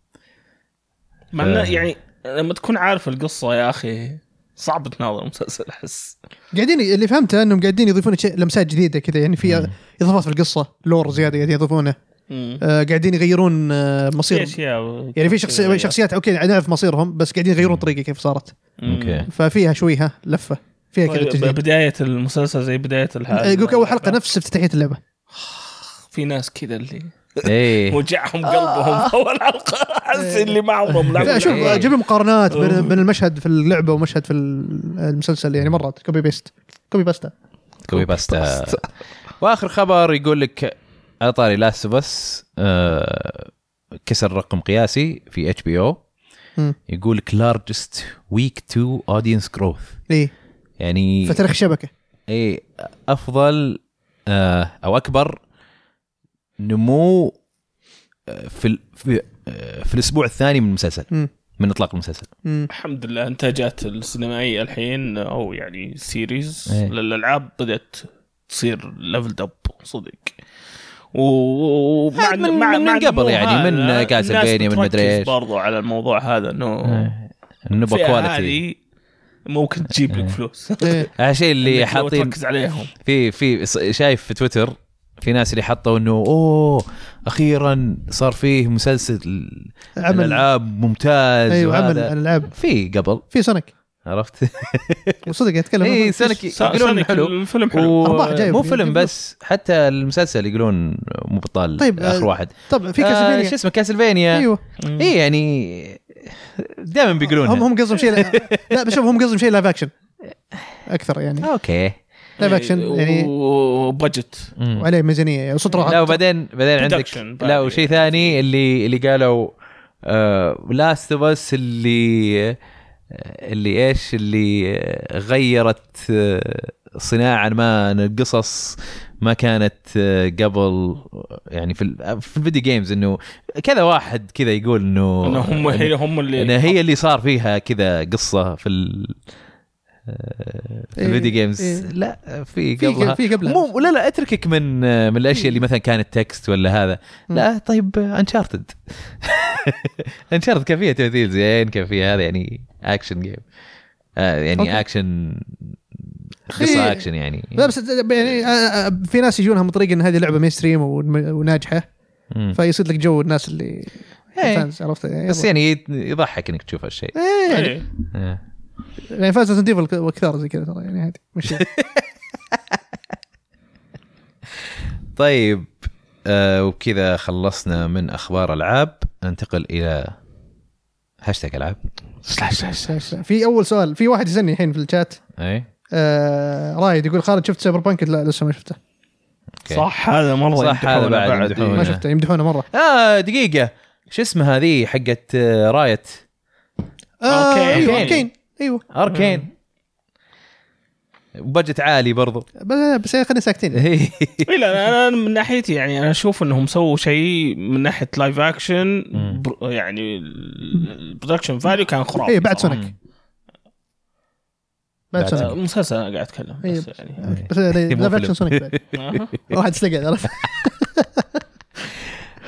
C: مع
A: آه.
C: انه يعني لما تكون عارف القصه يا اخي صعب تناظر المسلسل احس
B: قاعدين اللي فهمته انهم قاعدين يضيفون شيء- لمسات جديده كذا يعني في اضافات في القصه لور زياده قاعدين يضيفونه
C: مم.
B: آه، قاعدين يغيرون آه، مصير
C: في اشياء
B: يعني في
C: إيه.
B: شخصي... شخصيات اوكي نعرف مصيرهم بس قاعدين يغيرون طريقه كيف صارت
C: مم.
A: اوكي
B: ففيها شوي ها لفه فيها كذا
C: طيب،
B: تجديد آه،
C: بدايه المسلسل زي بدايه الحلقه
B: يقول لك اول حلقه نفس افتتاحيه اللعبه
C: في ناس كذا اللي
A: ايه
C: وجعهم قلبهم في اول حلقه احس اللي ما عمرهم
B: لا،
C: لعبوا
B: شوف
A: إيه.
B: جيب مقارنات بين بين المشهد في اللعبه ومشهد في المسلسل يعني مرات كوبي بيست كوبي باستا
A: كوبي باستا واخر خبر يقول لك على طاري لاست اوف اس آه، كسر رقم قياسي في اتش بي او
B: مم.
A: يقول لك لارجست ويك 2 اودينس جروث
B: اي
A: يعني
B: في تاريخ الشبكه
A: اي افضل آه، او اكبر نمو آه، في ال- في آه، في الاسبوع الثاني من المسلسل
B: مم.
A: من اطلاق المسلسل
B: مم.
C: الحمد لله انتاجات السينمائيه الحين او يعني سيريز
A: إيه.
C: للالعاب بدات تصير ليفلد اب صدق و- ومع
A: هذا من- من- من قبل
C: النمو
A: يعني،
C: هذا،
A: من كاسلفينيا، من
C: الناس
A: مدري
C: بتركز
A: إيش. إيه.
C: برضو على الموضوع هذا انه
A: النبوة
C: الفئة
A: كواليتي
C: هذه ممكن تجيب لك فلوس
B: إيه.
A: الشيء اللي
C: إنك لو
A: حاطين
C: تركز عليهم
A: في في ص- شايف في تويتر في ناس اللي حطوا انه اوه اخيرا صار فيه مسلسل
B: عمل-
A: الالعاب ممتاز
B: ايوه عمل إيه،
A: وهذا.
B: العاب
A: في قبل
B: في سونيك
A: عرفت؟
B: وصدق اتكلم
A: اي إيه، سونيك
C: سا-
A: يقولون إنه
C: سونيك
A: حلو
C: الفيلم حلو
B: أربعة جايب.
A: ومو فيلم بس حتى المسلسل يقولون مو بطال
B: طيب،
A: طيب
B: آه،
A: اخر واحد
B: طب في
A: آه
B: كاسلفينيا
A: شو اسمه كاسلفينيا
B: ايوه
A: اي يعني دائما
B: هم
A: بيقولونها
B: هم قصدهم شيء لا بس شوف هم قصدهم شيء لايف اكشن اكثر يعني
A: اوكي
B: لايف
C: إيه،
B: اكشن يعني
C: وبجت
A: مم.
B: وعليه يعني، ميزانيه وسطره
A: لا وبعدين بعدين عندك
C: Production
A: لا وشيء ثاني اللي اللي قالوا آه، لاست اوف اس اللي آه، اللي ايش اللي غيرت آه، صناعه ما إن القصص ما كانت آه، قبل يعني في ال- في الفيديو جيمز انه كذا واحد كذا يقول انه
C: انه هم هي
A: إيه.
C: هم
A: إن
C: اللي
A: هي اللي صار فيها كذا قصه في ال آه، في
B: إيه،
A: الفيديو جيمز
B: إيه.
A: لا في
B: في
A: قبلها
B: في قبلها إيه.
A: مو لا لا اتركك من آه، من الاشياء اللي مثلا كانت تكست ولا هذا لا طيب انشارتد انشارتد كان فيها تمثيل زين كان فيها هذا يعني اكشن جيم آه يعني
B: أوكي.
A: أوكي. اكشن
B: إيه.
A: قصه اكشن يعني
B: لا بس يعني آه، آه، في ناس يجونها من طريق ان هذه لعبه مين ستريم ون- وناجحه
A: مم.
B: فيصير لك جو الناس اللي
A: إيه.
B: فانز عرفت يعني
A: بس يعني يت- يضحك انك تشوف هالشيء
B: إيه، يعني-
C: إيه.
A: آه.
B: يعني فانز ريزنت ايفل وكثار زي كذا ترى يعني عادي مش
A: طيب آه وبكذا خلصنا من اخبار العاب ننتقل الى هاشتاج العاب
B: في اول سؤال في واحد يسالني الحين في الشات
A: اي
B: آه رايد يقول خالد شفت سايبر بانك لا لسه ما شفته
A: أوكي.
C: صح هذا مره
A: صح، هذا
C: يمدحونه
A: بعد
C: بعد.
A: يمدحونه.
B: ما
A: هنا.
B: شفته يمدحونه مره
A: اه دقيقه شو اسمها هذه حقت آه، رايت
B: آه
C: أوكي.
B: ايوه
A: أوكي.
B: اوكي ايوه
A: اركين بجت عالي برضو
B: بس- بس خلينا ساكتين
C: إيه، لا انا أنا من ناحيتي يعني انا اشوف انهم سووا شيء من ناحيه لايف اكشن
A: مم.
C: بر- يعني ال- البرودكشن فاليو كان خرافي
B: اي إيه، بعد
C: صراحة.
B: سونيك بعد
A: بعد
B: سونيك
C: آه، مسلسل انا قاعد اتكلم
B: إيه.
C: بس يعني
A: سونيك.
B: بس لا
A: مو
B: فاكشن
A: فيلم.
B: سونيك بعد
C: آه.
B: واحد سلقه عرفت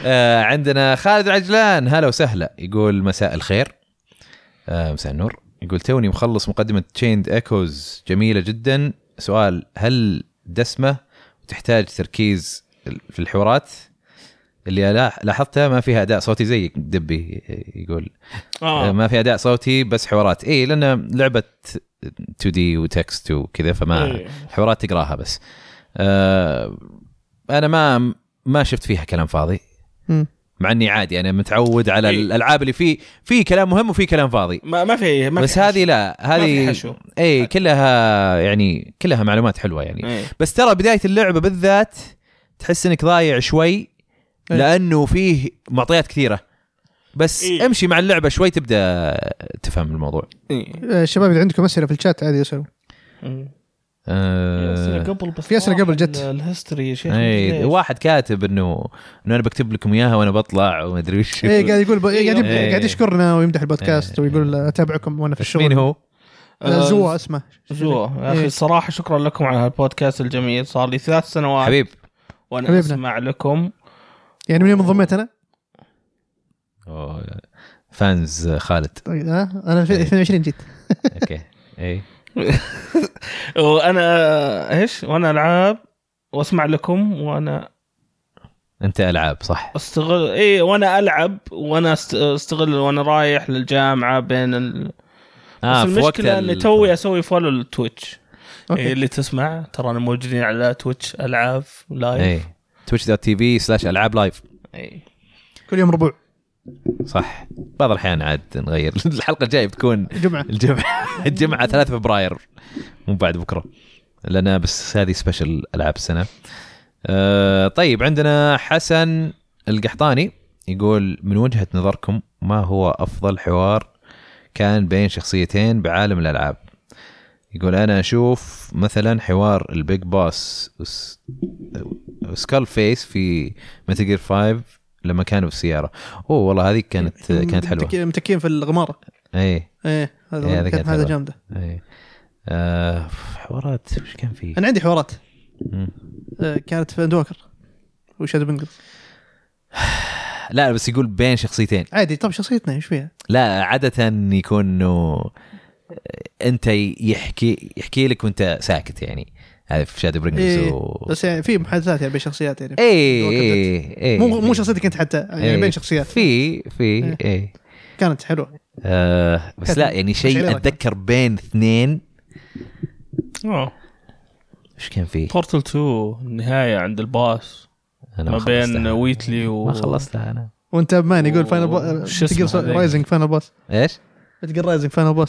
A: آه عندنا خالد العجلان هلا وسهلا يقول مساء الخير آه مساء النور يقول توني مخلص مقدمة تشيند ايكوز جميلة جدا سؤال هل دسمة وتحتاج تركيز في الحوارات اللي لا- لاحظتها ما فيها اداء صوتي زيك دبي يقول آه.
C: آه.
A: ما في اداء صوتي بس حوارات إيه، اي لان لعبه 2 دي وتكست وكذا فما
C: إيه.
A: حوارات تقراها بس آه انا ما ما شفت فيها كلام فاضي
B: مم.
A: مع اني عادي انا متعود على
C: إيه.
A: الالعاب اللي فيه في كلام مهم وفي كلام فاضي
C: ما ما في ما في
A: بس
C: حشو.
A: هذه لا
C: في
A: هذه
C: حشو.
A: اي كلها يعني كلها معلومات حلوه يعني
C: إيه.
A: بس ترى بدايه اللعبه بالذات تحس انك ضايع شوي
B: إيه.
A: لانه فيه معطيات كثيره بس
C: إيه.
A: إيه؟ امشي مع اللعبه شوي تبدا تفهم الموضوع
C: إيه.
B: آه، الشباب اذا عندكم اسئله في الشات عادي يسالوا
C: إيه. في أسئلة
A: آه
C: قبل بس
B: في أسئلة قبل جت.
C: ال- الهيستوري يا شيخ
A: اي
C: ليش؟
A: إيه، واحد كاتب انه انه انا بكتب لكم اياها وانا بطلع وما ادري وش
C: إيه،
B: اي قاعد يقول قاعد يب-
A: إيه.
B: قاعد يشكرنا ويمدح البودكاست ويقول اتابعكم وانا في
A: بس
B: الشغل
A: مين هو؟
B: آه، زوا اسمه
C: زو
B: إيه.
C: يا اخي صراحه شكرا لكم على هالبودكاست الجميل صار لي ثلاث سنوات
A: حبيب
C: وانا
B: حبيبنا.
C: اسمع لكم
B: يعني من يوم انضميت انا
A: أوه، فانز آه، خالد
B: طيب، ها؟ انا في
A: إيه.
B: 22 جيت
A: اوكي اي
C: وانا ايش وانا العاب واسمع لكم وانا
A: انت العاب صح
C: استغل اي وانا العب وانا است- استغل وانا رايح للجامعه بين ال... آه بس
A: في وقت
C: المشكله
A: ال-
C: اني توي اسوي فولو للتويتش إيه
B: اوكي
C: اللي تسمع ترانا موجودين على تويتش العاب لايف
A: اي تويتش دوت تي في سلاش العاب لايف
C: اي
B: كل يوم ربع
A: صح بعض الاحيان عاد نغير الحلقه الجايه بتكون
B: جمعه
A: الجمعه الجمعه 3 فبراير مو بعد بكره لان بس هذه سبيشل العاب السنه آه طيب عندنا حسن القحطاني يقول من وجهه نظركم ما هو افضل حوار كان بين شخصيتين بعالم الالعاب يقول انا اشوف مثلا حوار البيج باس وس- وسكال فيس في متجر 5 لما كانوا في السياره اوه والله هذه كانت كانت حلوه
B: متك- متكئين في الغماره
A: اي
B: ايه
A: إيه، هذا
B: هذا
A: كانت
B: كانت هذا
A: حلوة.
B: جامده
A: ايه آه حوارات وش كان في؟
B: انا عندي حوارات
A: مم.
B: آه، كانت في اندوكر وشادو بنجر
A: لا بس يقول بين شخصيتين
B: عادي طب شخصيتنا ايش فيها؟
A: لا عادة يكون انه انت يحكي يحكي لك وانت ساكت يعني هذا في شادو برينجرز
B: إيه
A: و... إيه،
B: بس يعني في محادثات يعني بين شخصيات يعني
A: اي
B: وقتت.
A: اي اي
B: مو مو شخصيتك انت حتى يعني
A: إيه.
B: بين شخصيات
A: في في
B: إيه.
A: اي
B: كانت حلوه
A: آه بس لا يعني
B: مشعل
A: شيء
B: ركب.
A: اتذكر بين اثنين
C: اه
A: ايش كان فيه؟
C: بورتل 2 النهايه عند الباص
A: انا
C: ما بين
A: خلصتها.
C: ويتلي و
A: ما خلصتها انا
B: وانت بمان يقول فاينل
C: أوه،
B: بوس
C: شو اسمه
B: تقول
C: هذا؟
B: رايزنج فاينل بوس
A: ايش؟
B: تقول رايزنج فاينل بوس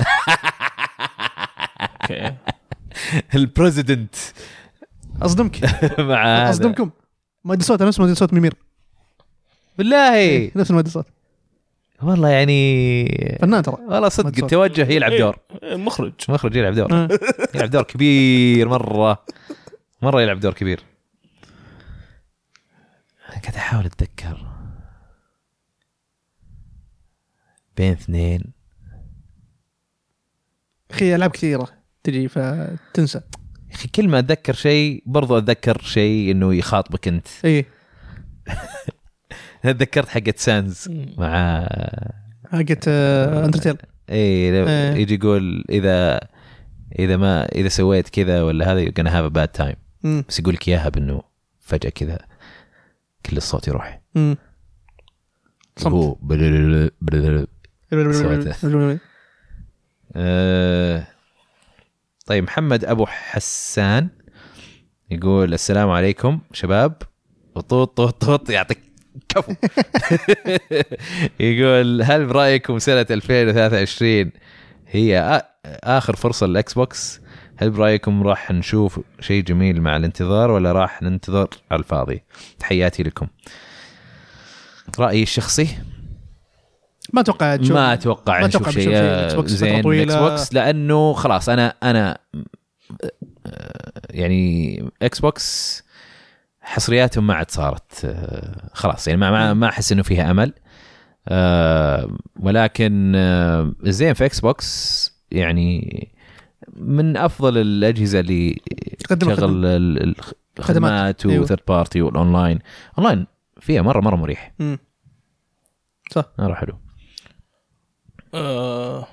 C: اوكي
A: البريزدنت
B: اصدمك
A: مع هذا.
B: اصدمكم مادي صوت نفس مادي صوت ميمير إيه،
A: بالله
B: نفس مادي صوت
A: والله يعني
B: فنان ترى
A: والله صدق
B: متصل.
A: التوجه يلعب
C: إيه،
A: دور
C: إيه، مخرج
A: مخرج يلعب دور
B: آه.
A: يلعب دور كبير مره مره يلعب دور كبير قاعد احاول اتذكر بين اثنين
B: اخي العاب كثيره تجي فتنسى
A: يا اخي كل ما اتذكر شيء برضو اتذكر شيء انه يخاطبك انت
B: اي
A: تذكرت حقت سانز مع
B: حقت آه، اندرتيل
A: اي
B: إيه.
A: يجي يقول اذا اذا ما اذا سويت كذا ولا هذا you're gonna have a bad time
B: أمم،
A: بس يقول لك اياها بانه فجاه كذا كل الصوت يروح
B: أمم. صمت.
A: هو بلللل- بلللل. سويته. آه، طيب محمد ابو حسان يقول السلام عليكم شباب طوط طوط طوط يعطيك كفو يقول هل برايكم سنه 2023 هي آ- اخر فرصه للاكس بوكس هل برايكم راح نشوف شيء جميل مع الانتظار ولا راح ننتظر على الفاضي تحياتي لكم رايي الشخصي
B: ما اتوقع تشوف-
A: ما اتوقع
B: ما
A: نشوف
B: أتوقع بنشوف
A: شيء
B: شيء للإكس بوكس فترة
A: زين
B: طويلة.
A: اكس بوكس لانه خلاص انا انا آه، يعني اكس بوكس حصرياتهم ما عاد صارت آه، خلاص يعني ما ما- ما احس انه فيها امل آه، ولكن آه، الزين في اكس بوكس يعني من افضل الاجهزه اللي
B: تقدم
A: تشغل ال- ال- الخدمات
B: أيوة.
A: وثيرد بارتي والاونلاين اونلاين فيها مره مره مريح
B: أمم. صح
A: مره حلو
C: آه،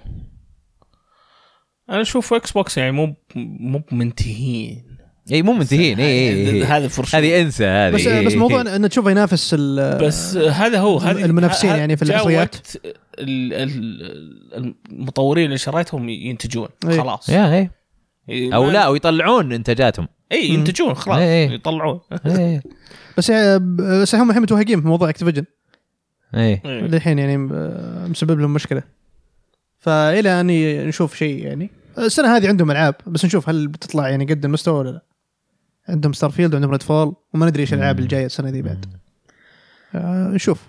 C: انا اشوف اكس بوكس يعني مو مو منتهين
A: اي مو منتهين اي اي اي.
C: هذا فرصه
A: إيه، هذه انسى هذه
B: بس
A: إيه.
B: بس موضوع إن- ان تشوفه ينافس ال-
C: بس هذا هو هذه
B: المنافسين
C: ه- ه-
B: يعني في
C: جاء
B: الحصريات.
C: وقت ال- ال- المطورين اللي شريتهم ينتجون
B: إيه.
C: خلاص
A: يا اي
C: إيه،
A: او
C: ما-
A: لا ويطلعون انتاجاتهم
C: اي ينتجون خلاص
A: إيه.
C: يطلعون
A: اي
B: بس آه، ب- بس هم الحين متوهقين في موضوع اكتيفيجن
A: اي
C: إيه.
B: للحين يعني آه، مسبب لهم مشكله فالى ان ي- نشوف شيء يعني السنه هذه عندهم العاب بس نشوف هل بتطلع يعني قد المستوى ولا لا عندهم ستار فيلد وعندهم ريد فول وما ندري ايش الالعاب الجايه السنه دي بعد آه، نشوف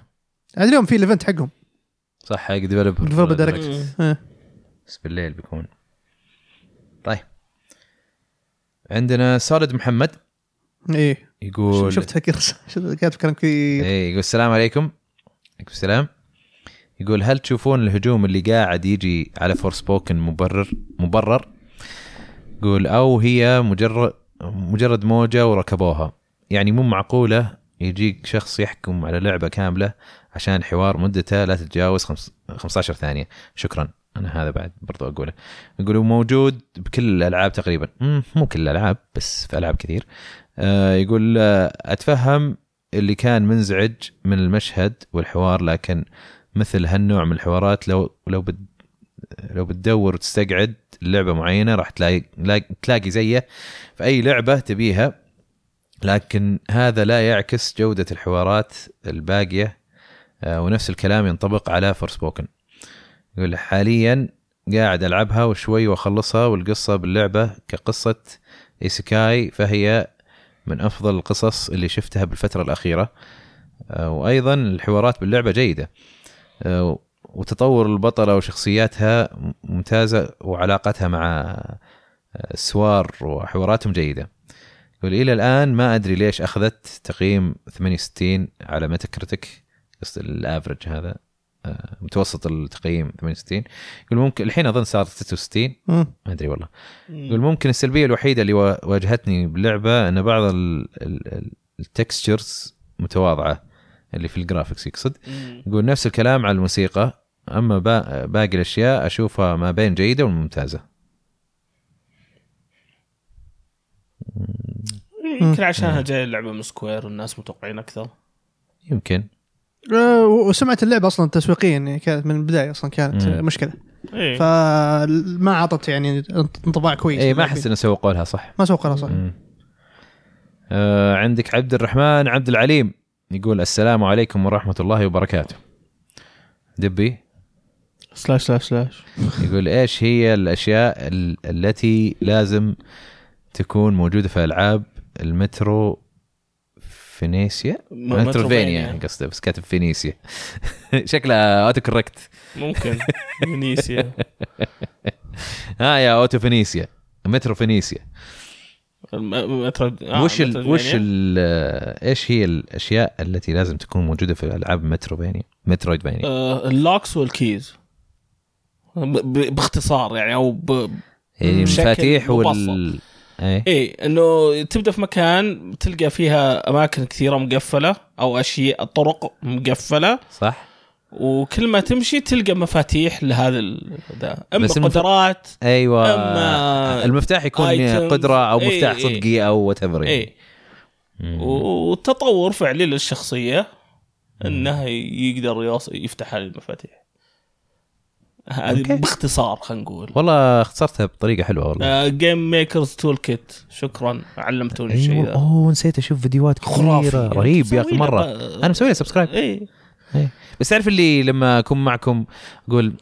B: عاد اليوم في الايفنت حقهم آه.
A: صح حق ديفلوبر
B: ديفلوبر دايركت
C: مم.
B: آه.
A: بس بالليل بيكون طيب عندنا سالد محمد
B: ايه
A: يقول
B: شفت هيك رسالة- شفت كاتب كلام كثير
A: اي إيه، يقول السلام عليكم عليكم السلام يقول هل تشوفون الهجوم اللي قاعد يجي على فور سبوكن مبرر مبرر يقول او هي مجرد مجرد موجه وركبوها يعني مو معقوله يجيك شخص يحكم على لعبه كامله عشان حوار مدته لا تتجاوز خمس- 15 ثانيه شكرا انا هذا بعد برضو اقوله يقولوا موجود بكل الالعاب تقريبا مم، مو كل الالعاب بس في العاب كثير آه، يقول آه، اتفهم اللي كان منزعج من المشهد والحوار لكن مثل هالنوع من الحوارات لو لو بد لو بتدور وتستقعد لعبه معينه راح تلاقي لاقي- تلاقي زيه في اي لعبه تبيها لكن هذا لا يعكس جوده الحوارات الباقيه آه، ونفس الكلام ينطبق على فورسبوكن يقول حاليا قاعد العبها وشوي واخلصها والقصه باللعبه كقصه ايسكاي فهي من افضل القصص اللي شفتها بالفتره الاخيره آه، وايضا الحوارات باللعبه جيده آه، وتطور البطله وشخصياتها ممتازه وعلاقتها مع آه، السوار وحواراتهم جيده والى الان ما ادري ليش اخذت تقييم 68 على متكرتك قصد الافرج هذا آه، متوسط التقييم 68 يقول ممكن الحين اظن صار 66
B: مم.
A: ما ادري والله يقول ممكن السلبيه الوحيده اللي وا- واجهتني باللعبه ان بعض التكستشرز متواضعه اللي في الجرافكس يقصد يقول نفس الكلام على الموسيقى اما با- باقي الاشياء اشوفها ما بين جيده وممتازه
C: يمكن عشانها جايه اللعبه من سكوير والناس متوقعين اكثر
A: يمكن
B: آه، و- وسمعت اللعبه اصلا تسويقيا يعني كانت من البدايه اصلا كانت
A: مم.
B: آه، مشكله
A: إيه.
C: ايه
B: فما اعطت يعني انطباع كويس
A: اي إيه، ما احس انه سوقوا لها صح
B: ما سوقها صح
A: مم. آه عندك عبد الرحمن عبد العليم يقول السلام عليكم ورحمه الله وبركاته دبي
C: سلاش سلاش سلاش
A: يقول ايش هي الاشياء ال- التي لازم تكون موجوده في العاب المترو فينيسيا آه، متروفينيا قصده يعني بس كاتب فينيسيا شكلها اوتو كوركت
C: ممكن فينيسيا
A: ها يا اوتو فينيسيا مترو فينيسيا
C: الم- مترو- آه،
A: وش ال وش
C: متروفينيا.
A: ال ايش هي الاشياء التي لازم تكون موجوده في العاب متروفينيا مترويدفينيا
C: آه، اللوكس والكيز ب- ب- باختصار يعني او ب...
A: يعني
C: آه، بشكل
A: المفاتيح وال
C: مبسط.
A: ايه
C: ايه انه تبدا في مكان تلقى فيها اماكن كثيره مقفله او اشياء طرق مقفله
A: صح
C: وكل ما تمشي تلقى مفاتيح لهذا ال- ذا اما
A: بس المف-
C: قدرات
A: ايوه
C: أما
A: المفتاح يكون
C: items.
A: قدره او
C: إيه،
A: مفتاح
C: إيه.
A: صدقي يعني. او وات ايفر
C: ايه وتطور فعلي للشخصيه انه يقدر يوص- يفتح هذه المفاتيح
A: أوكي.
C: هذه باختصار خلينا نقول آه،
A: والله اختصرتها بطريقه حلوه والله
B: آه،
C: جيم ميكرز تول كيت شكرا علمتوني الشيء
B: آه.
A: ايوه
C: ذا
A: اوه نسيت اشوف فيديوهات كثيره رهيب يا اخي مره انا مسوي له سبسكرايب
C: اي
A: بس تعرف اللي لما اكون معكم اقول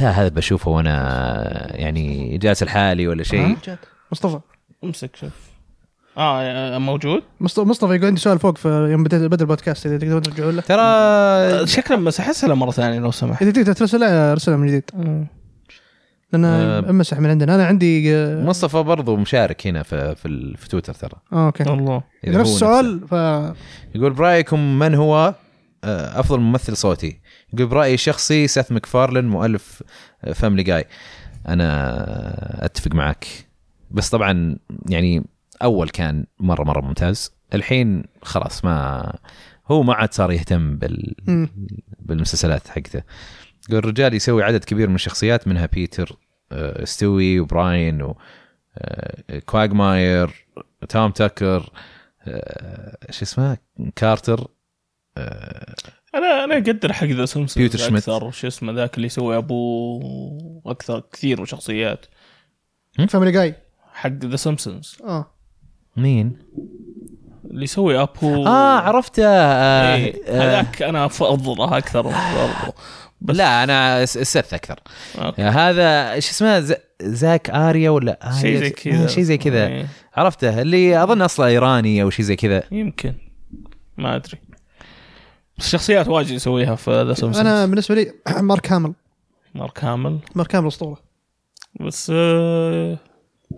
A: لا هذا بشوفه وانا يعني جالس لحالي ولا شيء
B: ها؟ مصطفى
C: امسك شوف اه موجود
B: مصط- مصطفى يقول عندي سؤال فوق في يوم بدأت- بدا البودكاست اذا تقدرون ترجعون له
A: ترى آه،
C: شكله مسح اسهل مره ثانيه لو سمحت
B: اذا تقدر ترسله ارسله من جديد لان
A: آه.
B: امسح من عندنا انا عندي آه،
A: مصطفى برضو مشارك هنا في في, ال- في تويتر ترى
B: آه، اوكي
C: الله
A: إذا
B: نفس
A: هو
B: السؤال ف
A: نفسه. يقول برايكم من هو آه، افضل ممثل صوتي يقول برايي الشخصي سيث مكفارلن مؤلف آه، فاملي جاي انا اتفق معك بس طبعا يعني اول كان مره مره ممتاز الحين خلاص ما هو ما عاد صار يهتم بال
B: مم.
A: بالمسلسلات حقته يقول الرجال يسوي عدد كبير من الشخصيات منها بيتر آه، ستوي وبراين و آه، كواغماير تام تاكر آه، شو اسمه كارتر
C: انا انا اقدر حق ذا سمسم
A: بيوتر شميت.
C: اكثر وش اسمه ذاك اللي يسوي ابوه اكثر كثير من شخصيات
B: فاميلي جاي
C: حق ذا سمسونز
B: اه
A: مين؟
C: اللي يسوي ابوه
A: اه عرفته آه،
C: إيه،
A: آه،
C: هذاك انا افضله اكثر برضو. بس
A: لا انا س- سث اكثر
C: أوكي.
A: هذا شو اسمه ز- زاك اريا ولا آريا
C: شيء زي
A: ز-
C: كذا
A: آه، شيء زي كذا
C: إيه.
A: عرفته اللي اظن اصله ايراني او شيء زي كذا
C: يمكن ما ادري بس شخصيات واجد يسويها في ذا سمسونز
B: انا بالنسبه لي مارك هامل
C: مارك هامل
B: مارك هامل اسطوره
C: بس آه،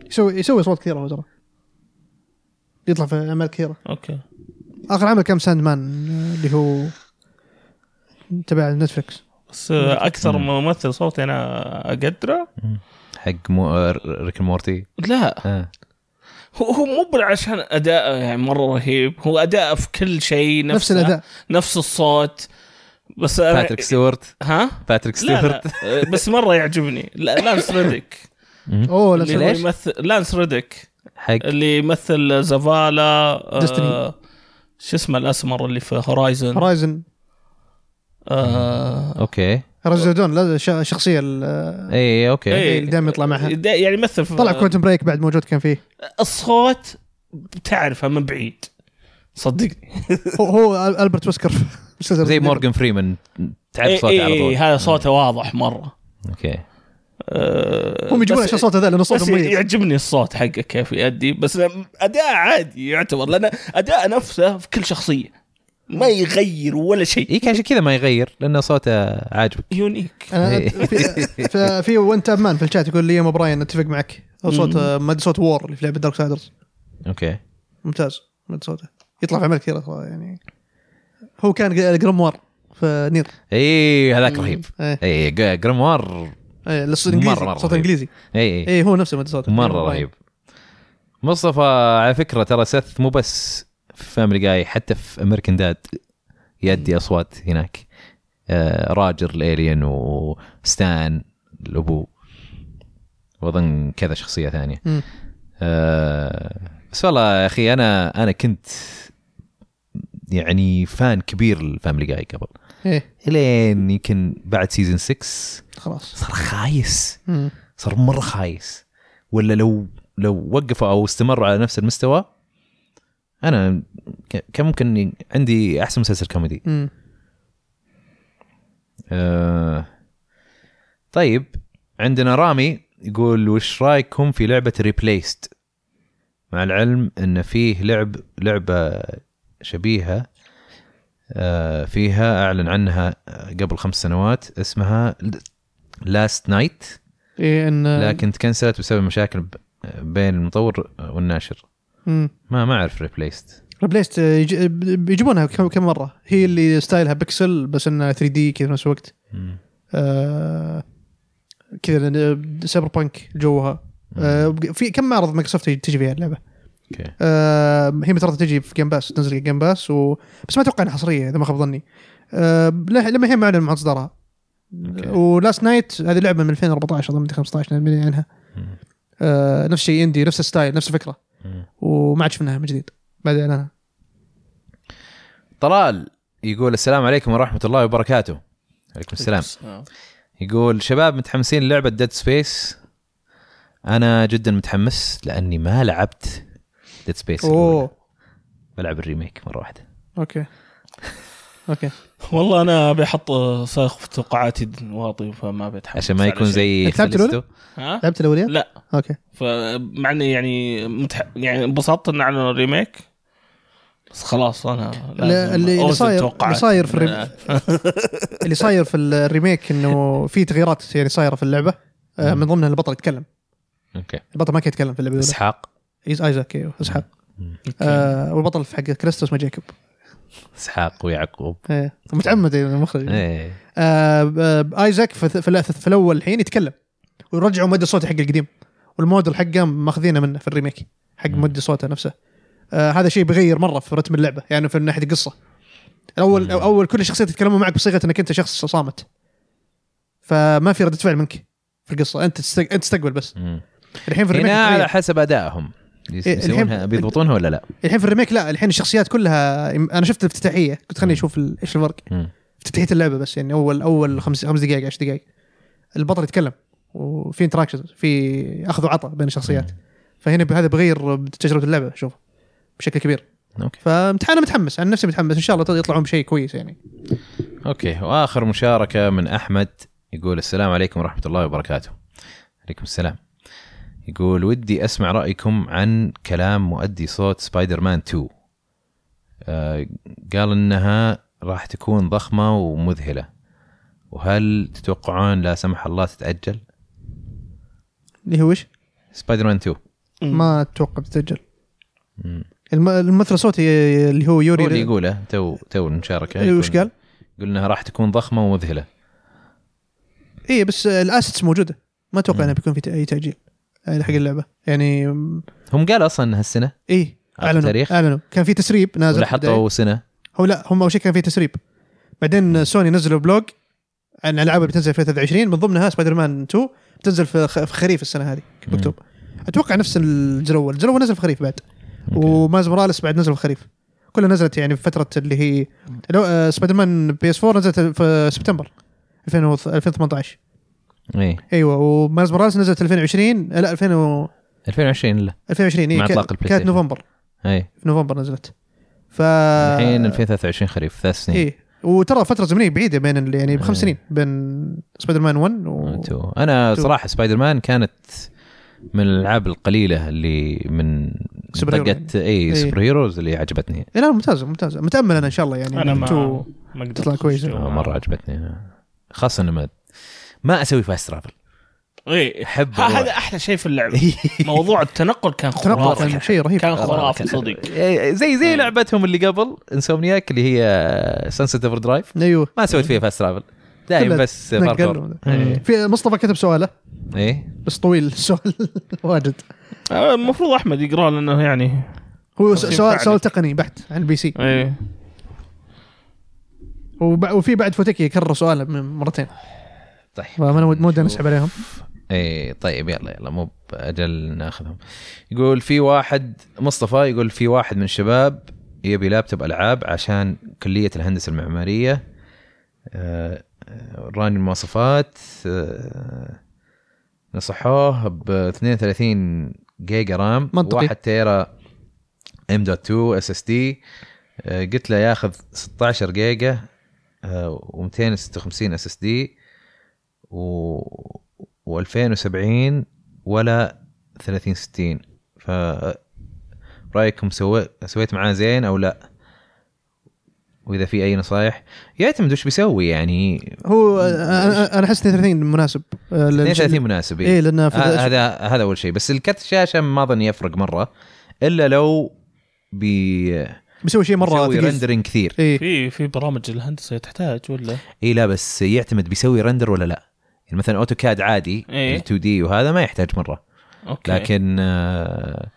B: يسوي يسوي اصوات كثيره هو ترى يطلع في اعمال كثيره
C: اوكي
B: اخر عمل كان ساند مان اللي هو تبع نتفلكس
C: بس آه، اكثر
A: مم.
C: ممثل صوتي انا اقدره
A: حق مو... آه، ريك أند مورتي
C: لا
A: آه.
C: هو هو مو بل عشان اداءه يعني مره رهيب هو اداءه في كل شيء نفس
B: نفس الاداء
C: نفس الصوت بس أنا-
A: باتريك ستيوارت
C: ها
A: باتريك
C: لا, لا
A: ستيوارت
C: آه، بس مره يعجبني لا- لانس ريديك
B: اوه نفس
C: اللي
B: الاداء
A: ليش؟
C: يمثل لانس ريديك
A: حق
C: اللي يمثل زفالا آه
B: Destiny.
C: شو اسمه الاسمر اللي في هورايزن
B: هورايزن
C: آه
A: اوكي
B: هورايزن دون لا ش- شخصيه ال-
A: اي اوكي
C: إيه.
B: اللي دائما يطلع معها
C: دا- يعني يمثل في
A: آه.
B: طلع كوينتن بريك بعد موجود كان فيه
C: الصوت بتعرفه من بعيد صدقني
B: هو, هو أل- البرت ويسكر في مسلسل
A: زي
B: دينيرو.
A: مورجان فريمان تعرف
C: اي
A: صوت على
C: إيه
A: طول
C: هذا صوته واضح مره
A: اوكي
C: آه،
B: هم يجيبون
C: بس-
B: عشان صوته ذا لانه
C: بس
B: صوته
A: يعني-
B: مميز
C: يعجبني الصوت حقه كيف يؤدي بس اداء عادي يعتبر لان اداء نفسه في كل شخصيه ما يغير ولا شيء
A: اي إيه، كان عشان كذا ما يغير لانه صوته عاجبك إيه.
C: يونيك
B: انا آه، في- في في وان تاب مان في الشات يقول لي براين اتفق معك هو صوت ما أدري صوت وور اللي في لعبه دارك سايدرز
A: اوكي
B: ممتاز ما أدري صوته يطلع في اعمال كثيره ترى يعني هو كان جرموار في نير
A: اي هذاك رهيب
B: إيه.
A: اي جا- جريموار
B: اي الصوت
A: مرة-
B: انجليزي
A: مرة
B: صوت
A: رهيب.
B: انجليزي
A: اي اي
B: اي إيه، هو نفسه ما أدري صوته إيه،
A: مره رهيب مصطفى على فكره ترى سث مو بس في فاميلي جاي حتى في امريكان داد يأدي اصوات هناك آه راجر الالين وستان الابو واظن كذا شخصيه ثانيه
B: مم.
A: آه، بس والله يا اخي انا انا كنت يعني فان كبير للفاميلي جاي قبل
B: ايه
A: الين يمكن بعد سيزون 6
B: خلاص
A: صار خايس
B: مم.
A: صار مره خايس ولا لو لو وقفوا او استمروا على نفس المستوى انا ك- كان ممكن إني عندي احسن مسلسل كوميدي
B: مم.
A: آه طيب عندنا رامي يقول وش رايكم في لعبه ريبليست مع العلم ان فيه لعب لعبه شبيهه آه فيها اعلن عنها قبل خمس سنوات اسمها لاست نايت
B: ايه ان
A: لكن تكنسلت بسبب مشاكل ب- بين المطور والناشر
B: مم.
A: ما ما اعرف ريبليست
B: ريبليست آه، يج- يجيبونها كم كم مره هي اللي ستايلها بيكسل بس انها 3 دي كذا في نفس الوقت آه، كذا لأن- سايبر بانك جوها آه، في كم معرض مايكروسوفت تجي فيها اللعبه
A: اوكي
B: آه، هي مفترض تجي في جيم باس تنزل جيم باس و... بس ما اتوقع انها حصريه اذا ما خاب ظني آه، لح- لما الحين ما اعلنوا عن اصدارها
A: أوكي.
B: ولاست نايت هذه لعبه من 2014 اظن 2015 لما أعلنوا عنها
A: مم.
B: آه، نفس الشيء اندي نفس الستايل نفس الفكره
A: مم.
B: وما عاد شفناها من جديد بعد اعلانها
A: طلال يقول السلام عليكم ورحمه الله وبركاته عليكم السلام يقول شباب متحمسين للعبه ديد سبيس انا جدا متحمس لاني ما لعبت ديد سبيس
B: اوه
A: بلعب الريميك مره واحده
B: اوكي اوكي
C: والله انا ابي احط صاخ في توقعاتي واطي فما بتحمس
A: عشان ما
C: على
A: يكون
C: شيء.
A: زي
B: أنت لعبت الأولى؟
A: فلستو.
C: ها
B: لعبت الاوليه؟
C: لا
B: اوكي
C: فمع اني يعني متح... يعني انبسطت انه عن الريميك بس خلاص انا لازم
B: لا، اللي اللي
C: أوزن
B: صاير اللي
C: توقعاتي.
B: صاير في الريم... اللي صاير في الريميك انه في تغييرات يعني صايره في اللعبه آه، من ضمنها البطل يتكلم
A: اوكي
B: البطل ما كان يتكلم في اللعبه الاولى
A: اسحاق
B: إيز- ايزاك ايوه اسحاق
C: أوكي.
B: آه والبطل في حق كريستوس اسمه جاكوب
A: اسحاق ويعقوب
B: إيه، متعمد يعني المخرج
C: إيه.
A: ايه
B: آه ب- ايزاك في, في, الأ- في الاول الحين يتكلم ورجعوا مودي صوته حق القديم والموديل حقه ماخذينه منه في الريميك حق مودي صوته نفسه آه هذا شيء بيغير مره في رتم اللعبه يعني في ناحيه القصه الاول اول كل الشخصيات يتكلمون معك بصيغه انك انت شخص صامت فما في رده فعل منك في القصه انت تستق... انت تستقبل بس
A: مم.
B: الحين في الريميك
A: إيه. هنا على
B: تغير.
A: حسب ادائهم يس-
B: إيه، الحين-
A: يسوونها بيضبطونها ولا لا؟
B: الحين في الريميك لا الحين الشخصيات كلها انا شفت الافتتاحيه قلت خليني اشوف ال- ايش الفرق
A: مم.
B: افتتاحيه اللعبه بس يعني اول اول خمس خمس دقائق عشر دقائق البطل يتكلم وفي انتراكشن في اخذ وعطاء بين الشخصيات فهنا هذا بغير تجربه اللعبه شوف بشكل كبير
A: اوكي
B: فانا متحمس عن نفسي متحمس ان شاء الله يطلعون بشيء كويس يعني
A: اوكي واخر مشاركه من احمد يقول السلام عليكم ورحمه الله وبركاته. عليكم السلام. يقول ودي اسمع رايكم عن كلام مؤدي صوت سبايدر مان 2. آه، قال انها راح تكون ضخمه ومذهله. وهل تتوقعون لا سمح الله تتاجل؟
B: اللي هو ايش؟
A: سبايدر مان 2
C: مم.
B: ما اتوقع بتتاجل الم- الممثل الصوتي اللي هو
A: هو
B: يوري
A: اللي يقوله تو تو المشاركه
B: إيه، وش
A: يقول-
B: قال؟
A: يقول انها راح تكون ضخمه ومذهله
B: اي إيه، بس الاسيتس موجوده ما اتوقع
A: مم.
B: انه بيكون في ت- اي تاجيل يعني حق اللعبه يعني م-
A: هم قالوا اصلا انها السنه
B: اي
A: عرفت
B: اعلنوا
A: التاريخ؟
B: اعلنوا كان في تسريب نازل
A: ولا
B: في البداية.
A: حطوا سنه
B: هو لا هم اول شيء كان في تسريب بعدين سوني نزلوا بلوج عن الالعاب اللي بتنزل في 2023 من ضمنها سبايدر مان 2 بتنزل في خ- في خريف السنه هذه مكتوب اتوقع نفس الجزء الاول الجزء الاول نزل في خريف بعد
A: أوكي.
B: وماز موراليس بعد نزل في الخريف كلها نزلت يعني في فتره اللي هي لو آه، سبايدر مان بي اس 4 نزلت في سبتمبر 2018
A: ايه
B: ايوه وماز موراليس نزلت 2020 لا 2000 و...
A: 2020 لا إيه.
B: 2020 إيه،
A: مع
B: كا-
A: إطلاق البلاي
B: كانت
A: ستيشن.
B: نوفمبر
A: اي
B: في نوفمبر نزلت ف
A: الحين 2023 خريف ثلاث سنين
B: ايه وترى فتره زمنيه بعيده بين ال- يعني بخمس
A: إيه.
B: سنين بين سبايدر مان 1 و
A: تو. انا
B: تو.
A: صراحه سبايدر مان كانت من الالعاب القليله اللي من
B: سوبر هيرو
A: طقت اي سوبر هيروز اللي عجبتني
B: إيه، لا ممتازه ممتازه متامل انا ان شاء الله يعني
C: انا ما
B: تو-
C: ما قدرت
B: تطلع كويسة.
A: آه، مره عجبتني خاصه لما ما اسوي فاست ترافل
C: ايه
A: احب
C: ها-
A: أروح.
C: هذا احلى شيء في اللعبه موضوع التنقل كان
B: تنقل
C: خرافي
B: كان شيء رهيب
C: كان
A: والله
C: خرافي
A: أه، كان-
C: صدق
A: إيه، زي زي لعبتهم اللي قبل انسومنياك اللي هي سانسيت اوفر درايف
B: ايوه
A: ما سويت فيها فاست ترافل دائما
B: كلها
A: بس
B: تنقل.
A: باركور إيه.
B: في مصطفى كتب سؤاله
A: ايه
B: بس طويل السؤال واجد
C: آه، المفروض احمد يقرا لانه يعني
B: هو
C: طيب،
B: سؤال
C: فعلا.
B: سؤال تقني بحت عن البي سي
C: ايه
B: وب- وفي بعد فوتيكي كرر سؤاله من- مرتين
A: طيب
B: فانا مو- مو ودي نسحب عليهم
A: ايه طيب يلا يلا مو باجل ناخذهم يقول في واحد مصطفى يقول في واحد من الشباب يبي لابتوب العاب عشان كليه الهندسه المعماريه آه، آه، راني المواصفات آه، نصحوه ب 32 جيجا رام
B: منطقي.
A: 1 تيرا ام دوت 2 اس اس دي آه، قلت له ياخذ 16 جيجا آه، و256 اس اس دي و و2070 ولا 30 60 ف رايكم سوي... سويت معاه زين او لا واذا في اي نصايح يعتمد وش بيسوي يعني
B: هو أنا- انا أنا احس 32 مناسب آه، لل-
A: 32 مناسب إيه.
B: ايه لانه في
A: ه- هذا هذا اول شيء بس الكرت الشاشه ما اظن يفرق مره الا لو بي
B: بيسوي شيء مره
A: بيسوي
B: ثقيل
A: رندرنج كثير
B: ايه
C: في في برامج الهندسه تحتاج ولا
A: اي لا بس يعتمد بيسوي رندر ولا لا يعني مثلا اوتوكاد عادي
C: إيه.
A: 2 دي وهذا ما يحتاج مره
C: اوكي
A: لكن آه،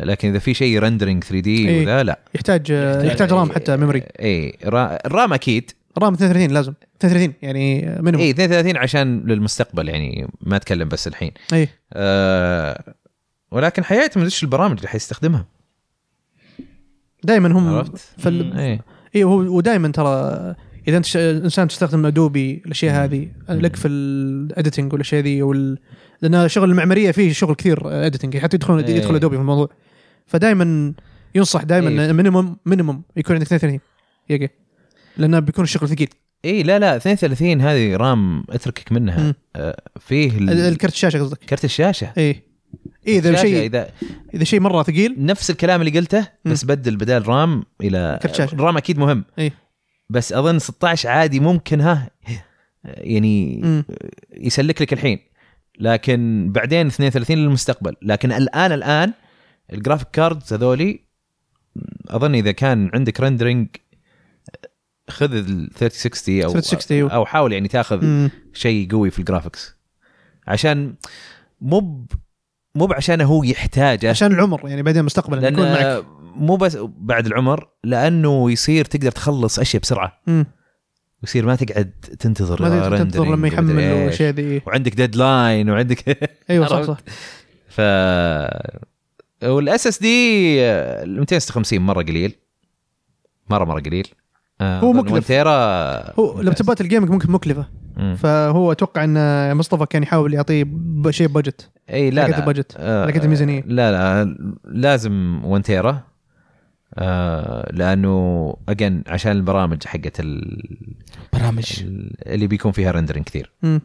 A: لكن اذا في شيء رندرنج 3 دي
B: إيه.
A: وذا لا
B: يحتاج آه،
C: يحتاج- إيه،
B: يحتاج رام حتى ميموري
A: اي را- الرام اكيد
B: رام 32 لازم 32 يعني مينيموم
A: اي 32 إيه، عشان للمستقبل يعني ما اتكلم بس الحين
B: اي
A: آه ولكن حيعتمد ايش البرامج اللي حيستخدمها
B: دائما هم
A: عرفت؟ إيه.
B: فال...
C: مم.
A: اي
B: اي هو- ودائما ترى اذا انت ش... انسان تستخدم ادوبي الاشياء هذه لك في الاديتنج والاشياء ذي وال... لان شغل المعماريه فيه شغل كثير اديتنج حتى يدخل
A: إيه.
B: يدخل ادوبي في الموضوع فدائما ينصح دائما
A: إيه.
B: مينيموم مينيموم يكون عندك 32 يجي لانه بيكون الشغل ثقيل
A: اي إيه، لا لا 32 هذه رام اتركك منها
B: مم.
A: آه فيه
B: ال-
A: ال-
B: الكرت الشاشه قصدك
A: كرت الشاشه
B: اي اي اذا
A: الشاشة
B: شيء
A: اذا
B: اذا شيء مره ثقيل
A: نفس الكلام اللي قلته بس بدل بدال رام الى
B: كرت شاشة.
A: رام اكيد مهم
B: إيه.
A: بس اظن 16 عادي ممكن ها يعني
B: مم.
A: يسلك لك الحين لكن بعدين 32 للمستقبل لكن الان الان الجرافيك كاردز هذولي اظن اذا كان عندك رندرنج خذ ال 3060 او
B: 3060 أيوه.
A: او حاول يعني تاخذ
B: مم.
A: شيء قوي في الجرافيكس عشان مو ب- مو ب- عشان هو يحتاجه
B: عشان العمر يعني بعدين مستقبلا
A: لأن
B: يكون معك
A: مو بس بعد العمر لانه يصير تقدر تخلص اشياء بسرعه
B: مم.
A: ويصير ما تقعد تنتظر
B: ما تدري تنتظر
A: rendering
B: لما
A: ومدري
B: يحمل
A: إيش.
B: والاشياء ذي
A: وعندك ديدلاين وعندك
B: ايوه صح
A: عرفت؟
B: صح
A: ف والاس اس دي 256 مره قليل مره مره قليل آه،
B: هو
A: أظن
B: مكلف.
A: 1 تيرا
B: هو لابتوبات الجيمنج ممكن مكلفه
A: مم.
B: فهو اتوقع ان مصطفى كان يحاول يعطيه ب- شيء بجت
A: اي لا
B: حقت
A: لا
B: البجت،
A: آه،
B: حقت الميزانية.
A: لا لا لازم 1 تيرا آه، لانه اجن عشان البرامج حقت ال-
C: برامج
A: ال- اللي بيكون فيها رندرنج كثير
B: مم.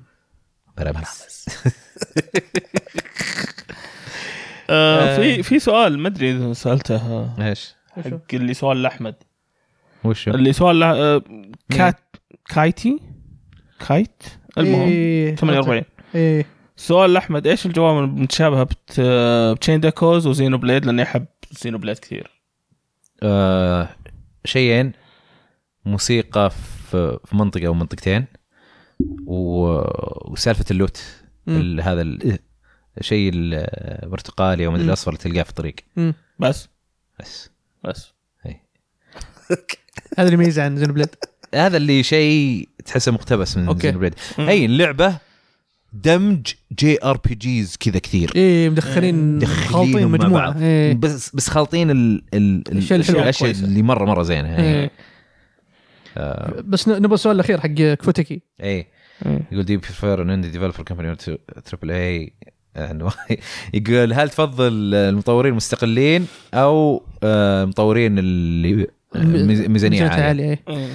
A: برامج
C: آه،
B: أه.
C: في في سؤال ما ادري اذا سالته آه،
A: ايش
C: حق اللي سؤال لاحمد
A: وش
C: اللي سؤال له- آه، كات كايتي كايت المهم
B: إيه.
C: 48
B: ايه
C: سؤال لاحمد ايش الجوامع المتشابهه بت- بتشين ديكوز وزينو بليد لاني احب زينو بليد كثير
A: آه شيئين موسيقى في في منطقه او منطقتين و- وسالفه اللوت
B: مم.
A: ال- هذا ال- الشيء البرتقالي او مدري
B: مم.
A: الاصفر اللي تلقاه في الطريق
B: مم.
C: بس
A: بس
C: بس
B: هذا اللي يميزه عن زينو بليد
A: هذا اللي شيء تحسه مقتبس من
B: أوكي.
A: زينوبليد هي اللعبه دمج جي ار بي جيز كذا كثير
B: اي إيه،
A: آه،
B: مدخلين خالطين
A: دخلينهم مع بعض.
B: مجموعه اي
A: بس بس خالطين ال ال ال-
B: إيه. الأشياء الحلوة
A: الاشياء
B: الكويسة.
A: اللي مره مره زينه يعني
B: إيه. آه. بس ن- نبغى السؤال الاخير حق كفوتكي
A: اي يقول دي بريفير ان اندي ديفلوبر كمباني تربل اي يقول هل تفضل المطورين المستقلين او آه، المطورين اللي آه، ميز- ميزانيه عاليه
B: عاليه إيه.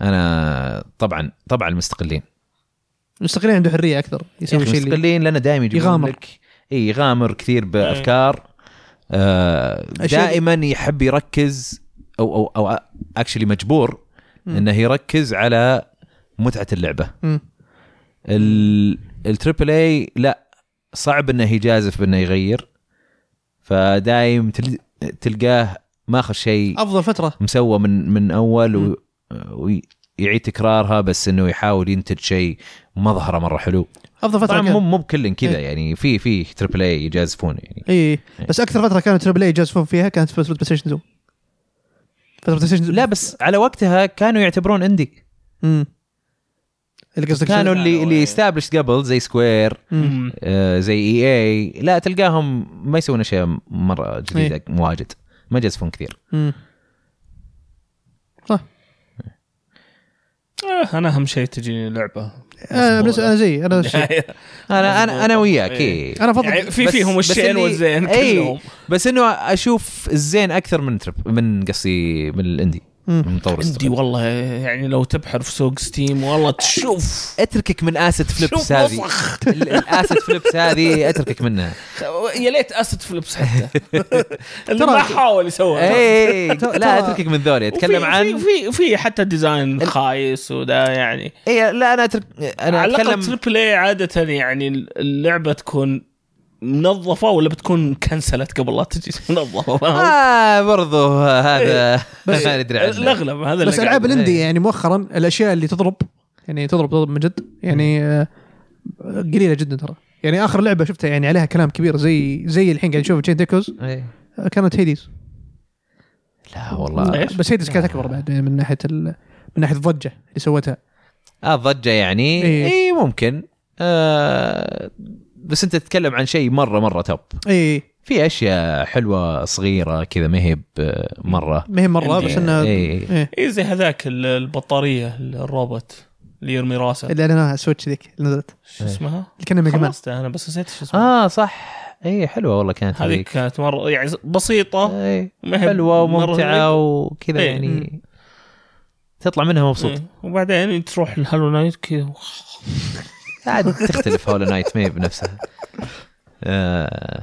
A: انا طبعا طبعا المستقلين
B: المستقلين عنده حريه اكثر يسوي شيء اللي
A: المستقلين لانه دائما يجيبون
B: يغامر.
A: لك اي يغامر كثير بافكار آه،
B: أشياء-
A: دائما يحب يركز او او او اكشلي مجبور
B: مم.
A: انه يركز على متعه اللعبه
B: مم.
A: ال- التريبل اي لا صعب انه يجازف بانه يغير فدايم تل- تلقاه ماخذ شيء
B: افضل فتره
A: مسوى من من اول
B: مم.
A: و- ويعيد تكرارها بس انه يحاول ينتج شيء مظهره مره حلو
B: افضل فتره
A: طبعا
B: كان.
A: مو مو بكل كذا
B: إيه.
A: يعني في في تريبل اي يجازفون يعني
B: اي إيه. بس اكثر فتره كانوا تربل اي يجازفون فيها كانت في فتره بلاي ستيشن 2 فتره بلاي ستيشن
A: لا بس على وقتها كانوا يعتبرون اندي
B: امم اللي قصدك
A: كانوا
B: كانوا
A: اللي اللي استابلش قبل زي سكوير
C: مم.
A: آه، زي اي اي لا تلقاهم ما يسوون اشياء مره جديده
C: إيه.
A: مواجد ما يجازفون كثير
C: آه، انا اهم شيء تجيني لعبه
B: انا بس انا زي انا نفس الشيء.
C: آه،
A: انا انا انا وياك
C: إيه.
A: إيه.
B: انا
C: يعني
B: افضل
C: في
A: بس-
C: فيهم
A: بس
C: الشين
A: اللي-
C: والزين
A: إيه.
C: كلهم
A: بس انه اشوف الزين اكثر من ترب من قصدي من الاندي
B: مم.
A: من مطور
C: عندي
A: استوديو.
C: والله يعني لو تبحر في سوق ستيم والله تشوف
A: اتركك من اسد فليبس
C: شوف
A: هذه ال- الاسد فليبس هذه اتركك منها
C: يا ليت اسد فليبس حتى اللي
B: ترى-
C: ما حاول يسوي
A: اي إيه، لا
B: ترى-
A: اتركك من ذولي اتكلم
C: في
A: عن
C: في في حتى ديزاين خايس وده يعني
A: اي إيه، لا انا اترك انا
C: على الاقل
A: اتكلم
C: تريبل اي عاده يعني اللعبه تكون منظفه ولا بتكون كنسلت قبل لا تجي منظفه فاهم؟
A: آه برضو
C: إيه.
A: هذا
B: بس-
A: ما ندري عنه
C: الاغلب إيه، هذا
B: بس
C: اللي
B: العاب
C: قاعد-
B: الاندي
A: إيه.
B: يعني مؤخرا الاشياء اللي تضرب يعني تضرب تضرب من جد يعني آه، قليله جدا ترى يعني اخر لعبه شفتها يعني عليها كلام كبير زي زي الحين قاعد نشوف تشين ديكوز
A: إيه.
B: آه، كانت هيديز
A: لا والله
C: إيش؟
B: بس هيديز كانت اكبر بعد يعني من ناحيه ال... من ناحيه الضجه اللي سوتها
A: اه ضجه يعني
B: إيه.
A: اي ممكن آه بس انت تتكلم عن شيء مره مره توب
B: اي
A: في اشياء حلوه صغيره كذا ما هي ب- مره
B: ما هي مره
C: إندي.
B: بس انها
A: إيه.
B: إيه.
C: اي زي هذاك ال- البطاريه الروبوت اللي يرمي راسه
B: اللي اعلنوها سويتش ذيك اللي نزلت
C: شو اسمها؟
B: اللي كنا ميجا مان
C: خلصتها انا بس نسيت شو
B: آه.
C: اسمها
A: اه صح اي حلوه والله كانت
C: هذيك كانت مره يعني بسيطه
A: إيه.
C: ما هي
A: حلوه
C: مرة
A: وممتعه وكذا
C: إيه.
A: يعني تطلع منها مبسوط
C: إيه. وبعدين تروح الهالو نايت كذا
A: عاد تختلف هولو نايت ما هي بنفسها آه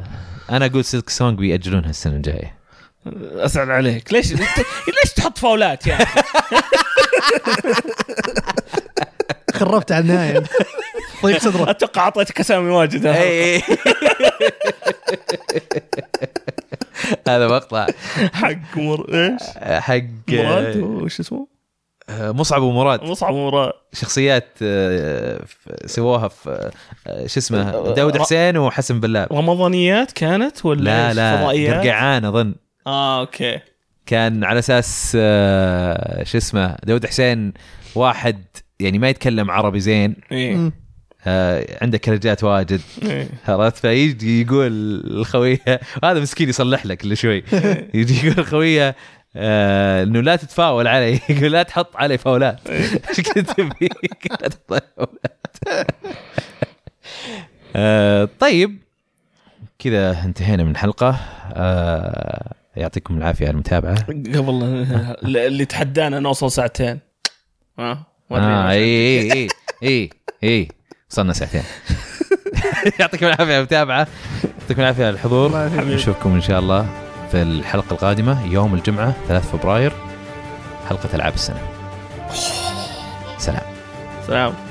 A: انا اقول سلك سونج بيأجلونها السنه الجايه
C: اسعد عليك ليش أنت- ليش تحط فاولات يعني؟ يا اخي؟
B: خربت على النهايه طيب صدره
C: اتوقع اعطيتك اسامي واجد ها؟
A: اي هذا مقطع
C: حق مر... ايش؟
A: حق آه،
C: مراد وش اسمه؟
A: مصعب ومراد
C: مصعب مراد
A: شخصيات آه، ف- سووها في آه، شو اسمه داود حسين وحسن بلال
C: رمضانيات كانت ولا
A: لا
C: إيش؟
A: لا
C: فضائيات؟
A: قرقعان اظن
C: اه اوكي
A: كان على اساس آه، شو اسمه داود حسين واحد يعني ما يتكلم عربي زين
C: ايه
B: مم.
A: آه، عنده كرجات واجد
C: إيه.
A: عرفت فيجي يقول الخويه هذا مسكين يصلح لك كل شوي يجي يقول الخويه آه انه لا تتفاول علي يقول لا تحط علي فاولات ايش كنت تبي؟ لا تحط علي فاولات آه طيب كذا انتهينا من الحلقه آه يعطيكم العافيه على المتابعه
C: قبل ل- اللي تحدانا نوصل ساعتين ها
A: اه اي اي اي اي اي إيه، وصلنا ساعتين يعطيكم العافيه على المتابعه يعطيكم العافيه على
B: الله
A: الحضور
B: يعافيك.
A: نشوفكم ان شاء الله في الحلقه القادمه يوم الجمعه 3 فبراير حلقه العاب السنه سلام
C: سلام